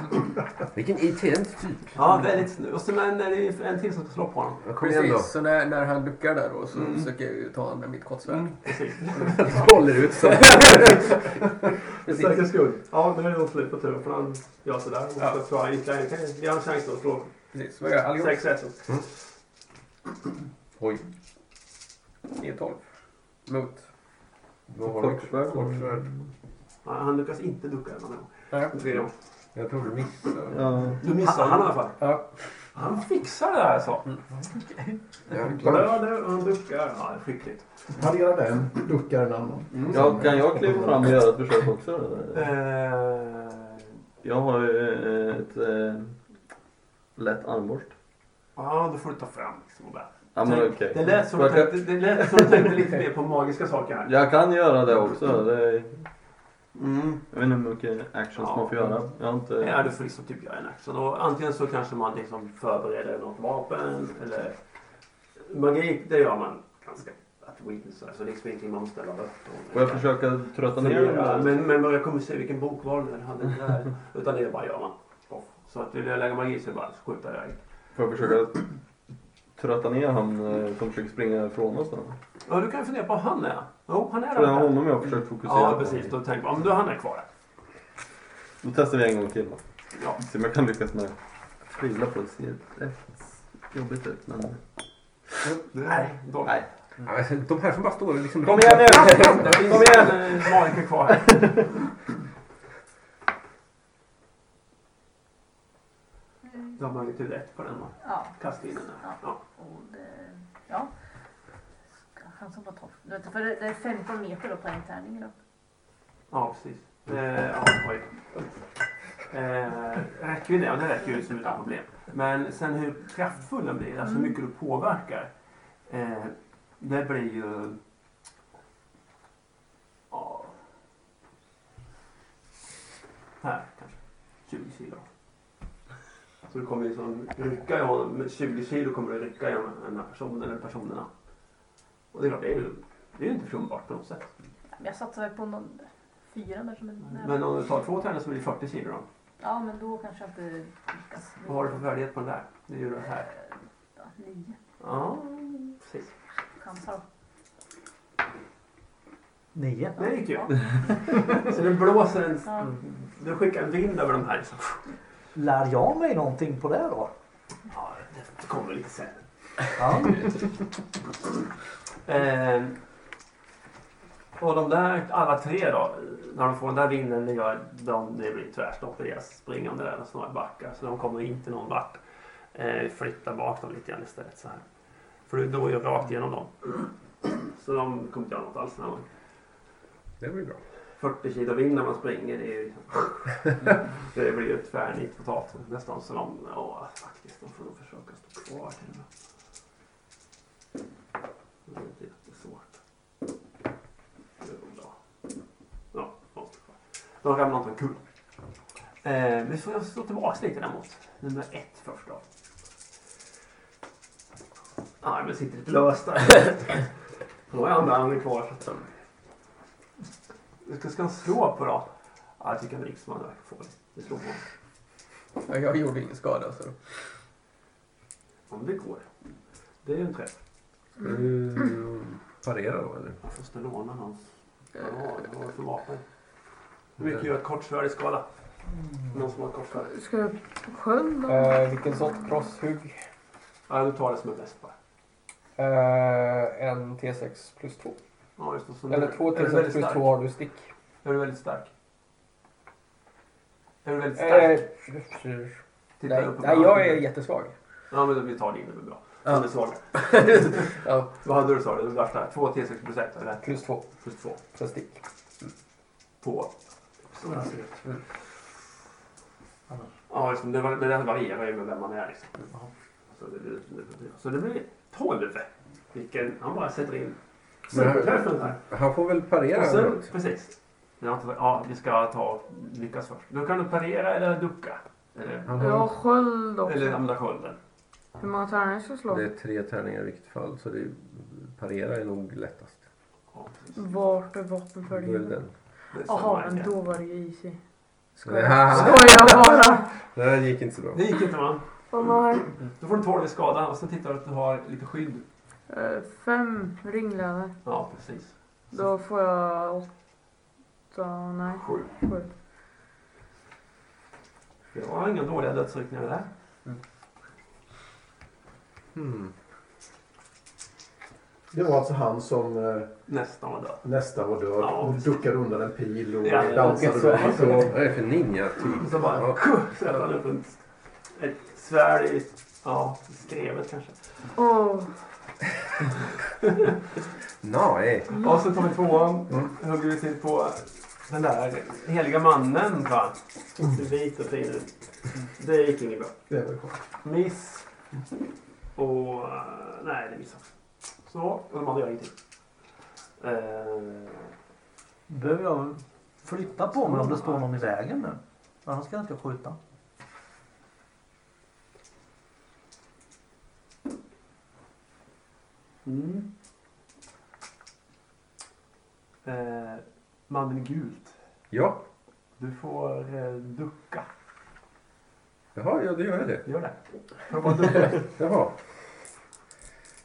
[SPEAKER 3] vilken itens typ.
[SPEAKER 2] Ja, väldigt snygg. Och sen är det en till som ska slå på honom.
[SPEAKER 3] Ja, Kom igen då. Mm.
[SPEAKER 1] Precis, så när, när han duckar där då så försöker jag ju ta honom med mitt kortsvärd.
[SPEAKER 2] Precis.
[SPEAKER 3] Håller ut så.
[SPEAKER 2] För
[SPEAKER 1] Precis.
[SPEAKER 2] säkerhets skull. Ja, nu är det nog slut på turen för han gör sådär. Och så tror jag ytterligare en. Kan- Vi har en chans då att slå
[SPEAKER 1] Precis. Vad gör jag? Allihop?
[SPEAKER 2] sex rätt.
[SPEAKER 3] Oj.
[SPEAKER 1] Det är 12. Mot
[SPEAKER 3] Vad har du?
[SPEAKER 18] Kortsvärd.
[SPEAKER 3] Kortsvärd.
[SPEAKER 2] Ja, Han lyckas inte ducka den här gången.
[SPEAKER 3] Nej. Jag tror du missade.
[SPEAKER 2] Du missar
[SPEAKER 3] Han-
[SPEAKER 2] han i alla fall.
[SPEAKER 3] Ja. Mm.
[SPEAKER 2] Han fixar det här sa han.
[SPEAKER 18] Jäklar.
[SPEAKER 2] Blöder och han duckar. Ja, skickligt.
[SPEAKER 18] Parera den, duckar en annan.
[SPEAKER 3] Mm.
[SPEAKER 5] Ja, kan jag kliva fram och göra ett försök också? eller?
[SPEAKER 2] Eh,
[SPEAKER 5] Jag har ju eh, ett eh, lätt armborst.
[SPEAKER 2] Ja, då får du ta fram liksom och bära.
[SPEAKER 5] Ja, men
[SPEAKER 2] Tänk-
[SPEAKER 5] okej.
[SPEAKER 2] Det lät som
[SPEAKER 5] Får
[SPEAKER 2] att du
[SPEAKER 5] jag-
[SPEAKER 2] tänkte, det lät som att du tänkte lite mer på magiska saker här.
[SPEAKER 5] Jag kan göra det också. Det är,
[SPEAKER 2] Mm.
[SPEAKER 5] Jag vet inte hur mycket actions
[SPEAKER 2] Ja.
[SPEAKER 5] man får göra. Jag har inte...
[SPEAKER 2] Ja, du får liksom typ göra en action. Och antingen så kanske man liksom förbereder något vapen eller magi. Det gör man ganska att weakness. Alltså det är liksom ingenting man måste ställa upp. och-
[SPEAKER 5] Får jag försöka trötta ner den?
[SPEAKER 2] Fundera,
[SPEAKER 5] där?
[SPEAKER 2] men, men jag kommer se vilken bok var det den hade det där. Utan det bara gör man. Så att vill jag lägga magi så är det bara att skjuta iväg.
[SPEAKER 5] Får jag försöka trötta ner han eh, som försöker springa ifrån oss? Då?
[SPEAKER 2] Ja, du kan ju fundera på han är. Jo, han är
[SPEAKER 5] För det är
[SPEAKER 2] där.
[SPEAKER 5] honom jag har försökt fokusera
[SPEAKER 2] Ja,
[SPEAKER 5] på.
[SPEAKER 2] precis. Då tänker man, om du han är kvar.
[SPEAKER 5] Då testar vi en gång till. Då.
[SPEAKER 2] Ja.
[SPEAKER 5] Se om jag kan lyckas med det. Tvivlar på det. Ser rätt jobbigt ut. Men...
[SPEAKER 2] Nej, då.
[SPEAKER 5] Nej.
[SPEAKER 3] Alltså, de här som bara står och liksom...
[SPEAKER 5] Kom igen nu!
[SPEAKER 2] Det finns
[SPEAKER 5] Kom igen!
[SPEAKER 2] en eh, magiker kvar här. Du har magnitud 1 på den va?
[SPEAKER 19] Ja.
[SPEAKER 2] Kasta in den där. Ja.
[SPEAKER 19] Och det, ja. Ska- Han som var 12. Du vet, För det det är 15 meter då på en tärning. Då.
[SPEAKER 2] Ja, precis. Eh, ja, oj. Eh, räckvidd, ja det räcker ju som utan problem. Men sen hur kraftfull den blir, alltså hur mycket du påverkar. Eh, det blir ju... Ja... Här kanske. 20 kilo. Så du kommer ju liksom rycka i honom. Med 20 kilo kommer du rycka i honom, den här personen eller personerna. Och det är klart, det är ju, det är ju inte försumbart på något sätt.
[SPEAKER 19] Men Jag satsar väl på någon fyra där som är nära.
[SPEAKER 2] Men om du tar två tärningar så blir det 40 kilo då.
[SPEAKER 19] Ja, men då kanske jag inte lyckas.
[SPEAKER 2] Vad har du för färdighet på den där? Det är ju det här.
[SPEAKER 19] Ja, Nio.
[SPEAKER 2] Ja, precis.
[SPEAKER 19] Chansar då.
[SPEAKER 4] Nio.
[SPEAKER 2] Det gick ju. Så det blåser en...
[SPEAKER 19] Ja.
[SPEAKER 2] Du skickar en vind över de här. Så.
[SPEAKER 4] Lär jag mig någonting på det då?
[SPEAKER 2] Ja, det kommer lite sen.
[SPEAKER 4] Ja.
[SPEAKER 2] Eh, och de där, alla tre då, när de får den där vinden, det, gör, de, det blir tvärstopp i deras springande där. De snarare backar, så de kommer inte någon vart. Eh, flytta bak dem lite grann istället så här. För du då är ju rakt igenom dem. Så de kommer inte göra något alls den här gången.
[SPEAKER 3] Det var ju bra.
[SPEAKER 2] 40 kilo vind när man springer, det är ju liksom... Det blir ju tvärnit potatis nästan. Så de, åh, faktiskt, de får nog försöka stå kvar till och med. Det är inte jättesvårt. Det är bra. Ja, de står kvar. De ramlar inte omkull. Eh, vi får slå tillbaka lite däremot. Nummer ett först då. Nej, men sitter lite löst där. Då är han där, han är kvar. så att- Vilka ska han slå på då? Ja, jag tycker en riksman verkar få det. Vi slår på honom.
[SPEAKER 20] Ja, jag gjorde ingen skada så.
[SPEAKER 2] Om det går. Det är ju en träff.
[SPEAKER 3] Ska du parera då eller?
[SPEAKER 2] Jag måste låna hans. Ja, vad har jag för vapen? Hur mycket gör ett kortsvärd i skala? Någon som har ett kortsvärd?
[SPEAKER 11] Ska jag på sjön då?
[SPEAKER 1] Eh, vilken sorts crosshugg?
[SPEAKER 2] Ja, du tar det som en väst bara.
[SPEAKER 1] Eh, en T6 plus 2.
[SPEAKER 2] Ja, just det. Så nu-
[SPEAKER 3] Mm.
[SPEAKER 1] Eller två
[SPEAKER 2] är du väldigt
[SPEAKER 1] T6 plus
[SPEAKER 2] stark?
[SPEAKER 1] 2 har du stick.
[SPEAKER 2] Är du väldigt stark? Är du väldigt stark?
[SPEAKER 1] Eh, f- f-
[SPEAKER 2] Titta
[SPEAKER 1] nej,
[SPEAKER 2] upp på
[SPEAKER 1] nej,
[SPEAKER 2] banden.
[SPEAKER 1] jag är jättesvag.
[SPEAKER 2] Ja, men då vi tar din. Det blir bra.
[SPEAKER 1] Ja.
[SPEAKER 2] Han är svag.
[SPEAKER 1] Ja.
[SPEAKER 2] Vad hade du sa du? Det var stark. Två T6 plus ett, eller?
[SPEAKER 1] Plus 2
[SPEAKER 2] Plus två.
[SPEAKER 1] för stick. Mm.
[SPEAKER 2] På... Stora cirklar. Ja, liksom, det, var- det där varierar ju med vem man är. Liksom. Så, det, det, det, så det blir 12. Vilken, han bara sätter in superträffen här.
[SPEAKER 3] Han får väl parera
[SPEAKER 2] Och sen,
[SPEAKER 3] ändå.
[SPEAKER 2] precis. Jag har inte- Ja, vi ska ta lyckas först. Då kan du parera eller ducka. Eller,
[SPEAKER 11] Jag har sköld
[SPEAKER 2] eller
[SPEAKER 11] också.
[SPEAKER 2] använda skölden.
[SPEAKER 11] Hur många tärningar ska jag
[SPEAKER 3] Det
[SPEAKER 11] slå?
[SPEAKER 3] är tre tärningar i vilket fall så det är, parera är nog lättast.
[SPEAKER 11] Vart är
[SPEAKER 3] Då är det
[SPEAKER 11] vapenföljden?
[SPEAKER 3] den.
[SPEAKER 2] Det är så
[SPEAKER 11] Jaha,
[SPEAKER 2] man
[SPEAKER 11] men
[SPEAKER 2] kan.
[SPEAKER 11] då var det ju easy.
[SPEAKER 3] Det här-
[SPEAKER 11] Skojar bara!
[SPEAKER 3] Det här gick inte så bra.
[SPEAKER 2] Det gick inte va?
[SPEAKER 11] Vad var det?
[SPEAKER 2] Då får du 12 i skada och sen tittar du att du har lite skydd.
[SPEAKER 11] Eh, Fem ringläder.
[SPEAKER 2] Ja, precis.
[SPEAKER 11] Då får jag åtta, nej
[SPEAKER 2] Sju.
[SPEAKER 11] sju.
[SPEAKER 2] Det var inga dåliga dödsryckningar det där.
[SPEAKER 3] Hmm.
[SPEAKER 1] Det var alltså han som eh,
[SPEAKER 2] nästan var död.
[SPEAKER 1] Nästan var död
[SPEAKER 2] Ja,
[SPEAKER 1] och duckade undan en pil och
[SPEAKER 2] Ja,
[SPEAKER 1] dansade
[SPEAKER 2] och så-
[SPEAKER 1] runt. och-
[SPEAKER 3] Vad är det för ninja-typ?
[SPEAKER 2] Så bara sätter han upp en, ett svärd i ja, skrevet kanske.
[SPEAKER 11] Åh.
[SPEAKER 3] Nej.
[SPEAKER 2] Och så kommer tvåan.
[SPEAKER 3] Mm.
[SPEAKER 2] Hugger vi till på den där heliga mannen va?
[SPEAKER 3] Mm.
[SPEAKER 2] Ser vit och fin ut. Det gick inget bra.
[SPEAKER 1] Det var ju skönt.
[SPEAKER 2] Miss. Och... eh, Nej, det missade. Så, och de andra gör ingenting. Eh,
[SPEAKER 4] Behöver jag flytta på mig om det står någon i vägen nu? Annars kan jag inte skjuta.
[SPEAKER 2] Mm. Eh, mannen i gult.
[SPEAKER 3] Ja.
[SPEAKER 2] Du får eh, ducka.
[SPEAKER 3] Jaha, ja, då gör jag det.
[SPEAKER 2] Gör det. Får bara ducka.
[SPEAKER 3] Jaha.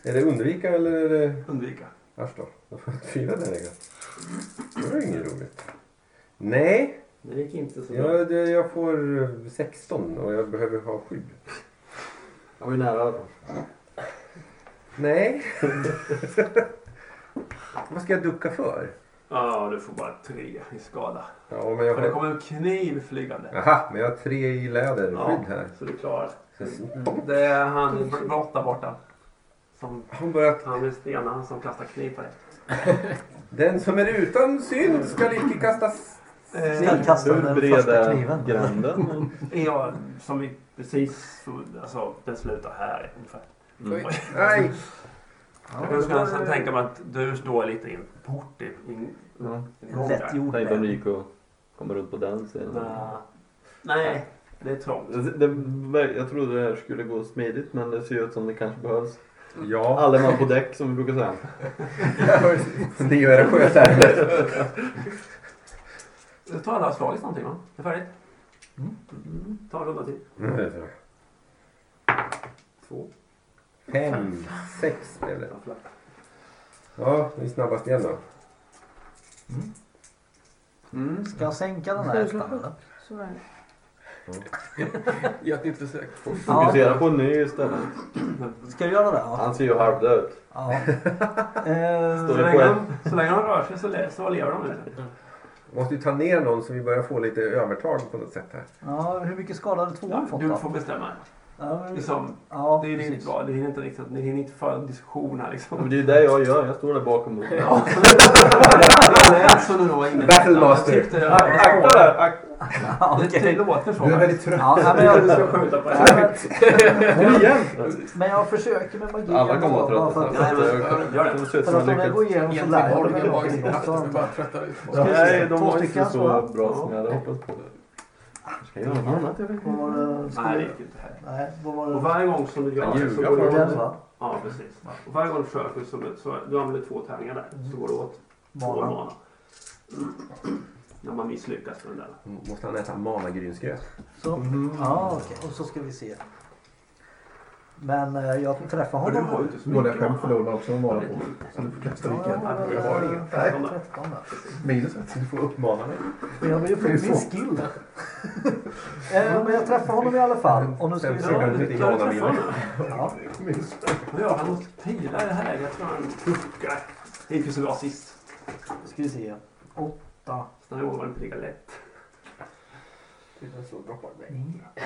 [SPEAKER 3] Är det undvika eller är det...
[SPEAKER 2] Undvika.
[SPEAKER 3] Äsch då. Då får jag inte fyra där längre. Det var ju inget roligt. Nej.
[SPEAKER 2] Det gick inte så bra.
[SPEAKER 3] Jag, det- jag får eh, 16 och jag behöver ha 7.
[SPEAKER 1] Jag var ju nära i alla fall.
[SPEAKER 3] Nej. Vad ska jag ducka för?
[SPEAKER 2] Ja, du får bara tre i skada.
[SPEAKER 3] Ja, men jag
[SPEAKER 2] För det
[SPEAKER 3] har...
[SPEAKER 2] kommer en kniv flygande.
[SPEAKER 3] Aha, men jag har tre i läderskydd
[SPEAKER 2] Ja,
[SPEAKER 3] här.
[SPEAKER 2] så du klarar
[SPEAKER 3] Så jag-
[SPEAKER 2] det. är han blotta borta. Som,
[SPEAKER 3] han börjar...
[SPEAKER 2] Han blir stenad, han som kastar kniv på dig.
[SPEAKER 3] Den som är utan synd ska icke kastas...
[SPEAKER 2] Eh,
[SPEAKER 4] kasta den första kniven. Mm.
[SPEAKER 2] ja, som vi precis... Alltså, den slutar här ungefär.
[SPEAKER 3] Mm. Nej.
[SPEAKER 2] Jag kan skulle nästan tänka mig att du står lite i en port i en gång där.
[SPEAKER 5] Tänkte om det gick att komma runt på den sidan. Alltså,
[SPEAKER 2] Nej. Nej, det är trångt.
[SPEAKER 5] Det, det, jag trodde det här skulle gå smidigt men det ser ut som det kanske behövs.
[SPEAKER 3] Ja.
[SPEAKER 5] Alla man på däck som vi brukar säga.
[SPEAKER 3] Det gör jag sjötermer.
[SPEAKER 2] Du tar alla slag någonting va? Det är färdigt? Mm. Ta en runda till.
[SPEAKER 3] Mm, det tror jag.
[SPEAKER 2] Två.
[SPEAKER 3] Fem, sex blev det. Ja, det är snabbast igen då.
[SPEAKER 4] Mm, Ska jag sänka den här
[SPEAKER 2] Mm.
[SPEAKER 4] hästen eller?
[SPEAKER 11] Så är det.
[SPEAKER 21] Gör ett nytt försök.
[SPEAKER 5] Fokusera på en ny istället.
[SPEAKER 4] Ska jag göra det? Ja.
[SPEAKER 5] Han ser ju halvdöd ut.
[SPEAKER 4] ja.
[SPEAKER 2] Så
[SPEAKER 5] Står
[SPEAKER 4] Eh,
[SPEAKER 5] det på
[SPEAKER 2] länge,
[SPEAKER 5] en?
[SPEAKER 2] så länge de rör sig så, le, så lever de lite.
[SPEAKER 3] Måste ju ta ner någon så vi börjar få lite övertag på något sätt här.
[SPEAKER 4] ja, hur mycket skada hade tvåan fått Mm.
[SPEAKER 2] Du
[SPEAKER 4] då?
[SPEAKER 2] får bestämma.
[SPEAKER 4] Ja, men-
[SPEAKER 2] Liksom,
[SPEAKER 4] ja,
[SPEAKER 2] det är ju inte
[SPEAKER 4] precis.
[SPEAKER 2] bra. Ni hinner inte, riktigt, ni hinner inte föra en diskussion här
[SPEAKER 5] Ja, men
[SPEAKER 2] liksom.
[SPEAKER 5] det är ju det jag gör. Jag står där bakom och...
[SPEAKER 2] Ja. Det lät som du nog var inne på.
[SPEAKER 3] Battlemaster.
[SPEAKER 2] Jag tyckte det
[SPEAKER 5] Ak-
[SPEAKER 2] var-
[SPEAKER 5] Akta där! Akta!
[SPEAKER 4] Ja,
[SPEAKER 2] Det
[SPEAKER 4] okej.
[SPEAKER 2] ty- låter så.
[SPEAKER 1] Du är väldigt trött.
[SPEAKER 4] Ja, nej, men jag,
[SPEAKER 2] ska skjuta på
[SPEAKER 4] Nej, men-
[SPEAKER 5] Kom igen!
[SPEAKER 4] men jag försöker med magi.
[SPEAKER 5] Alla kommer vara
[SPEAKER 4] ändå, bara
[SPEAKER 5] trötta
[SPEAKER 4] för att-
[SPEAKER 2] Nej,
[SPEAKER 5] snart.
[SPEAKER 2] men-
[SPEAKER 5] Jag-
[SPEAKER 2] gör det.
[SPEAKER 5] Det ser ut
[SPEAKER 4] För
[SPEAKER 5] som
[SPEAKER 4] att
[SPEAKER 5] en
[SPEAKER 4] om jag går
[SPEAKER 5] lyckad...
[SPEAKER 4] igenom så lär
[SPEAKER 21] Egentligen
[SPEAKER 4] jag
[SPEAKER 21] har du
[SPEAKER 4] mig
[SPEAKER 21] ingen bra
[SPEAKER 4] någonting
[SPEAKER 21] insats.
[SPEAKER 4] också.
[SPEAKER 21] Du bara tröttar ut folk.
[SPEAKER 5] Nej, de
[SPEAKER 4] Två
[SPEAKER 5] var inte
[SPEAKER 4] stycken,
[SPEAKER 5] så
[SPEAKER 4] va?
[SPEAKER 5] bra som jag hade hoppats på. Kanske kan jag göra något annat. jag vet
[SPEAKER 4] Vad
[SPEAKER 5] inte.
[SPEAKER 4] var det?
[SPEAKER 2] Nej, det gick inte heller.
[SPEAKER 4] Nej, vad var
[SPEAKER 2] Och
[SPEAKER 4] det?
[SPEAKER 2] varje gång som du gör
[SPEAKER 5] Jag
[SPEAKER 2] det så
[SPEAKER 5] ljuger
[SPEAKER 2] går
[SPEAKER 5] för
[SPEAKER 2] det
[SPEAKER 4] Den
[SPEAKER 2] åt...
[SPEAKER 4] va?
[SPEAKER 2] Ja, precis. Och varje gång du försöker så, så du använder två tärningar där så går det åt två
[SPEAKER 4] Mana.
[SPEAKER 2] mana. Mm. När man misslyckas med den där.
[SPEAKER 3] Måste han äta managrynsgröt?
[SPEAKER 4] Så,
[SPEAKER 1] Mm-hmm.
[SPEAKER 4] ja, okej. Och så ska vi se. Men eh, jag träffar
[SPEAKER 2] Men du
[SPEAKER 4] honom.
[SPEAKER 2] har ju inte så
[SPEAKER 1] Dåliga
[SPEAKER 2] mycket
[SPEAKER 1] skämt
[SPEAKER 2] mana.
[SPEAKER 1] förlorar man också en vara på. Så du får kasta
[SPEAKER 4] Ja,
[SPEAKER 1] lika.
[SPEAKER 4] jag
[SPEAKER 2] Jag har inget.
[SPEAKER 1] Nej,
[SPEAKER 4] har 13 där.
[SPEAKER 1] minus ett.
[SPEAKER 3] Du får uppmana mig.
[SPEAKER 4] Men jag vill ju få
[SPEAKER 1] Det är
[SPEAKER 4] min
[SPEAKER 1] så.
[SPEAKER 4] skill. Eh, Men jag träffar honom i alla fall. Och nu ska vi
[SPEAKER 3] Sen
[SPEAKER 4] se.
[SPEAKER 3] frågar
[SPEAKER 2] Ja,
[SPEAKER 3] du
[SPEAKER 2] det
[SPEAKER 3] inte
[SPEAKER 2] klarar
[SPEAKER 3] Johanna
[SPEAKER 2] jag
[SPEAKER 3] Miller.
[SPEAKER 2] träffarna.
[SPEAKER 4] Ja.
[SPEAKER 1] Minus.
[SPEAKER 2] Vad gör han mot pilar i det här läget? Jag tror han duckar. Det gick ju så bra sist.
[SPEAKER 4] Ska vi se. Åtta.
[SPEAKER 2] Den här gången var det inte lika lätt.
[SPEAKER 21] Så droppar det.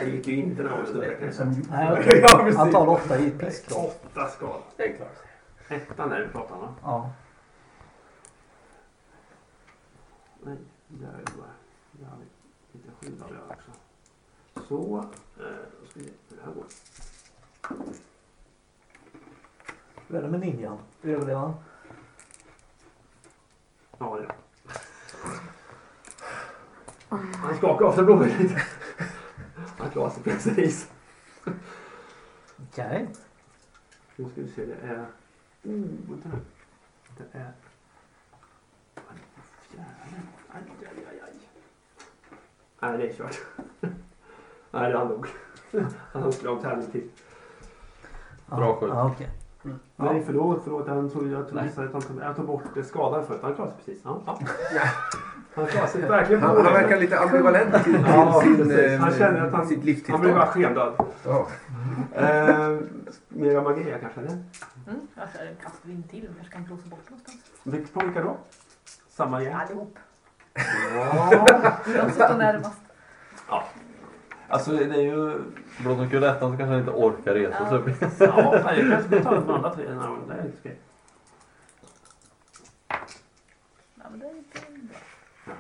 [SPEAKER 2] Det gick ju inte den här gången. så det räcker.
[SPEAKER 4] Nej, okej.
[SPEAKER 2] Ja, precis.
[SPEAKER 4] Han tar åtta i pisk då.
[SPEAKER 2] Åtta skada.
[SPEAKER 21] Det är klart.
[SPEAKER 2] Ettan är det vi pratar om va?
[SPEAKER 4] Ja.
[SPEAKER 2] Nej, där är det bara. Jag hade lite skillnad där också. Så, eh, då ska vi se hur det här går.
[SPEAKER 4] Hur är det med ninjan? Överlever han?
[SPEAKER 2] Ja, det Han skakar av sig blommor lite. Han klarar sig precis.
[SPEAKER 4] Okej.
[SPEAKER 2] Nu ska vi se, det är... Oh, vänta nu. Det är... Aj, fjärde. Aj, aj, aj, aj. Nej, det är kört. Nej, det är han nog. Han har slagit tärning till.
[SPEAKER 5] Bra skjut.
[SPEAKER 4] Ja, okej.
[SPEAKER 2] Nej, förlåt, förlåt. Han tog, jag, tog, jag, tog, jag tog bort skadan först. Han klarade sig precis. Ja, ja. Han klarar sig verkligen
[SPEAKER 3] Han-
[SPEAKER 2] på det.
[SPEAKER 3] han verkar lite ambivalent till- till
[SPEAKER 2] Ja,
[SPEAKER 3] sin,
[SPEAKER 2] precis.
[SPEAKER 3] eh,
[SPEAKER 2] Han känner att han,
[SPEAKER 3] sitt livstillstånd.
[SPEAKER 2] Han blir bara skendöd.
[SPEAKER 3] Ja.
[SPEAKER 2] Eh, mera magia kanske? Eller?
[SPEAKER 11] Mm, jag kör en kastvind till. Kanske kan blåsa bort någonstans.
[SPEAKER 2] Vilka på vilka då? Samma gäng?
[SPEAKER 11] Allihop.
[SPEAKER 2] Ja.
[SPEAKER 11] De som står närmast.
[SPEAKER 2] Ja. Alltså det är ju...
[SPEAKER 5] Blott de ettan så kanske han inte orkar resa sig upp.
[SPEAKER 2] Ja, jag kanske ska ta de andra tre. den här gången. Det är inte skoj.
[SPEAKER 11] Ja, men det är inte bra.
[SPEAKER 2] Ja.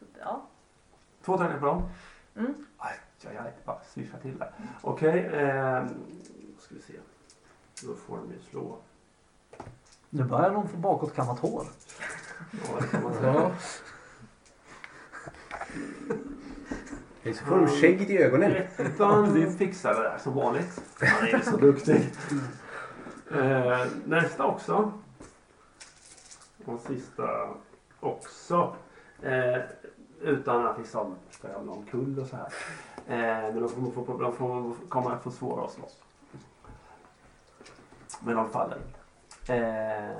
[SPEAKER 11] Så, ja.
[SPEAKER 2] Två tärningar på dem.
[SPEAKER 11] Mm.
[SPEAKER 2] Aj, aj, aj. Bara swisha till där. Okej, ehm, då ska vi se. Då får de ju slå.
[SPEAKER 4] Nu börjar de få bakåtkammat hår.
[SPEAKER 2] Ja, det kan man
[SPEAKER 4] Ja.
[SPEAKER 2] säga.
[SPEAKER 3] Hej, så får de skägget i ögonen.
[SPEAKER 2] Ettan, vi fixar det där som vanligt. Han är ju så duktig. Eh, nästa också. Och sista också. Eh, utan att liksom spöa någon kull och så här. Eh, men de kommer, få, de får, kommer att få svårare att slåss. Men de faller inte. Eh,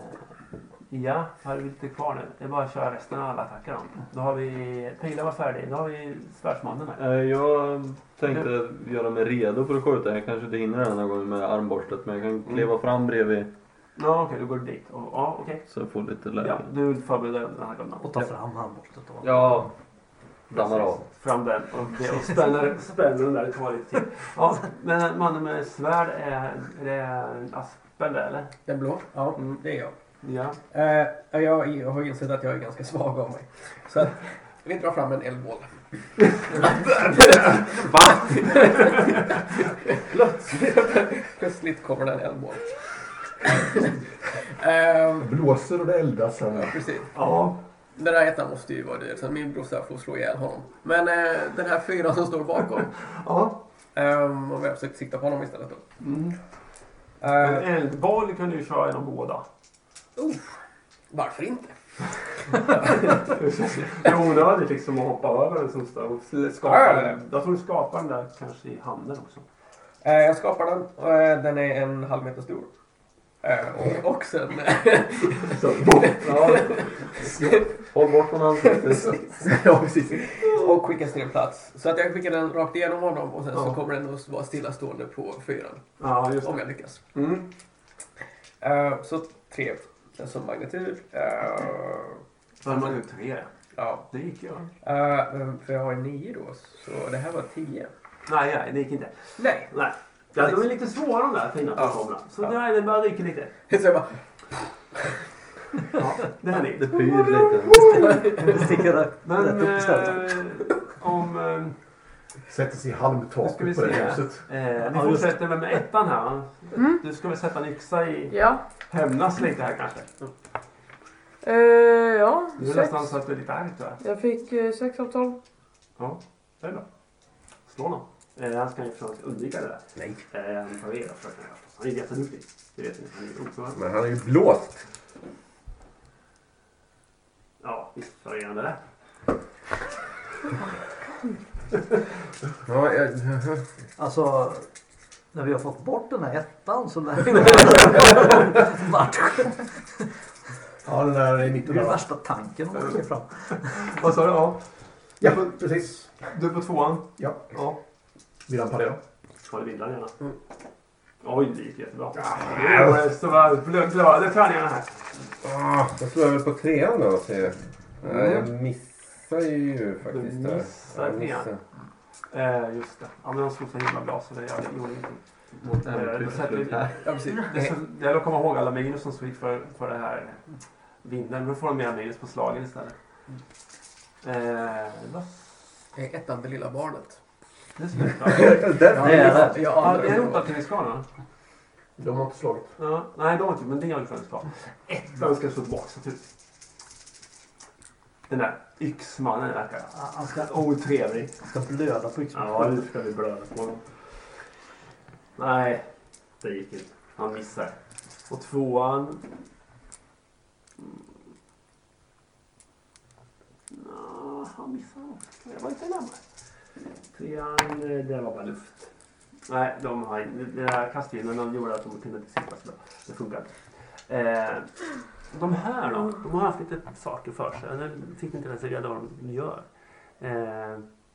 [SPEAKER 2] ja, vad är det vi lite kvar nu? Det är bara att köra resten av alla attacker. om. Då har vi... Pilar var färdig. Då har vi svärdsmannen här.
[SPEAKER 5] Eh, Jag tänkte göra mig redo för att skjuta. Jag kanske inte hinner den här gången med armborstet men jag kan kliva fram bredvid
[SPEAKER 2] Ja, okej, då går du dit. Och, ja, okej.
[SPEAKER 5] så jag får lite läge.
[SPEAKER 2] Ja, du förbereder den här gången.
[SPEAKER 4] Och ta fram handbollen då.
[SPEAKER 5] Ja, dammar av.
[SPEAKER 2] Fram den och, det, och spänner, spänner den där. Det tar lite tid. Ja, men mannen med svärd, är, är det Aspen där eller? Mm.
[SPEAKER 22] Den blå? Ja, det är jag.
[SPEAKER 2] Ja.
[SPEAKER 22] Eh, jag, jag har insett att jag är ganska svag av mig. Så att vi drar fram en eldboll.
[SPEAKER 3] Va?
[SPEAKER 22] Plötsligt, plötsligt kommer den eldboll. Ehm,
[SPEAKER 8] Blåser och det eldas. Här.
[SPEAKER 22] Precis.
[SPEAKER 2] Ja.
[SPEAKER 22] Den där ettan måste ju vara dyr, så min brorsa får slå ihjäl honom. Men eh, den här fyran som står bakom.
[SPEAKER 2] Ja.
[SPEAKER 22] Um, och vi har försökt sikta på honom istället då.
[SPEAKER 2] Mm.
[SPEAKER 22] Eh,
[SPEAKER 2] En eldboll kan du ju köra genom båda.
[SPEAKER 22] varför inte?
[SPEAKER 2] Det är onödigt liksom att hoppa över den som står och skapar den. Jag tror du skapar den där kanske i handen också.
[SPEAKER 22] Eh, jag skapar den. Eh, den är en halv meter stor. Eh, och, och sen...
[SPEAKER 5] Ja. Håll bort från ansiktet.
[SPEAKER 22] ja, precis. Och skickas till en plats. Så att jag skickar den rakt igenom honom och sen så
[SPEAKER 2] Ja.
[SPEAKER 22] kommer den att vara stillastående på fyran.
[SPEAKER 2] Ja, just
[SPEAKER 22] om
[SPEAKER 2] det.
[SPEAKER 22] jag lyckas.
[SPEAKER 2] Mm.
[SPEAKER 22] Eh, så tre. Sen så magnitud. Eh,
[SPEAKER 2] Då man ju tre.
[SPEAKER 22] ja.
[SPEAKER 2] Det gick jag.
[SPEAKER 22] Eh, men för jag har nio då, så det här var tio.
[SPEAKER 2] Nej, nej, det gick inte.
[SPEAKER 22] Nej.
[SPEAKER 2] Nej. Ja, de är lite svåra de där fina
[SPEAKER 22] Ja.
[SPEAKER 2] personerna. Så det här det bara ryker lite.
[SPEAKER 22] Så jag bara...
[SPEAKER 2] Ja, det här är
[SPEAKER 5] Det pyr lite.
[SPEAKER 4] Sticker rätt
[SPEAKER 2] Men
[SPEAKER 4] rätt upp i stället.
[SPEAKER 2] eh, om... Eh,
[SPEAKER 8] Sätter sig i
[SPEAKER 2] nu ska vi
[SPEAKER 8] halmtaket på
[SPEAKER 2] se.
[SPEAKER 8] det här
[SPEAKER 2] Eh,
[SPEAKER 8] huset.
[SPEAKER 2] vi
[SPEAKER 4] Ja, just det.
[SPEAKER 2] fortsätter med, med ettan här. va?
[SPEAKER 6] Mm.
[SPEAKER 2] Du ska väl sätta en yxa i...
[SPEAKER 6] Ja.
[SPEAKER 2] Hämnas lite här kanske.
[SPEAKER 6] Eh, ja,
[SPEAKER 2] Du är
[SPEAKER 6] sex.
[SPEAKER 2] nästan så att du är lite arg tyvärr.
[SPEAKER 6] Jag fick
[SPEAKER 11] eh,
[SPEAKER 6] 6 av 12.
[SPEAKER 2] Ja, det är bra. Slå honom. Eh, han ska ju försöka undvika det där.
[SPEAKER 3] Nej.
[SPEAKER 2] Eh, han parerar försöker han. Han är jätteduktig. Det vet ni. Han är otroligt.
[SPEAKER 3] Men han är ju blåst.
[SPEAKER 2] Ja, visst parerar han det där.
[SPEAKER 3] Ja, jag,
[SPEAKER 4] Alltså, när vi har fått bort den här ettan så lär vi oss matchen.
[SPEAKER 8] Ja, den där är
[SPEAKER 4] Det är
[SPEAKER 8] mitten
[SPEAKER 4] den
[SPEAKER 8] av.
[SPEAKER 4] värsta tanken om man lägger fram.
[SPEAKER 2] Vad sa du? Ja.
[SPEAKER 8] Ja, precis.
[SPEAKER 2] Du är på tvåan?
[SPEAKER 8] Ja.
[SPEAKER 2] Ja.
[SPEAKER 8] Vill han parera?
[SPEAKER 2] Ta det villan gärna. Oj, det gick jättebra. Ja, det var glada tärningarna här.
[SPEAKER 3] ah, jag slår väl på trean då. Ser jag. Nej, jag
[SPEAKER 23] Mm.
[SPEAKER 3] missar ju faktiskt.
[SPEAKER 8] eh,
[SPEAKER 2] Du
[SPEAKER 3] där.
[SPEAKER 2] missar
[SPEAKER 3] Jag missar.
[SPEAKER 2] trean. Eh, just det. Ja, men de slog så himla bra så det jag gjorde ingenting.
[SPEAKER 5] Mot
[SPEAKER 2] Eh, då sätter vi-
[SPEAKER 5] ämneskrysset här.
[SPEAKER 22] Ja, precis.
[SPEAKER 2] Det är så- det gäller att komma ihåg alla minus som gick för, för det här vinden. Då får de mer minus på slagen istället.
[SPEAKER 8] Mm.
[SPEAKER 2] Eh, vad
[SPEAKER 22] Eh, ettan, det lilla barnet.
[SPEAKER 2] det skulle
[SPEAKER 3] Där-
[SPEAKER 4] Det är det.
[SPEAKER 22] Jag
[SPEAKER 2] jag
[SPEAKER 22] använder
[SPEAKER 2] Är
[SPEAKER 22] det
[SPEAKER 2] det
[SPEAKER 22] bara.
[SPEAKER 2] otaktningsskalan?
[SPEAKER 8] De har inte slagit.
[SPEAKER 2] Ja, nej, de har inte, men det har ju funnits kvar. Ettan ska slå tillbaka naturligtvis. Den där yxmannen verkar
[SPEAKER 4] Han ska,
[SPEAKER 2] otrevlig.
[SPEAKER 4] han ska blöda på yxan.
[SPEAKER 2] Ja, nu ska vi blöda på honom. Nej, det gick inte. Han missar. Och tvåan... Mm. Nå, han missar också. Jag var inte närmare. Trean, eh, det var bara luft. Nej, de har, den här kastvinden de gjorde att de kunde inte sitta så bra. Det funkar inte. Eh, De här då? De har haft lite saker för sig. Eller fick inte ens reda vad de gör. Eh,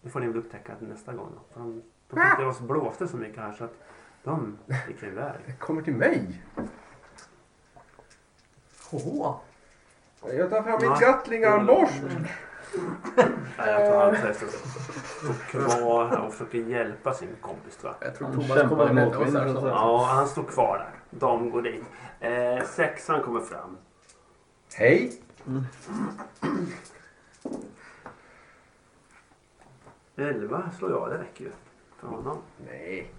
[SPEAKER 2] det får ni väl upptäcka nästa gång. Då. För de, de tyckte det var så blåste så mycket här så att de gick iväg.
[SPEAKER 3] Kommer till mig?
[SPEAKER 4] Åh.
[SPEAKER 3] Jag tar fram
[SPEAKER 2] Nej.
[SPEAKER 3] min gatlingarmborst.
[SPEAKER 2] Nej, jag tar allt hästen och kvar här och försöker hjälpa sin kompis tror jag.
[SPEAKER 23] Jag tror Han Thomas kämpar kommer emot rädda oss här vinden, snart.
[SPEAKER 2] Ja, han står kvar där. De går dit. Eh, sexan kommer fram.
[SPEAKER 3] Hej.
[SPEAKER 2] Elva slår jag, det räcker ju. För honom.
[SPEAKER 3] Nej.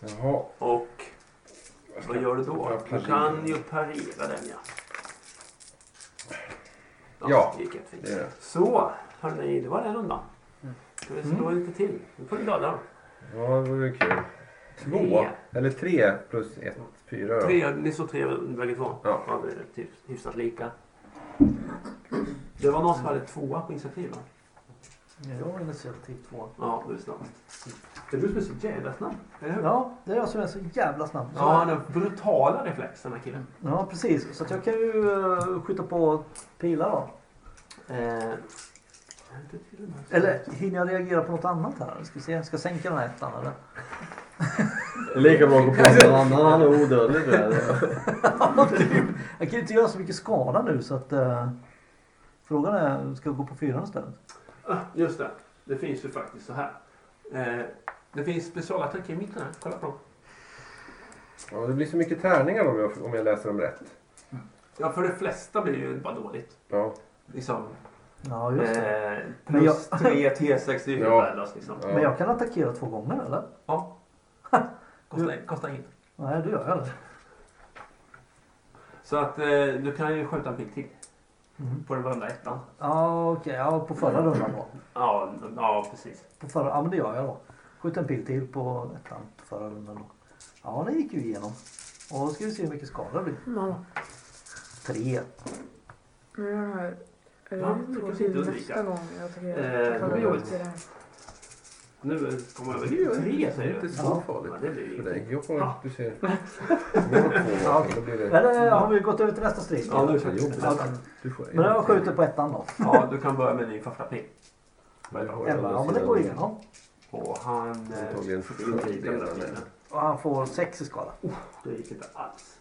[SPEAKER 3] Jaha.
[SPEAKER 2] Och vad gör du då?
[SPEAKER 3] Jag
[SPEAKER 2] Du
[SPEAKER 3] parerar.
[SPEAKER 2] kan ju parera den ja.
[SPEAKER 3] Ja,
[SPEAKER 2] det gick jättefint.
[SPEAKER 3] det gör jag.
[SPEAKER 2] Så, hörni, det var den rundan. Ska vi slå lite till? Nu får du döda dem.
[SPEAKER 3] Ja, det vore kul. Två.
[SPEAKER 2] Tre.
[SPEAKER 3] Eller tre plus ett. Fyra då.
[SPEAKER 2] Tre, ni såg tre bägge två?
[SPEAKER 3] Ja.
[SPEAKER 2] det är rätt hyf- hyfsat lika. Det var någon som hade tvåa på initiativ va?
[SPEAKER 4] Jag har initiativ två.
[SPEAKER 2] Ja, du är snabbast. Det är du som är så jävla snabb. Eller hur?
[SPEAKER 4] Ja, det är jag som är så jävla snabb.
[SPEAKER 2] Ja, han har brutala reflexer den här killen.
[SPEAKER 4] Ja, precis. Så att jag kan ju eh, skjuta på pilar då.
[SPEAKER 2] Eh,
[SPEAKER 4] Eller hinner jag reagera på något annat här? Ska vi se. Ska jag sänka den här ettan eller?
[SPEAKER 5] Lika bra att gå på någon annan. Han är odödlig tror jag.
[SPEAKER 4] Ja, typ. jag kan ju inte göra så mycket skada nu så att... eh, frågan är, ska jag gå på fyran istället?
[SPEAKER 2] Ah, just det. Det finns ju faktiskt så här. Eh, det finns specialattacker i mitten här. Kolla på dem.
[SPEAKER 3] Ja, det blir så mycket tärningar om jag, om jag läser dem rätt.
[SPEAKER 2] Ja, för de flesta blir ju bara dåligt.
[SPEAKER 3] Ja.
[SPEAKER 2] Liksom.
[SPEAKER 4] Ja, just det.
[SPEAKER 2] Eh,
[SPEAKER 4] Men jag-
[SPEAKER 2] plus tre T6 är ju
[SPEAKER 3] Ja.
[SPEAKER 2] värdelöst liksom.
[SPEAKER 3] Ja.
[SPEAKER 4] Men jag kan attackera två gånger eller?
[SPEAKER 2] Ja. Kostar, kostar inget.
[SPEAKER 4] Nej, det gör jag inte.
[SPEAKER 2] Så att eh, du kan ju skjuta en pil till.
[SPEAKER 4] Mhm.
[SPEAKER 2] På den berömda ettan.
[SPEAKER 4] Ja, okej. Ja, på förra rundan då.
[SPEAKER 2] Ja, ja precis.
[SPEAKER 4] På förra, ja, men det gör jag då. Skjut en pil till på ettan på förra rundan då. Ja, det gick ju igenom. Och då ska vi se hur mycket skada det blir.
[SPEAKER 11] Ja.
[SPEAKER 4] Tre.
[SPEAKER 11] Nu är den här... eh,
[SPEAKER 2] Ja, det
[SPEAKER 11] två
[SPEAKER 2] kan
[SPEAKER 11] sidor
[SPEAKER 2] inte undvika.
[SPEAKER 11] nästa gång jag tycker
[SPEAKER 2] Eh,
[SPEAKER 11] jag tar
[SPEAKER 2] det blir
[SPEAKER 11] mig
[SPEAKER 2] jobbigt.
[SPEAKER 11] till det här.
[SPEAKER 2] Nu kommer jag över tre säger du.
[SPEAKER 3] Inte så
[SPEAKER 2] Ja.
[SPEAKER 3] farligt
[SPEAKER 2] Ja, det blir
[SPEAKER 3] för
[SPEAKER 2] ju
[SPEAKER 3] dig. Jag får,
[SPEAKER 2] Ja.
[SPEAKER 3] du ser. Jag har två
[SPEAKER 4] Ja,
[SPEAKER 3] vapen, då blir det...
[SPEAKER 4] Eller har vi gått över till nästa strid?
[SPEAKER 2] Ja, nu kör vi.
[SPEAKER 3] Jobbigt.
[SPEAKER 4] Ja, okej.
[SPEAKER 3] Du får en.
[SPEAKER 4] Men jag skjuter på ettan då.
[SPEAKER 2] Ja, du kan börja med din första pil.
[SPEAKER 4] Elva, ja men det går igenom.
[SPEAKER 2] Och han... eh,
[SPEAKER 3] Antagligen
[SPEAKER 2] fick inte hit den där
[SPEAKER 3] fördelar
[SPEAKER 2] pilen.
[SPEAKER 4] Och han får sex i skada.
[SPEAKER 2] Det gick inte alls.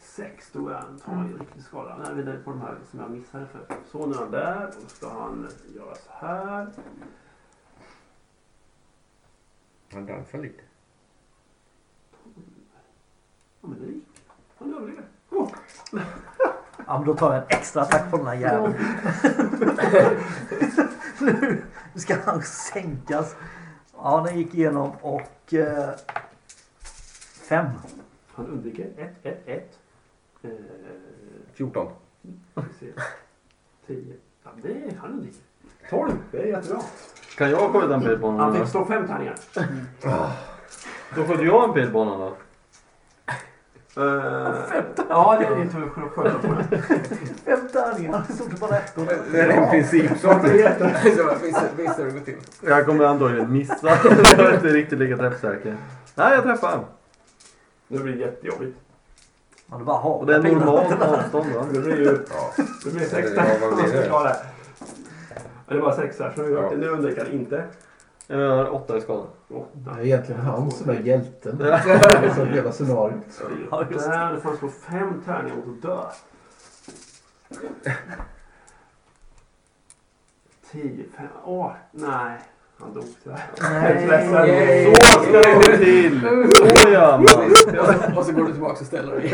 [SPEAKER 2] Sex tror jag han tar ju riktig skada. Nej, vi är på de här som jag missade för. Så nu är han där och ska han göra så här.
[SPEAKER 3] Han dansar lite.
[SPEAKER 2] Ja, men det gick. Han överlevde.
[SPEAKER 4] Ja men då tar jag en extra attack på den här jäveln. nu ska han sänkas. Ja den gick igenom och... Eh, fem.
[SPEAKER 2] Han undviker ett, ett, ett. Eh,
[SPEAKER 3] 14.
[SPEAKER 2] vi ser. Tio. Ja, det är han undviker. Tolv. Det är jättebra.
[SPEAKER 5] Kan jag skjuta en pil på honom?
[SPEAKER 2] Han
[SPEAKER 5] eller?
[SPEAKER 2] fick slå fem tärningar.
[SPEAKER 5] Då skjuter jag en pil på honom då.
[SPEAKER 2] Uh, ja, det är din tur att sköta på den.
[SPEAKER 4] Fem tärningar. Det stod bara ett.
[SPEAKER 3] Det är en princip som
[SPEAKER 23] Visst har det gått till.
[SPEAKER 5] Jag kommer antagligen missa. jag är inte riktigt lika träffsäker. Nej, jag träffar han.
[SPEAKER 2] Det blir jättejobbigt.
[SPEAKER 4] Ja det bara
[SPEAKER 5] Och det är
[SPEAKER 4] haglar pilar.
[SPEAKER 5] normalt avstånd va?
[SPEAKER 2] Det blir ju...
[SPEAKER 3] Ja.
[SPEAKER 2] Det blir sex
[SPEAKER 3] Ja, vad blir
[SPEAKER 2] där.
[SPEAKER 3] det?
[SPEAKER 2] Ja, det var sex där, så nu,
[SPEAKER 3] Ja.
[SPEAKER 2] nu undviker han inte.
[SPEAKER 5] Jag menar åtta i skada.
[SPEAKER 2] Åtta.
[SPEAKER 24] Det är egentligen han som är hjälten. Det
[SPEAKER 5] Ja.
[SPEAKER 24] är så hela scenariot.
[SPEAKER 4] Ja, just det.
[SPEAKER 2] Där, du får slå fem tärningar mot att dö. Tio, fem, åh, nej. Han dog tyvärr.
[SPEAKER 4] Nej.
[SPEAKER 5] Så ska det gå till! Så gör man!
[SPEAKER 23] Och så går du tillbaka och ställer dig.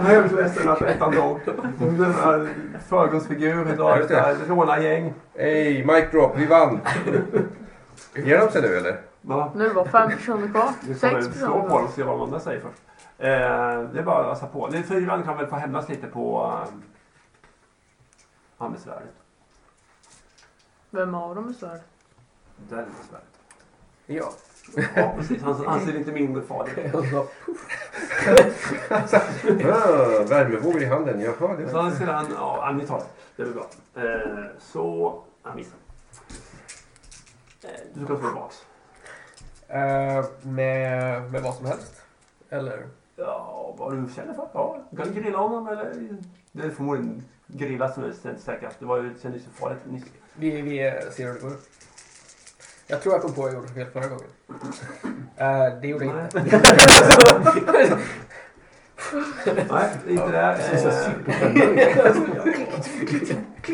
[SPEAKER 2] Han är så ledsen att ettan dog. Den här Förgrundsfiguren
[SPEAKER 3] Ja, just det.
[SPEAKER 2] rånargäng.
[SPEAKER 3] Hej, mic drop. Vi vann. Ger de sig nu eller?
[SPEAKER 2] Va?
[SPEAKER 11] Nu var fem personer kvar.
[SPEAKER 2] Nu får vi
[SPEAKER 11] Sex
[SPEAKER 2] slå
[SPEAKER 11] personer
[SPEAKER 2] på dem
[SPEAKER 11] kvar.
[SPEAKER 2] och se vad de andra säger först. Eh, det är bara att ösa på. Det är Fyran kan väl få hämnas lite på... Eh, han med svärdet.
[SPEAKER 11] Vem av dem är svärd?
[SPEAKER 2] Den med svärdet.
[SPEAKER 23] Ja.
[SPEAKER 2] Ja, precis. Han, han ser lite mindre farlig ut.
[SPEAKER 3] Ah, värmevågor i handen. Jaha, det
[SPEAKER 2] Så
[SPEAKER 3] var...
[SPEAKER 2] han ser han... Ja, han vi tar det. Det blir bra. Eh, så... Han missar. Eh, du ska slå tillbaks.
[SPEAKER 23] Eh, med, med vad som helst. Eller?
[SPEAKER 2] Ja, vad du känner för. Ja, du kan grilla honom eller... Det är förmodligen grillat som är sä- säkrast. Det var ju, det kändes ju farligt nyss.
[SPEAKER 1] Vi, vi eh, ser hur det går. Jag tror jag kom på vad jag gjorde för fel förra gången. Eh, det gjorde jag inte.
[SPEAKER 2] Nej, inte där.
[SPEAKER 1] Ja, så
[SPEAKER 2] Eh,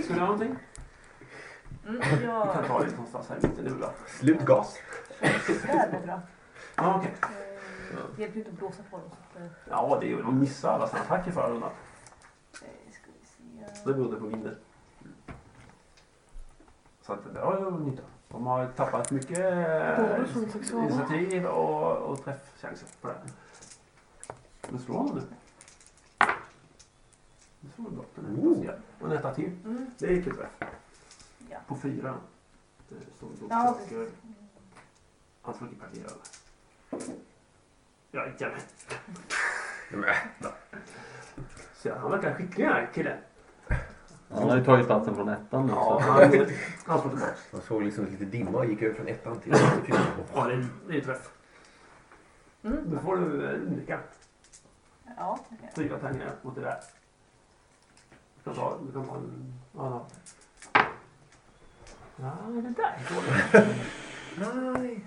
[SPEAKER 2] Ska du ha någonting?
[SPEAKER 25] Mm,
[SPEAKER 2] Vi
[SPEAKER 25] ja.
[SPEAKER 2] kan ta det någonstans här i mitten. Det är bra.
[SPEAKER 3] Slutgas.
[SPEAKER 25] Där var bra.
[SPEAKER 2] Ja, okej.
[SPEAKER 25] Det Eh, hjälper ju inte att blåsa på dem. Så att, eh,
[SPEAKER 2] Ja, det är ju... De missade alla sina attacker förra rundan. Det berodde på vinden. Så att det där har ju varit nytta. De har tappat mycket eh,
[SPEAKER 11] Bonus från sexualen.
[SPEAKER 2] initiativ och, och träffchanser på det här. Men slår honom nu. Nu slår du bort den här. placerar. Och en etta till.
[SPEAKER 25] Mm.
[SPEAKER 2] Det gick ju träff.
[SPEAKER 25] Ja.
[SPEAKER 2] På fyra. Det stod då
[SPEAKER 25] Ja,
[SPEAKER 2] och, eh, Han slog i parti över. Jajamän. Så han verkar skicklig den här killen.
[SPEAKER 5] Han har ju tagit platsen från ettan nu.
[SPEAKER 2] Ja,
[SPEAKER 5] så-
[SPEAKER 2] han, han slår tillbaka.
[SPEAKER 3] Man såg liksom lite dimma och gick över från ettan till fyran.
[SPEAKER 2] Ja, det är, det är träff.
[SPEAKER 25] Mm.
[SPEAKER 2] Då får du eh, unika.
[SPEAKER 25] Ja, det kan jag.
[SPEAKER 2] Fyra tärningar mot det där. Du kan ta, du kan ta en annan. Ja, det där är dåligt. Nej.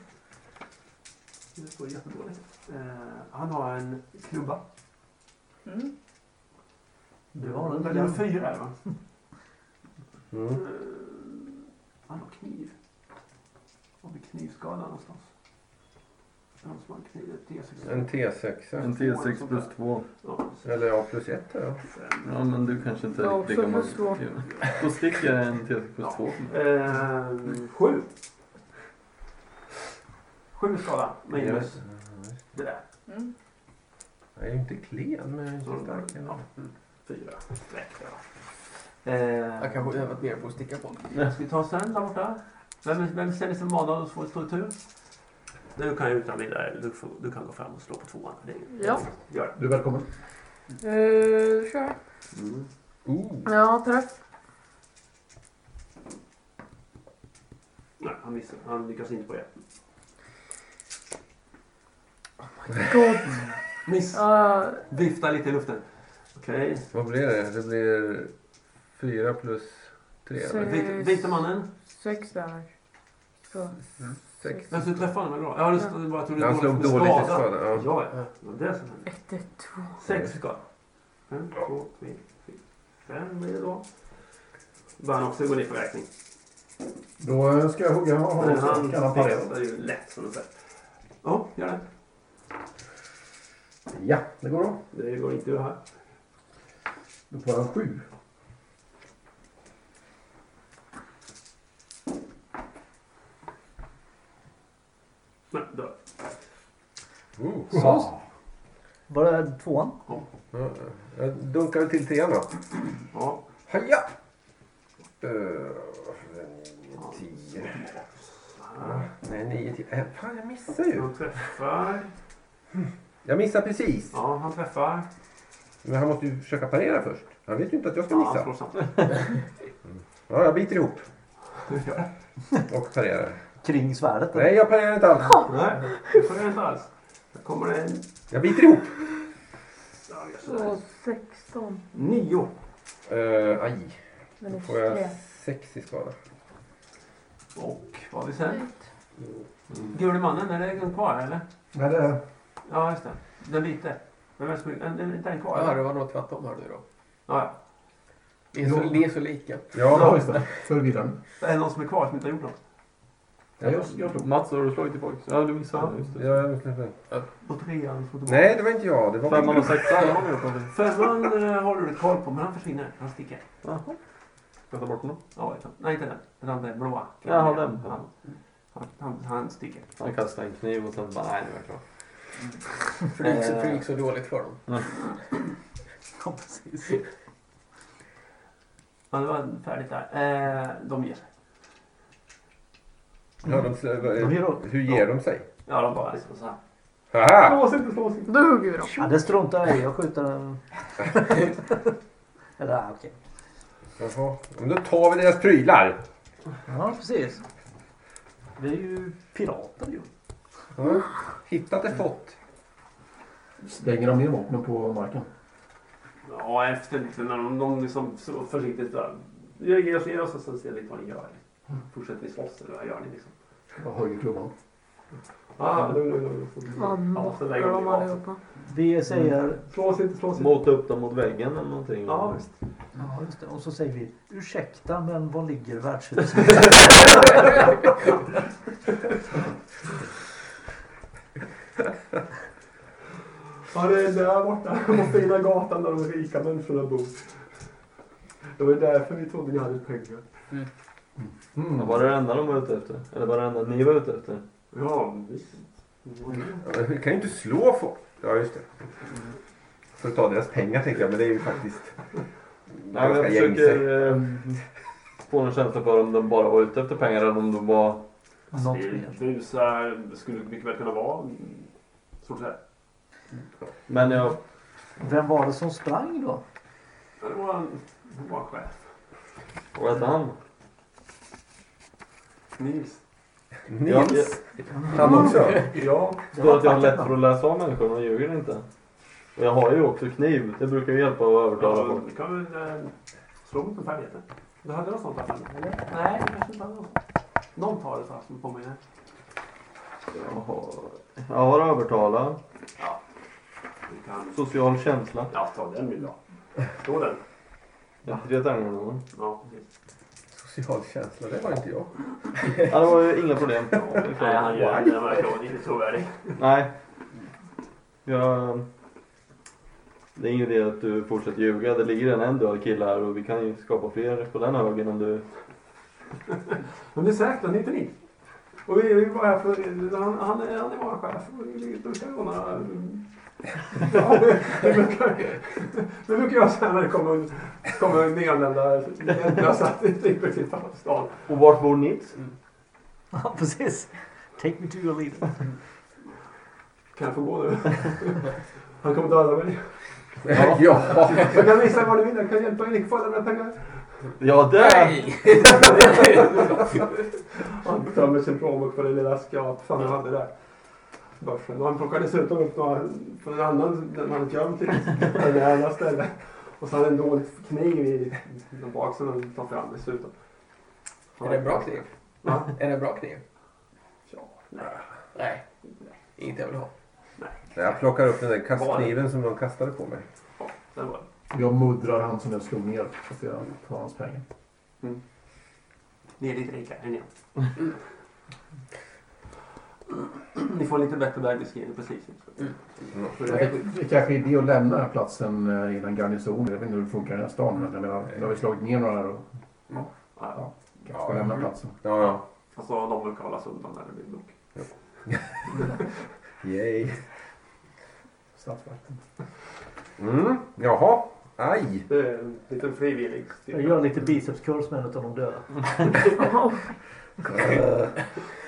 [SPEAKER 2] Det går jättedåligt. Eh, han har en klubba.
[SPEAKER 25] Mm.
[SPEAKER 2] Du har en väldigt fyra här va?
[SPEAKER 3] Mm.
[SPEAKER 2] Eh, han har kniv. Har vi knivskada någonstans? Är det Någon som har en kniv? Ett D6?
[SPEAKER 3] En T6.
[SPEAKER 5] En T6 plus 2.
[SPEAKER 2] Ja,
[SPEAKER 3] Eller ja, plus ett här ja.
[SPEAKER 5] Ja, men du kanske inte
[SPEAKER 2] Ja,
[SPEAKER 5] är lika
[SPEAKER 2] också
[SPEAKER 5] många.
[SPEAKER 2] plus två.
[SPEAKER 5] Då sticker jag en T6 plus 2.
[SPEAKER 2] Eh, sju. Sju skada. Minus. Det där.
[SPEAKER 25] Mm.
[SPEAKER 3] Jag är ju inte klen men jag är
[SPEAKER 2] Så
[SPEAKER 3] inte stark.
[SPEAKER 2] Mm. ja. Fyra. Räcker.
[SPEAKER 1] Jag kanske övat mer på att sticka på.
[SPEAKER 2] va? Eh, Ska vi ta sen där borta? Vem, vem känner sig manad att få stå i tur? Du kan ju utan vidare. Du, får, du kan gå fram och slå på tvåan. Det är-
[SPEAKER 11] Ja.
[SPEAKER 2] Gör
[SPEAKER 26] Du är välkommen.
[SPEAKER 11] Eh, kör.
[SPEAKER 2] det. Mm.
[SPEAKER 3] Oh,
[SPEAKER 11] Ja, träff.
[SPEAKER 2] Nej, han missar. Han lyckas inte på det.
[SPEAKER 11] God.
[SPEAKER 2] Miss.
[SPEAKER 11] Ja,
[SPEAKER 2] Vifta lite i luften. Okej.
[SPEAKER 3] Vad blir det? Det blir fyra plus tre. eller?
[SPEAKER 11] Sex.
[SPEAKER 2] Vit- Vita mannen.
[SPEAKER 11] sex där. Så.
[SPEAKER 2] Mm,
[SPEAKER 3] Sex.
[SPEAKER 2] Men du träffade honom eller vad? Ja, just det. Jag trodde
[SPEAKER 3] Han
[SPEAKER 2] det
[SPEAKER 3] slog
[SPEAKER 2] var
[SPEAKER 3] dåligt i
[SPEAKER 2] skada.
[SPEAKER 3] skada. Ja.
[SPEAKER 2] Ja, ja. Det var det som hände.
[SPEAKER 11] Ett, ett, två.
[SPEAKER 2] Sex skada. En, två, tre, fyra, fem blir det då. Börjar också gå ner för räkning.
[SPEAKER 26] Då eh, ska jag hugga honom
[SPEAKER 2] Men
[SPEAKER 26] så
[SPEAKER 2] han
[SPEAKER 26] kan han parera.
[SPEAKER 2] fixar ju lätt som du säger. Ja, gör det.
[SPEAKER 26] Ja, det går bra.
[SPEAKER 2] Det går inte ur här.
[SPEAKER 26] Då får han sju.
[SPEAKER 2] Nej, dör.
[SPEAKER 3] Oh.
[SPEAKER 4] Så. Var det tvåan?
[SPEAKER 3] Oh. Ja, Jag dunkar väl till trean då.
[SPEAKER 2] Ja.
[SPEAKER 3] Haja! Eh, Tio.
[SPEAKER 2] Ja,
[SPEAKER 3] Nej, nio, tio. Äh, Fan, jag missar ju.
[SPEAKER 2] Han träffar.
[SPEAKER 3] Jag missar precis.
[SPEAKER 2] Ja, han träffar.
[SPEAKER 3] Men han måste ju försöka parera först. Han vet ju inte att jag ska
[SPEAKER 2] Ja, han slår
[SPEAKER 3] missa.
[SPEAKER 2] samtidigt.
[SPEAKER 3] Ja, jag biter ihop
[SPEAKER 2] Du gör det.
[SPEAKER 3] och parerar.
[SPEAKER 4] Kring svärdet? eller?
[SPEAKER 3] Nej, jag parerar inte alls.
[SPEAKER 2] Nej, det får du inte alls. Där kommer det en...
[SPEAKER 3] Jag biter ihop.
[SPEAKER 2] Ja, just det.
[SPEAKER 11] Så, sexton.
[SPEAKER 2] Nio.
[SPEAKER 3] Uh, aj.
[SPEAKER 11] Men
[SPEAKER 3] Då
[SPEAKER 11] det
[SPEAKER 3] får
[SPEAKER 11] är tre.
[SPEAKER 3] jag sex i skada.
[SPEAKER 2] Och vad har vi sen? Gule mannen, är det en kvar eller?
[SPEAKER 26] Men det,
[SPEAKER 2] Ja, just det. Den vita. Men vem som... Den, den, den kvar?
[SPEAKER 1] Ja,
[SPEAKER 2] eller?
[SPEAKER 1] det var nog tvärtom här nu då.
[SPEAKER 2] Ja,
[SPEAKER 1] Det är så, det är så lika.
[SPEAKER 26] ja,
[SPEAKER 3] Ja,
[SPEAKER 26] just det. Förvirrande.
[SPEAKER 2] ja. Är det någon som är kvar som inte har gjort något?
[SPEAKER 26] Ja, jag, jag slog.
[SPEAKER 5] Mats, har du slagit tillbaka? Ja, du missade. Just det.
[SPEAKER 3] jag knäpper.
[SPEAKER 2] På trean får tillbaka.
[SPEAKER 3] Nej, det var inte jag. Det var
[SPEAKER 5] Femman och sexan har vi gjort någonting.
[SPEAKER 2] Femman eh, har du koll på, men han försvinner. Han sticker.
[SPEAKER 5] Ska jag ta bort honom?
[SPEAKER 2] Ja, utan- nej, inte den. Den andra blåa.
[SPEAKER 5] Jaha, den.
[SPEAKER 2] Han, han, han, han sticker.
[SPEAKER 5] Han kastade en kniv och sen bara, nej nu är jag klar.
[SPEAKER 1] För det gick, så- för
[SPEAKER 5] Eh.
[SPEAKER 1] det gick så dåligt för dem.
[SPEAKER 4] Ja, precis.
[SPEAKER 2] Ja, det var färdigt där. Eh, de ger sig.
[SPEAKER 3] Ja, de,
[SPEAKER 4] Mm. De ger upp.
[SPEAKER 3] hur ger de sig?
[SPEAKER 2] Ja, de bara liksom så här.
[SPEAKER 3] Haha!
[SPEAKER 2] Slås inte, slås inte.
[SPEAKER 11] Då hugger vi dem.
[SPEAKER 4] Ja, det struntar jag i. Jag skjuter den. Eller ah, okej.
[SPEAKER 3] Jaha. Men då tar vi deras prylar.
[SPEAKER 4] Ja, precis. Vi är ju pirater ju.
[SPEAKER 3] Ja. Hittat är fått.
[SPEAKER 8] Slänger de ner vapnen på marken?
[SPEAKER 2] Ja, efter lite när de, de liksom så försiktigt där. Jag ger oss ner oss och sen ser vi vad ni gör. Fortsätter ni slåss eller vad gör ni liksom?
[SPEAKER 8] Jag höjer klubban.
[SPEAKER 2] Ah, lugn, lugn, lugn. Ja, så lägger de ner vapnen.
[SPEAKER 4] Vi säger...
[SPEAKER 2] Slås inte, slås inte.
[SPEAKER 5] Mota upp dem mot väggen eller någonting.
[SPEAKER 4] Ja, visst. Ja, just det. Och så säger vi ursäkta men var ligger värdshuset?
[SPEAKER 2] Ja, det är där borta, på fina gatan där de rika människorna bor. Det var ju därför vi trodde ni hade pengar. Mm.
[SPEAKER 5] Ja, Var det det enda de var ute efter? Eller var det det enda ni var ute efter?
[SPEAKER 2] Ja, visst.
[SPEAKER 3] Ja, men Vi kan ju inte slå folk. Ja, just det. För att ta deras pengar tänkte jag, men det är ju faktiskt
[SPEAKER 5] Nej, men jag försöker eh, få en känsla för om de bara var ute efter pengar eller om de var...
[SPEAKER 4] Något
[SPEAKER 2] mer. Busar skulle mycket väl kunna vara. mm, Stort här.
[SPEAKER 5] Men jag...
[SPEAKER 4] Vem var det som sprang då?
[SPEAKER 2] Ja, Det var en det var en chef.
[SPEAKER 5] Vad hette han?
[SPEAKER 2] Nils.
[SPEAKER 3] Nils. Han också?
[SPEAKER 2] Ja.
[SPEAKER 5] Jag tror att jag har lätt för att läsa av människor, man ljuger inte. Och jag har ju också kniv. Det brukar ju hjälpa att övertala
[SPEAKER 2] Ja,
[SPEAKER 5] folk.
[SPEAKER 2] Du kan väl eh, slå mot en färdighet? Du hade något sånt där framme, eller? Nej, jag kanske inte hade något. Någon tar det fast på mig.
[SPEAKER 5] Jag har, jag har övertala,
[SPEAKER 2] Du kan...
[SPEAKER 5] social känsla.
[SPEAKER 2] Ja, ta den vill du ha. Slå den.
[SPEAKER 5] Jag har tre tärningar någon.
[SPEAKER 2] Ja, precis.
[SPEAKER 3] Social känsla, det var inte jag.
[SPEAKER 5] Ja, det var ju inga problem.
[SPEAKER 2] Nej, han gör det. Den verkar inte trovärdig.
[SPEAKER 5] Nej. Jag... Det är ingen idé att du fortsätter ljuga. Det ligger redan en död kille här och vi kan ju skapa fler på den högen om du...
[SPEAKER 2] Men det är säkert, han är inte ni. Och vi är ju bara här för... Han, han, är, han är vår chef. och vi- Då ska vi ordna... Ja, det, brukar, det brukar jag säga när det kommer, kommer nyanlända hjälplösa typer till stan.
[SPEAKER 5] Och vart bor Nils?
[SPEAKER 4] Ja, precis. Take me to your leader.
[SPEAKER 2] Kan jag få gå nu? Han kommer döda mig.
[SPEAKER 3] Ja.
[SPEAKER 2] Jag kan visa vad du vill. Jag kan hjälpa Erik. Får jag lämna pengar?
[SPEAKER 5] Ja, där!
[SPEAKER 2] Han tömmer sin plånbok för det lilla skrap som han hade där. Börsen. Och han plockade dessutom upp några från en annan, den han hade gömt i en annan ställe. Och så hade han en dold kniv i den bak som han tar fram dessutom.
[SPEAKER 22] Är det en bra kniv?
[SPEAKER 2] Ja.
[SPEAKER 22] Är det en bra kniv?
[SPEAKER 2] Ja.
[SPEAKER 22] Nej. Inte jag vill ha.
[SPEAKER 3] Jag plockar upp den där kastkniven som de kastade på mig.
[SPEAKER 2] Den var det.
[SPEAKER 8] Jag muddrar han som jag slog ner. Fast jag tar hans pengar.
[SPEAKER 2] Ni är lite rikare än jag. Mm. Ni får en lite bättre världsbeskrivning precis.
[SPEAKER 3] Mm.
[SPEAKER 2] För det
[SPEAKER 8] Det
[SPEAKER 2] är-
[SPEAKER 8] det kanske är idé att lämna den här platsen eh, innan garnisonen. Jag vet inte hur det funkar i den här stan. Men jag menar, nu har vi slagit ner några här och
[SPEAKER 2] Ja,
[SPEAKER 8] kanske ska lämna platsen.
[SPEAKER 3] Ja, ja.
[SPEAKER 2] Alltså de brukar hållas undan när det blir bråk.
[SPEAKER 3] Yay.
[SPEAKER 8] Statsvakten.
[SPEAKER 3] Mm. Jaha. Aj.
[SPEAKER 2] Det är en liten frivillig
[SPEAKER 4] Jag
[SPEAKER 2] styrka.
[SPEAKER 4] gör lite bicepscurls med en utav de döda.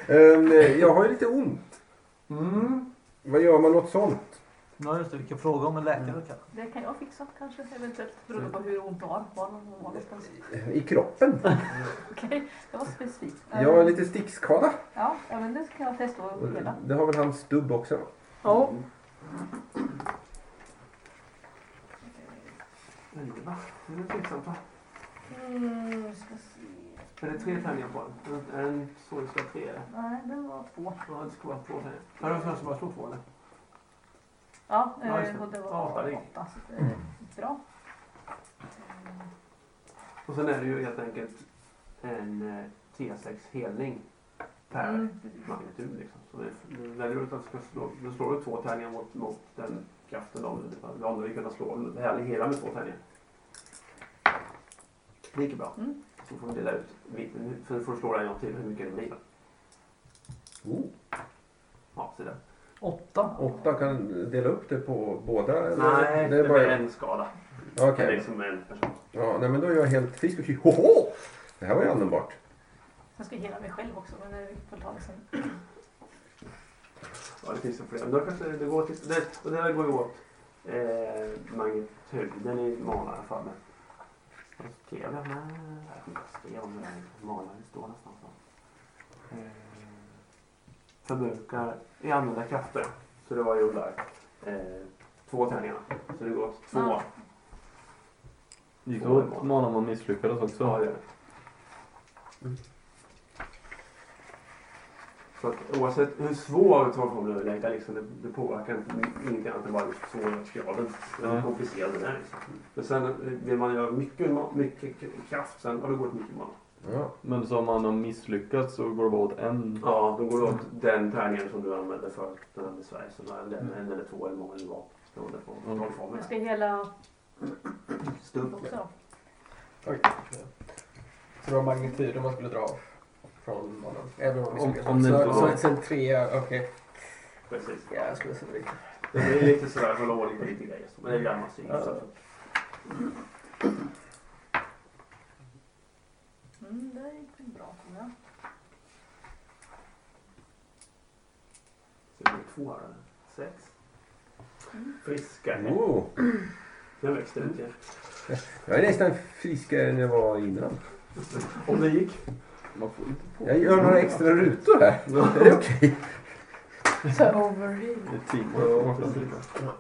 [SPEAKER 3] Ehm, jag har ju lite ont.
[SPEAKER 2] Mm.
[SPEAKER 3] Vad gör man åt sånt?
[SPEAKER 4] Ja, just det. Vi kan fråga om en läkare kan.
[SPEAKER 11] Det kan jag fixa kanske, eventuellt. Beroende på hur ont du har. Var någon var någonstans.
[SPEAKER 3] Mm. I kroppen?
[SPEAKER 11] Okej, det var specifikt.
[SPEAKER 3] Jag har lite stickskada.
[SPEAKER 11] Ja, ja, men det kan jag testa att hela.
[SPEAKER 3] Det har väl han stubb också? va?
[SPEAKER 11] Ja.
[SPEAKER 2] Mm. Elva. Den är tveksamt va?
[SPEAKER 11] Mm, ska se.
[SPEAKER 2] Är det tre tärningar på den? Är den så du ska ha tre? eller?
[SPEAKER 11] Nej, det var två.
[SPEAKER 2] Ja, det ska vara två tärningar. Ja, det kanske bara slå två eller?
[SPEAKER 11] Ja,
[SPEAKER 2] Ja, just
[SPEAKER 11] eh,
[SPEAKER 2] det.
[SPEAKER 11] och det
[SPEAKER 2] Ja,
[SPEAKER 11] var
[SPEAKER 2] färdig.
[SPEAKER 11] åtta. Så det
[SPEAKER 3] Mm.
[SPEAKER 11] är bra.
[SPEAKER 2] Och sen är det ju helt enkelt en eh, T6 helning per
[SPEAKER 11] Mm.
[SPEAKER 2] magnitud. Liksom. Så det, det väljer du att du ska slå, då slår du två tärningar mot, mot den kraften då. Du har aldrig kunnat slå det här hela med två tärningar. Det gick ju bra.
[SPEAKER 11] Mm.
[SPEAKER 2] Så får du dela ut, vi- för du får slå dig en gång till hur mycket det blir.
[SPEAKER 3] Oh,
[SPEAKER 2] Ja, så där.
[SPEAKER 4] Åtta.
[SPEAKER 3] åtta kan dela upp det på båda? eller?
[SPEAKER 2] Nej,
[SPEAKER 3] det är
[SPEAKER 2] blir
[SPEAKER 3] bara...
[SPEAKER 2] en skada.
[SPEAKER 3] Okej.
[SPEAKER 2] Det är liksom en person.
[SPEAKER 3] Ja, nej, men då är jag helt frisk och kry. Hoho! Det här var ju användbart.
[SPEAKER 11] Jag ska hela mig själv också, men det får vi ta det sen.
[SPEAKER 2] Ja, det finns ju fler. Men då kanske det går till... Det, och det här går ju åt eh, magnituden i malaren för mig. Vad skrev jag? Nej, jag kommer inte ihåg vad jag skrev om det där. Malaren står någonstans. va? Eh, förbrukar i använda krafter. Så det var ju där. Eh, två tärningar. Så det går åt två.
[SPEAKER 11] Ja.
[SPEAKER 5] Gick det att mana om man misslyckades också?
[SPEAKER 2] Ja, det gör Så att oavsett hur svår transformationen är, lägga, liksom, det, det påverkar inte ingenting annat än bara just svårighetsgraden. Men hur
[SPEAKER 5] Mm.
[SPEAKER 2] komplicerad den är. Liksom. Men sen eh, vill man göra mycket, ma- mycket k- kraft sen, och då går det mycket man.
[SPEAKER 5] Men så om man har misslyckats så går det bara åt en?
[SPEAKER 2] Ja, då går det åt den tärningen som du använde för den här med Sverige. Så den, den, en eller två eller många det var. Beroende på trollformen.
[SPEAKER 11] Jag ska hela
[SPEAKER 2] Stubb.
[SPEAKER 3] Mm.
[SPEAKER 11] också.
[SPEAKER 22] Oj. Så det var magnituden man skulle dra av från banan? Även om,
[SPEAKER 2] Om-
[SPEAKER 22] om,
[SPEAKER 2] om det
[SPEAKER 22] så,
[SPEAKER 2] inte
[SPEAKER 22] så,
[SPEAKER 2] var-
[SPEAKER 22] så, sen tre, okej.
[SPEAKER 2] Precis.
[SPEAKER 22] Ja, jag skulle säga det.
[SPEAKER 2] Det blir lite sådär, hålla ordning på lite grejer. Men det lär man sig.
[SPEAKER 22] Ja.
[SPEAKER 2] Så-
[SPEAKER 11] Mm, det gick väl bra tror jag.
[SPEAKER 2] Så det blir två här. eller? Sex. Friska.
[SPEAKER 3] Wow.
[SPEAKER 2] Den växte ut igen.
[SPEAKER 3] Oh. Jag är nästan friskare än jag var innan.
[SPEAKER 5] Om det gick? Man får inte på.
[SPEAKER 3] Jag gör några extra rutor här. Är det okej?
[SPEAKER 11] Så overheal.
[SPEAKER 5] Det är teamwork.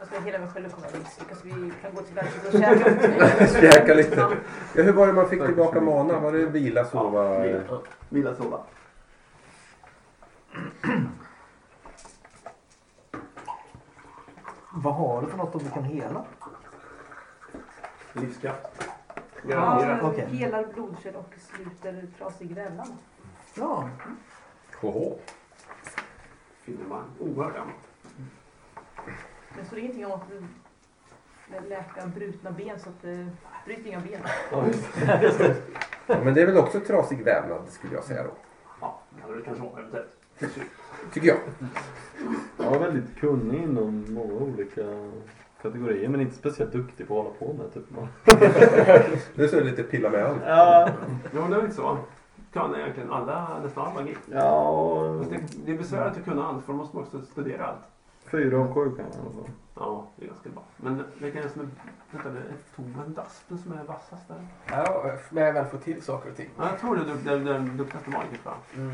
[SPEAKER 11] Jag ska hela mig själv och kolla om misslyckas. Vi kan gå till verket och käka upp det.
[SPEAKER 3] Käka lite. Ja, hur var det man fick tillbaka mana? Var det vila, sova?
[SPEAKER 2] Vila, vila sova.
[SPEAKER 4] Vad har du för något om du kan hela?
[SPEAKER 2] Livskraft.
[SPEAKER 11] Ja,
[SPEAKER 4] Okej.
[SPEAKER 11] Helar blodkärl och sluter trasig vävnad.
[SPEAKER 4] Ja.
[SPEAKER 3] KH.
[SPEAKER 2] Finemang. Oerhört gammalt.
[SPEAKER 11] Men så det är ingenting om att eh, läka brutna ben så att eh, bryt inga ben.
[SPEAKER 3] Ja, men det är väl också trasig vävnad skulle jag säga då.
[SPEAKER 2] Ja, eller det kanske var eventuellt.
[SPEAKER 3] Tycker jag.
[SPEAKER 5] Jag var väldigt kunnig inom många olika kategorier men inte speciellt duktig på att hålla på med typ. Man.
[SPEAKER 3] Nu är det lite pilla med allt.
[SPEAKER 5] Ja.
[SPEAKER 2] Jo, det är lite så. Kan egentligen alla, nästan all magi.
[SPEAKER 5] Ja.
[SPEAKER 2] Fast Det, det är besvärligt att kunna allt för då måste man också studera allt.
[SPEAKER 5] Fyra alltså. av sju kan jag i alla fall.
[SPEAKER 2] Ja, det är ganska bra. Men vilken är det som är... Vänta, det är Toben Daspen som är vassast där.
[SPEAKER 22] Ja, när jag väl får till saker och ting.
[SPEAKER 2] Ja, jag tror det är du- den, den duktigaste magikern tror jag.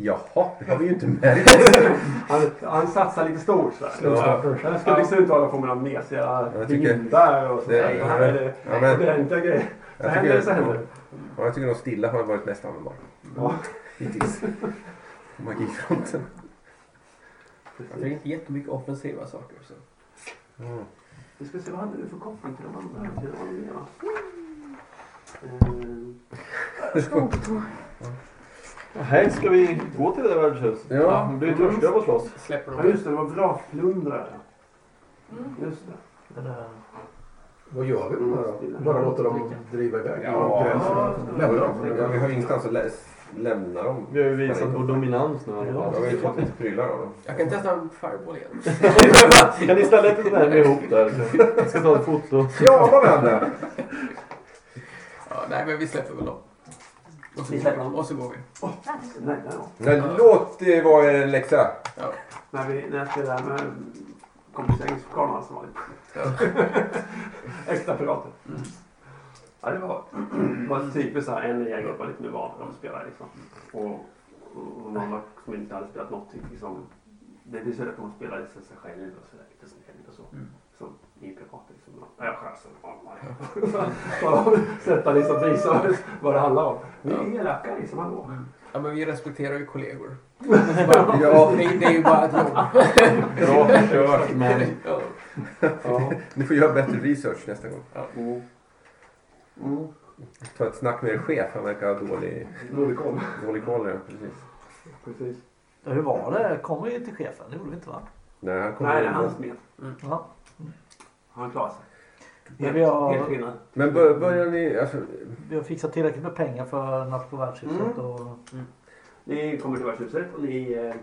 [SPEAKER 3] Jaha, det har vi ju inte märkt.
[SPEAKER 2] Han, han satsar lite stort sådär.
[SPEAKER 3] Ja.
[SPEAKER 2] Han skulle liksom inte hålla på med några mesiga
[SPEAKER 3] Jag tycker-
[SPEAKER 2] vindar och sånt
[SPEAKER 3] Det-
[SPEAKER 2] där. Det här är det
[SPEAKER 3] Ja, men-
[SPEAKER 2] ordentliga grejer. Så
[SPEAKER 3] Jag
[SPEAKER 2] händer det så
[SPEAKER 3] tycker,
[SPEAKER 2] händer det.
[SPEAKER 3] ja, jag tycker de stilla har varit mest användbara.
[SPEAKER 2] Ja.
[SPEAKER 3] Hittills. På magifronten.
[SPEAKER 22] Det är inte jättemycket offensiva saker. Så.
[SPEAKER 3] Mm.
[SPEAKER 2] Vi ska se vad hade du för koppling till de andra? Till de andra med, va?
[SPEAKER 3] Mm.
[SPEAKER 5] Här ska vi gå till det där värdshuset.
[SPEAKER 3] Ja.
[SPEAKER 5] Nu blir vi törstiga av att slåss.
[SPEAKER 22] Släpper
[SPEAKER 2] Eh, Ja
[SPEAKER 22] de ut.
[SPEAKER 2] just det, det var vrakplundrare.
[SPEAKER 11] Mm,
[SPEAKER 2] Just det. Den där-
[SPEAKER 10] Vad gör vi med det här
[SPEAKER 2] Mm.
[SPEAKER 10] då? Bara låter dem driva iväg?
[SPEAKER 3] Ja.
[SPEAKER 10] Lämna dem?
[SPEAKER 3] Ja, vi har ju ingenstans att lä- lämna dem.
[SPEAKER 5] Vi har ju visat vår dominans nu i alla
[SPEAKER 3] Jag
[SPEAKER 5] fall.
[SPEAKER 3] har ju fått lite prylar av dem.
[SPEAKER 22] Jag kan testa en fireball igen.
[SPEAKER 5] Kan ni ställa ett sånt här med ihop där? så Jag ska ta ett foto.
[SPEAKER 3] Ja, varandra!
[SPEAKER 22] Ja, nej, men vi släpper väl dem. Och så, släpper dem, och så går vi.
[SPEAKER 2] Nej, där var.
[SPEAKER 3] Nej, låt det vara en läxa.
[SPEAKER 2] När, vi, när jag spelade med kompisgänget så kom han som vanligt. Äkta pirater. Ja, det var, var typiskt så här, en i gänget var lite mer van att spela liksom. Och, och och någon var- som inte hade spelat någonting liksom. Det blir så lätt att man spelar lite sig själv och så där, lite snäll och så. Som ni pirater liksom. Ja, jag skär sen av mig. Bara Sätta liksom visa vad det handlar om. Vi är elaka liksom, hallå.
[SPEAKER 22] Ja, men vi respekterar ju kollegor. ja. det, det är ju bara ett jobb.
[SPEAKER 5] Bra försök men...
[SPEAKER 22] Ja.
[SPEAKER 3] Ni får göra bättre research nästa gång.
[SPEAKER 2] Mm. Mm.
[SPEAKER 3] Ta ett snack med er chef. Han verkar ha dålig,
[SPEAKER 2] Dålig koll.
[SPEAKER 3] dålig koll. Ja, precis.
[SPEAKER 2] Precis.
[SPEAKER 4] Ja, Hur var det? Kom vi till chefen? Det gjorde vi inte va?
[SPEAKER 3] Nej, han kommer
[SPEAKER 2] Nej, det är
[SPEAKER 3] in.
[SPEAKER 2] hans med.
[SPEAKER 4] Ja.
[SPEAKER 2] Han klarar sig.
[SPEAKER 4] Men
[SPEAKER 2] Helt,
[SPEAKER 4] vi har-
[SPEAKER 2] helt skillnad.
[SPEAKER 3] Men bör, börjar ni... Alltså,
[SPEAKER 4] Vi har fixat tillräckligt med pengar för natt på värdshuset. Och...
[SPEAKER 2] Ni kommer till värdshuset och ni... Eh,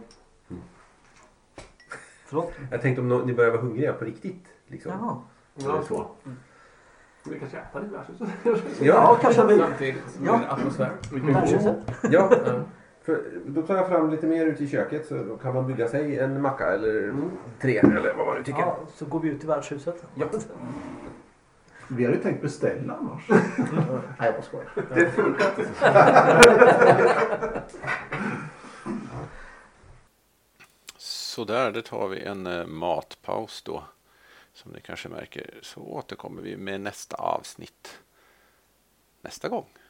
[SPEAKER 4] Förlåt?
[SPEAKER 3] jag tänkte om no- ni börjar vara hungriga på riktigt. Liksom.
[SPEAKER 4] Jaha.
[SPEAKER 2] ja, så. Vi kanske äter lite i värdshuset.
[SPEAKER 4] Ja, kanske vi.
[SPEAKER 22] Samtidigt med
[SPEAKER 4] Ja.
[SPEAKER 22] atmosfär.
[SPEAKER 4] Värdshuset.
[SPEAKER 3] Ja, för då tar jag fram lite mer ute i köket så då kan man bygga sig en macka eller
[SPEAKER 22] Mm.
[SPEAKER 3] tre eller vad man nu tycker.
[SPEAKER 4] Ja, så går vi ut i värdshuset.
[SPEAKER 3] Ja.
[SPEAKER 10] Vi hade ju tänkt beställa annars.
[SPEAKER 4] Mm.
[SPEAKER 10] Nej, jag bara skojar.
[SPEAKER 3] Det funkar inte.
[SPEAKER 1] Så Sådär, där tar vi en eh, matpaus då. Som ni kanske märker så återkommer vi med nästa avsnitt nästa gång.